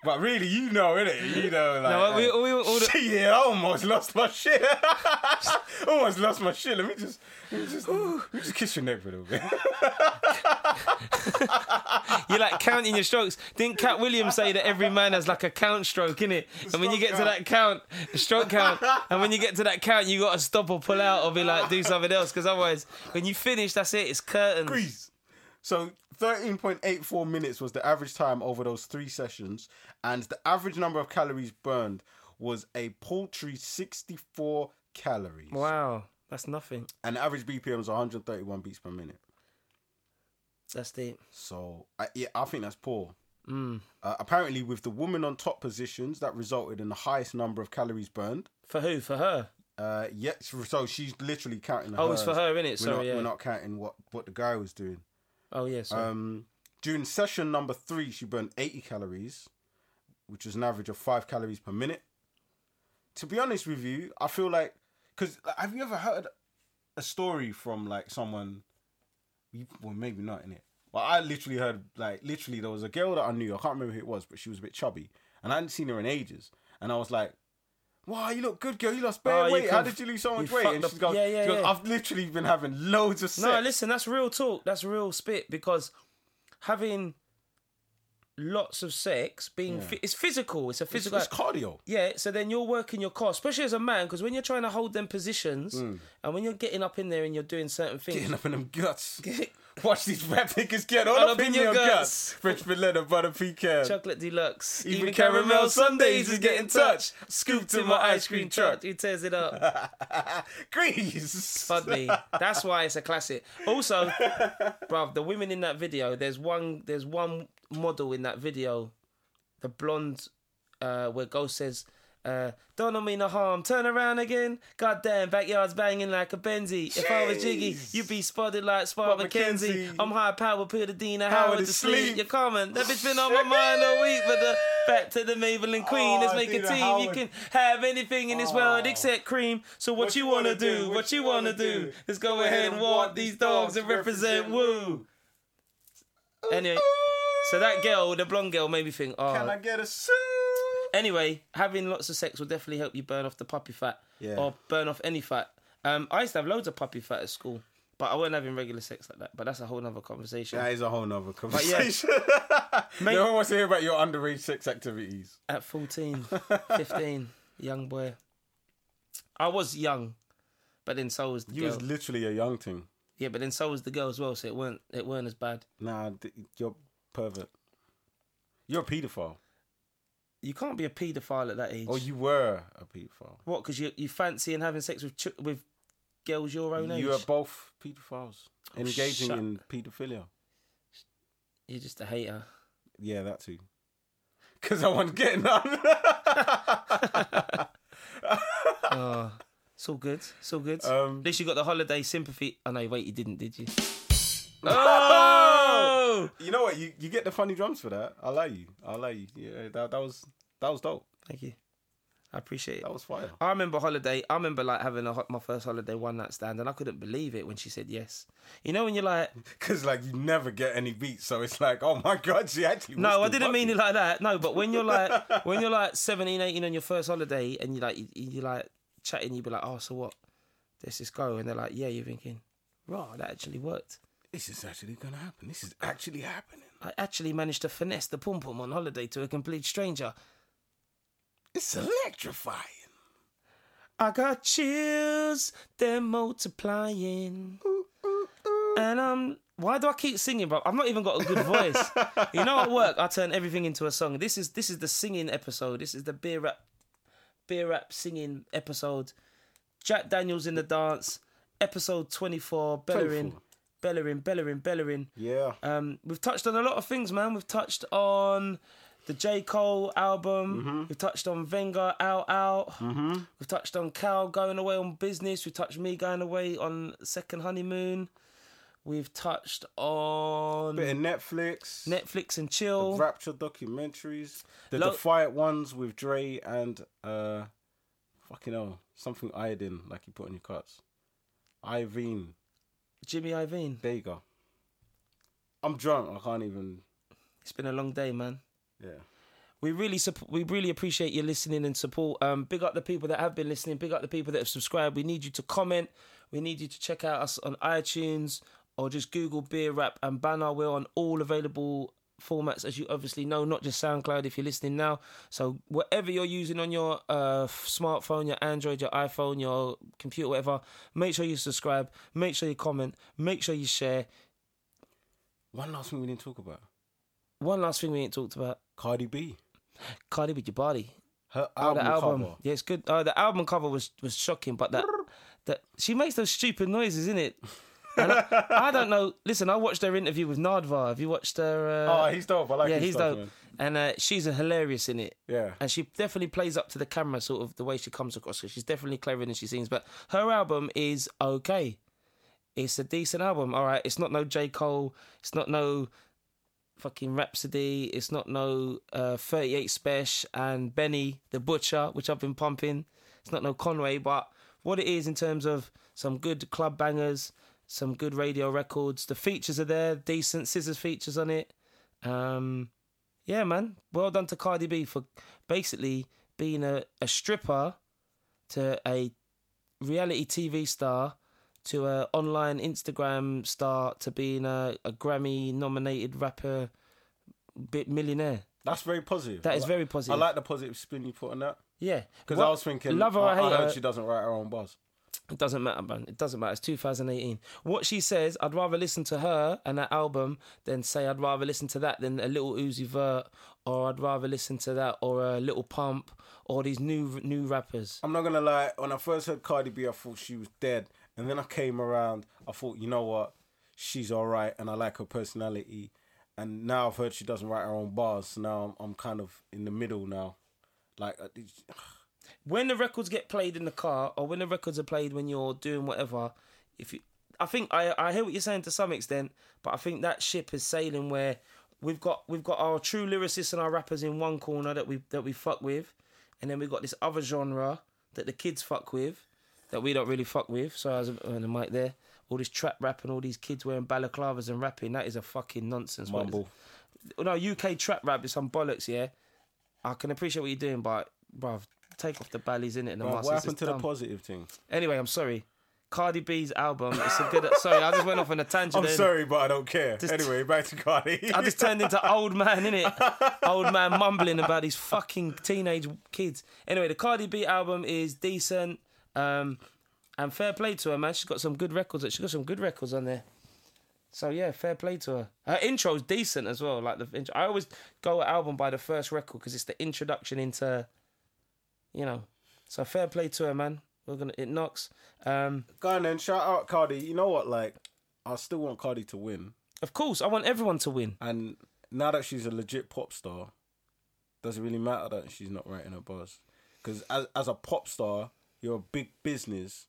[SPEAKER 2] but really, you know, innit? You know, like,
[SPEAKER 1] No, we-
[SPEAKER 2] like,
[SPEAKER 1] we- all the-
[SPEAKER 2] shit, yeah, I almost lost my shit. almost lost my shit. Let me just, let me just, let me just kiss your neck for a little bit.
[SPEAKER 1] You're like counting your strokes. Didn't Cat Williams say that every man has like a count stroke, innit? And when you get to that count, a stroke count, and when you get to that count, you gotta stop or pull out or be like, do something else, because otherwise, when you finish, that's it, it's curtains.
[SPEAKER 2] Please. So 13.84 minutes was the average time over those three sessions, and the average number of calories burned was a paltry 64 calories.
[SPEAKER 1] Wow, that's nothing.
[SPEAKER 2] And the average BPM is 131 beats per minute.
[SPEAKER 1] That's deep.
[SPEAKER 2] So I, yeah, I think that's poor.
[SPEAKER 1] Mm.
[SPEAKER 2] Uh, apparently, with the woman on top positions, that resulted in the highest number of calories burned.
[SPEAKER 1] For who? For her?
[SPEAKER 2] Uh, yet, so she's literally counting.
[SPEAKER 1] Oh, it's
[SPEAKER 2] hers.
[SPEAKER 1] for her, innit?
[SPEAKER 2] We're
[SPEAKER 1] Sorry,
[SPEAKER 2] not,
[SPEAKER 1] yeah.
[SPEAKER 2] we're not counting what, what the guy was doing.
[SPEAKER 1] Oh, yeah, sorry.
[SPEAKER 2] Um, during session number three, she burned 80 calories, which was an average of five calories per minute. To be honest with you, I feel like because have you ever heard a story from like someone? you- Well, maybe not in it. Well, I literally heard like literally there was a girl that I knew. I can't remember who it was, but she was a bit chubby, and I hadn't seen her in ages. And I was like, "Wow, you look good, girl. You lost
[SPEAKER 1] Oh,
[SPEAKER 2] bare
[SPEAKER 1] you
[SPEAKER 2] weight. How
[SPEAKER 1] conf-
[SPEAKER 2] did you lose so much
[SPEAKER 1] you
[SPEAKER 2] weight?"
[SPEAKER 1] fucked
[SPEAKER 2] And
[SPEAKER 1] up-
[SPEAKER 2] she goes,
[SPEAKER 1] Yeah, yeah,
[SPEAKER 2] she goes,
[SPEAKER 1] yeah.
[SPEAKER 2] "I've literally been having loads of sex."
[SPEAKER 1] no, listen, that's real talk. That's real spit because having lots of sex, being
[SPEAKER 2] Yeah.
[SPEAKER 1] fi- it's physical. It's a
[SPEAKER 2] it's,
[SPEAKER 1] physical.
[SPEAKER 2] it's cardio.
[SPEAKER 1] Yeah, so then you're working your core, especially as a man, because when you're trying to hold them positions and when you're getting up in there and you're doing certain things,
[SPEAKER 2] Hmm. Getting up in them guts. Watch these rap niggas get all up, in your guts. French Valletta, butter pecan.
[SPEAKER 1] chocolate deluxe,
[SPEAKER 2] Even caramel sundaes is getting touched. Scooped in my ice cream truck.
[SPEAKER 1] He tears it up.
[SPEAKER 2] Grease.
[SPEAKER 1] Fuck me. That's why it's a classic. Also, bruv, the women in that video, there's one, there's one model in that video, the blonde, uh, where Ghost says. Uh, don't know me no harm. Turn around again. Goddamn, backyard's banging like a Benzie. If I was Jiggy,
[SPEAKER 2] Jeez.
[SPEAKER 1] you'd be spotted like Spot
[SPEAKER 2] Spot
[SPEAKER 1] McKenzie.
[SPEAKER 2] McKenzie.
[SPEAKER 1] I'm high power, put the Dean and
[SPEAKER 2] Howard
[SPEAKER 1] Howard to
[SPEAKER 2] to
[SPEAKER 1] sleep.
[SPEAKER 2] sleep.
[SPEAKER 1] You're common. That bitch been on my mind all week. But the back to the Maybelline Queen.
[SPEAKER 2] Oh,
[SPEAKER 1] Let's make a
[SPEAKER 2] Dean and
[SPEAKER 1] team. You
[SPEAKER 2] Howard.
[SPEAKER 1] can have anything in this world
[SPEAKER 2] Oh.
[SPEAKER 1] except cream. So what, you wanna, do? What you wanna do? Let's go ahead and walk these dogs and represent woo. Anyway, so that girl, the blonde girl, made me think. Oh,
[SPEAKER 2] Can I get a suit?
[SPEAKER 1] anyway, having lots of sex will definitely help you burn off the puppy fat
[SPEAKER 2] Yeah.
[SPEAKER 1] or burn off any fat. Um, I used to have loads of puppy fat at school, but I wasn't having regular sex like that. But that's a whole nother conversation.
[SPEAKER 2] That is a whole nother
[SPEAKER 1] yeah.
[SPEAKER 2] conversation. no one wants to hear about your underage sex activities.
[SPEAKER 1] At 14, 15, young boy. I was young, but then so was the
[SPEAKER 2] You
[SPEAKER 1] girl.
[SPEAKER 2] was literally a young thing.
[SPEAKER 1] Yeah, but then so was the girl as well, so it weren't it weren't as bad.
[SPEAKER 2] Nah, d- you're pervert. You're a paedophile.
[SPEAKER 1] You can't be a paedophile at that age.
[SPEAKER 2] Or Oh, you were a paedophile.
[SPEAKER 1] What? Because you you fancy and having sex with ch- with girls your own age.
[SPEAKER 2] You are both paedophiles. Engaging
[SPEAKER 1] shut-
[SPEAKER 2] in paedophilia.
[SPEAKER 1] You're just a hater.
[SPEAKER 2] Yeah, that too. Because I wasn't getting none.
[SPEAKER 1] Oh, it's all good. It's all good.
[SPEAKER 2] Uh. Um,
[SPEAKER 1] At least you got the holiday sympathy. Oh no, wait, you didn't, did you? Oh,
[SPEAKER 2] you know what? You, you get the funny drums for that. I like you. I like you. Yeah, that, that was that was dope.
[SPEAKER 1] thank you. I appreciate it.
[SPEAKER 2] That was fire.
[SPEAKER 1] I remember holiday. I remember like having a, ho- my first holiday one night stand, and I couldn't believe it when she said yes. You know when you're like,
[SPEAKER 2] Cause like you never get any beats, so it's like, oh my god, she actually. was
[SPEAKER 1] no, I
[SPEAKER 2] the
[SPEAKER 1] didn't mean
[SPEAKER 2] bucket.
[SPEAKER 1] it like that. No, but when you're like, when you're like 17, 18 on your first holiday, and you like, you, you like chatting, you be like, oh, so what? Let's just go, and they're like, yeah. You're thinking, raw, that actually worked.
[SPEAKER 2] This is actually gonna happen. This is actually happening.
[SPEAKER 1] I actually managed to finesse the pom pom on holiday to a complete stranger.
[SPEAKER 2] It's electrifying.
[SPEAKER 1] I got chills, they're multiplying. And um, why do I keep singing, bro? I've not even got a good voice. you know, at work, I turn everything into a song. This is this is the singing episode. This is the beer rap, beer rap singing episode. Jack Daniels in the dance, episode twenty four. Bellerin,
[SPEAKER 2] 24.
[SPEAKER 1] Bellerin, Bellerin, Bellerin.
[SPEAKER 2] Yeah.
[SPEAKER 1] Um, we've touched on a lot of things, man. We've touched on the J. Cole album.
[SPEAKER 2] Mm-hmm.
[SPEAKER 1] We've touched on Venga out out. We've touched on Cal going away on business. We've touched me going away on second honeymoon. We've touched on
[SPEAKER 2] Bit of Netflix.
[SPEAKER 1] Netflix and chill.
[SPEAKER 2] Rapture documentaries, the
[SPEAKER 1] Lo-
[SPEAKER 2] Defiant Ones with Dre and uh, fucking hell, something iodine like you put on your cuts. Irene,
[SPEAKER 1] Jimmy Iovine.
[SPEAKER 2] there you go. I'm drunk. I can't even.
[SPEAKER 1] It's been a long day, man.
[SPEAKER 2] Yeah,
[SPEAKER 1] We really supp- we really appreciate you listening and support. Um, big up the people that have been listening. Big up the people that have subscribed. We need you to comment. We need you to check out us on iTunes or just Google Beer Rap and Banner. We're on all available formats, as you obviously know, not just SoundCloud. If you're listening now, so whatever you're using on your uh, f- smartphone, your Android, your iPhone, your computer, whatever, make sure you subscribe. Make sure you comment. Make sure you share.
[SPEAKER 2] one last thing we didn't talk about:
[SPEAKER 1] One last thing we ain't talked about:
[SPEAKER 2] Cardi B.
[SPEAKER 1] Cardi with your body.
[SPEAKER 2] Her
[SPEAKER 1] Oh,
[SPEAKER 2] album,
[SPEAKER 1] the album.
[SPEAKER 2] cover.
[SPEAKER 1] Yeah, it's good. Oh, the album cover was was shocking, but that that she makes those stupid noises, in it. I, I don't know. Listen, I watched her interview with Nardvar. Have you watched her? Uh,
[SPEAKER 2] Oh, he's dope. I like
[SPEAKER 1] yeah,
[SPEAKER 2] his
[SPEAKER 1] he's
[SPEAKER 2] stuff,
[SPEAKER 1] dope.
[SPEAKER 2] man.
[SPEAKER 1] And uh, she's a hilarious in it.
[SPEAKER 2] Yeah.
[SPEAKER 1] And she definitely plays up to the camera, sort of the way she comes across. 'cause she's definitely cleverer than she seems. But her album is okay. It's a decent album. All right. It's not no J. Cole. It's not no fucking Rhapsody. It's not no uh, 38 Special and Benny the Butcher, which I've been pumping. It's not no Conway, but what it is in terms of some good club bangers, some good radio records. The features are there, decent scissors features on it. Um, yeah, man. Well done to Cardi B for basically being a, a stripper to a reality TV star to a online Instagram star to being a, a Grammy nominated rapper bit millionaire.
[SPEAKER 2] That's very positive.
[SPEAKER 1] That
[SPEAKER 2] I
[SPEAKER 1] is
[SPEAKER 2] like-
[SPEAKER 1] very positive.
[SPEAKER 2] I like the positive spin you put on that.
[SPEAKER 1] yeah.
[SPEAKER 2] Because
[SPEAKER 1] What-
[SPEAKER 2] I was thinking,
[SPEAKER 1] love her or
[SPEAKER 2] I, I
[SPEAKER 1] hate
[SPEAKER 2] heard
[SPEAKER 1] her,
[SPEAKER 2] she doesn't write her own bars.
[SPEAKER 1] It doesn't matter, man. It doesn't matter. It's 2018. What she says, I'd rather listen to her and that album than say I'd rather listen to that than a little Uzi Vert, or I'd rather listen to that or a little Pump or these new new rappers.
[SPEAKER 2] I'm not gonna lie. When I first heard Cardi B, I thought she was dead, and then I came around. I thought, you know what, she's all right, and I like her personality. And now I've heard she doesn't write her own bars. So now I'm, I'm kind of in the middle now. Like, I- it's-
[SPEAKER 1] When the records get played in the car, or when the records are played when you're doing whatever, if you, I think I I hear what you're saying to some extent, but I think that ship is sailing where we've got we've got our true lyricists and our rappers in one corner that we that we fuck with, and then we've got this other genre that the kids fuck with, that we don't really fuck with. So I was on the mic there. All this trap rap and all these kids wearing balaclavas and rapping, that is a fucking nonsense. What is-
[SPEAKER 2] mumble.
[SPEAKER 1] no UK trap rap is some bollocks. Yeah, I can appreciate what you're doing, but bruv, take off the ballys in it. And the
[SPEAKER 2] What
[SPEAKER 1] muscles,
[SPEAKER 2] happened
[SPEAKER 1] it's
[SPEAKER 2] to the
[SPEAKER 1] dumb.
[SPEAKER 2] positive thing?
[SPEAKER 1] Anyway, I'm sorry. Cardi B's album. It's a good. sorry, I just went off on a tangent.
[SPEAKER 2] I'm
[SPEAKER 1] then.
[SPEAKER 2] sorry, but I don't care. anyway, back to Cardi.
[SPEAKER 1] I just turned into old man in it. Old man mumbling about these fucking teenage kids. Anyway, the Cardi B album is decent. Um, and fair play to her, man. She's got some good records. She's got some good records on there. So yeah, fair play to her. Her intro's decent as well. Like the intro, I always go album by the first record because it's the introduction into, you know. So fair play to her, man. We're gonna it knocks. Um,
[SPEAKER 2] Go on then, shout out Cardi. You know what? Like, I still want Cardi to win,
[SPEAKER 1] of course, I want everyone to win.
[SPEAKER 2] and now that she's a legit pop star, doesn't really matter that she's not writing her bars. Because as as a pop star, you're a big business.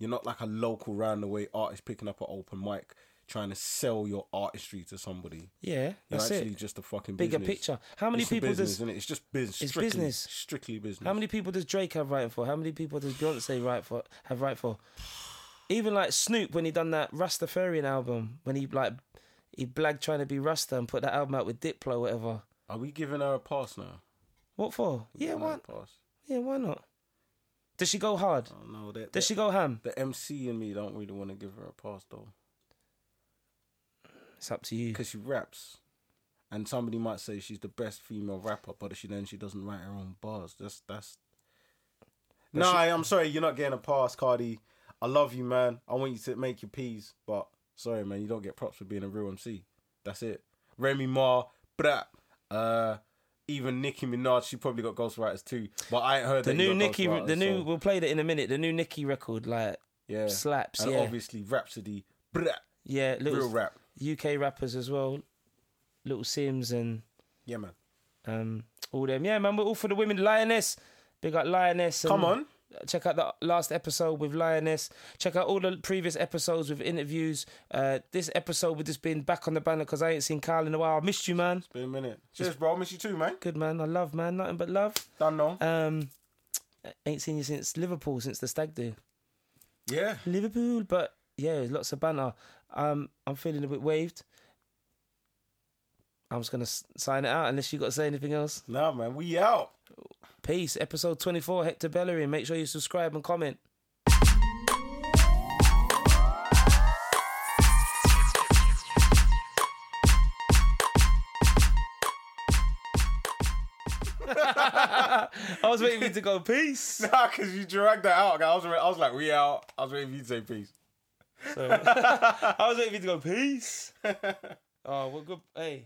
[SPEAKER 2] You're not like a local round the way artist picking up an open mic trying to sell your artistry to somebody.
[SPEAKER 1] Yeah,
[SPEAKER 2] You're
[SPEAKER 1] that's
[SPEAKER 2] actually
[SPEAKER 1] it.
[SPEAKER 2] just a fucking
[SPEAKER 1] Bigger
[SPEAKER 2] business.
[SPEAKER 1] picture. How many
[SPEAKER 2] It's a
[SPEAKER 1] people
[SPEAKER 2] business,
[SPEAKER 1] does
[SPEAKER 2] isn't it? It's just business.
[SPEAKER 1] It's
[SPEAKER 2] strictly,
[SPEAKER 1] business.
[SPEAKER 2] Strictly business.
[SPEAKER 1] How many people does Drake have writing for? How many people does Beyonce write for? Have write for? Even like Snoop when he done that Rastafarian album when he like he blagged trying to be Rasta and put that album out with Diplo or whatever.
[SPEAKER 2] Are we giving her a pass now?
[SPEAKER 1] What for? Yeah,
[SPEAKER 2] Giving her
[SPEAKER 1] why?
[SPEAKER 2] a pass.
[SPEAKER 1] Yeah, why not? Does she go hard?
[SPEAKER 2] I don't know. That,
[SPEAKER 1] Does
[SPEAKER 2] that,
[SPEAKER 1] she go ham?
[SPEAKER 2] the MC and me don't really want to give her a pass though.
[SPEAKER 1] It's up to you.
[SPEAKER 2] because she raps, and somebody might say she's the best female rapper, but she then she doesn't write her own bars. That's that's. No, I, I'm sorry, you're not getting a pass, Cardi. I love you, man. I want you to make your peas, but sorry, man, you don't get props for being a real MC. That's it. Remy Ma, brap. Uh, even Nicki Minaj, she probably got ghostwriters too, but I ain't heard
[SPEAKER 1] The
[SPEAKER 2] that you
[SPEAKER 1] new
[SPEAKER 2] got
[SPEAKER 1] Nicki,
[SPEAKER 2] ghostwriters,
[SPEAKER 1] the new
[SPEAKER 2] so,
[SPEAKER 1] we'll play that in a minute. The new Nicki record like
[SPEAKER 2] yeah,
[SPEAKER 1] slaps.
[SPEAKER 2] and
[SPEAKER 1] yeah,
[SPEAKER 2] obviously Rhapsody, brap,
[SPEAKER 1] yeah,
[SPEAKER 2] real
[SPEAKER 1] little
[SPEAKER 2] rap.
[SPEAKER 1] UK rappers as well, little Sims and.
[SPEAKER 2] Yeah, man.
[SPEAKER 1] um, all them. Yeah, man, we're all for the women. Lioness, big up Lioness. and
[SPEAKER 2] Come on.
[SPEAKER 1] Check out the last episode with Lioness. Check out all the previous episodes with interviews. Uh, this episode with just being back on the banner because I ain't seen Kyle in a while. I missed you, man.
[SPEAKER 2] Been a minute. Cheers, bro. Miss you too, man.
[SPEAKER 1] Good man, I love man, nothing but love.
[SPEAKER 2] Done, no.
[SPEAKER 1] Um, ain't seen you since Liverpool, since the stag do.
[SPEAKER 2] Yeah.
[SPEAKER 1] Liverpool, but yeah, lots of banter. Um, I'm feeling a bit waved. I'm just gonna s- sign it out unless you got to say anything else.
[SPEAKER 2] Nah, man, we out.
[SPEAKER 1] Peace. Episode 24, Hector Bellerin. Make sure you subscribe and comment. I was waiting for you to go, peace.
[SPEAKER 2] Nah, cause you dragged that out. I was, re- I was like, we out. I was waiting for you to say peace.
[SPEAKER 1] I was waiting for you to go, peace. Oh, well, good. Hey.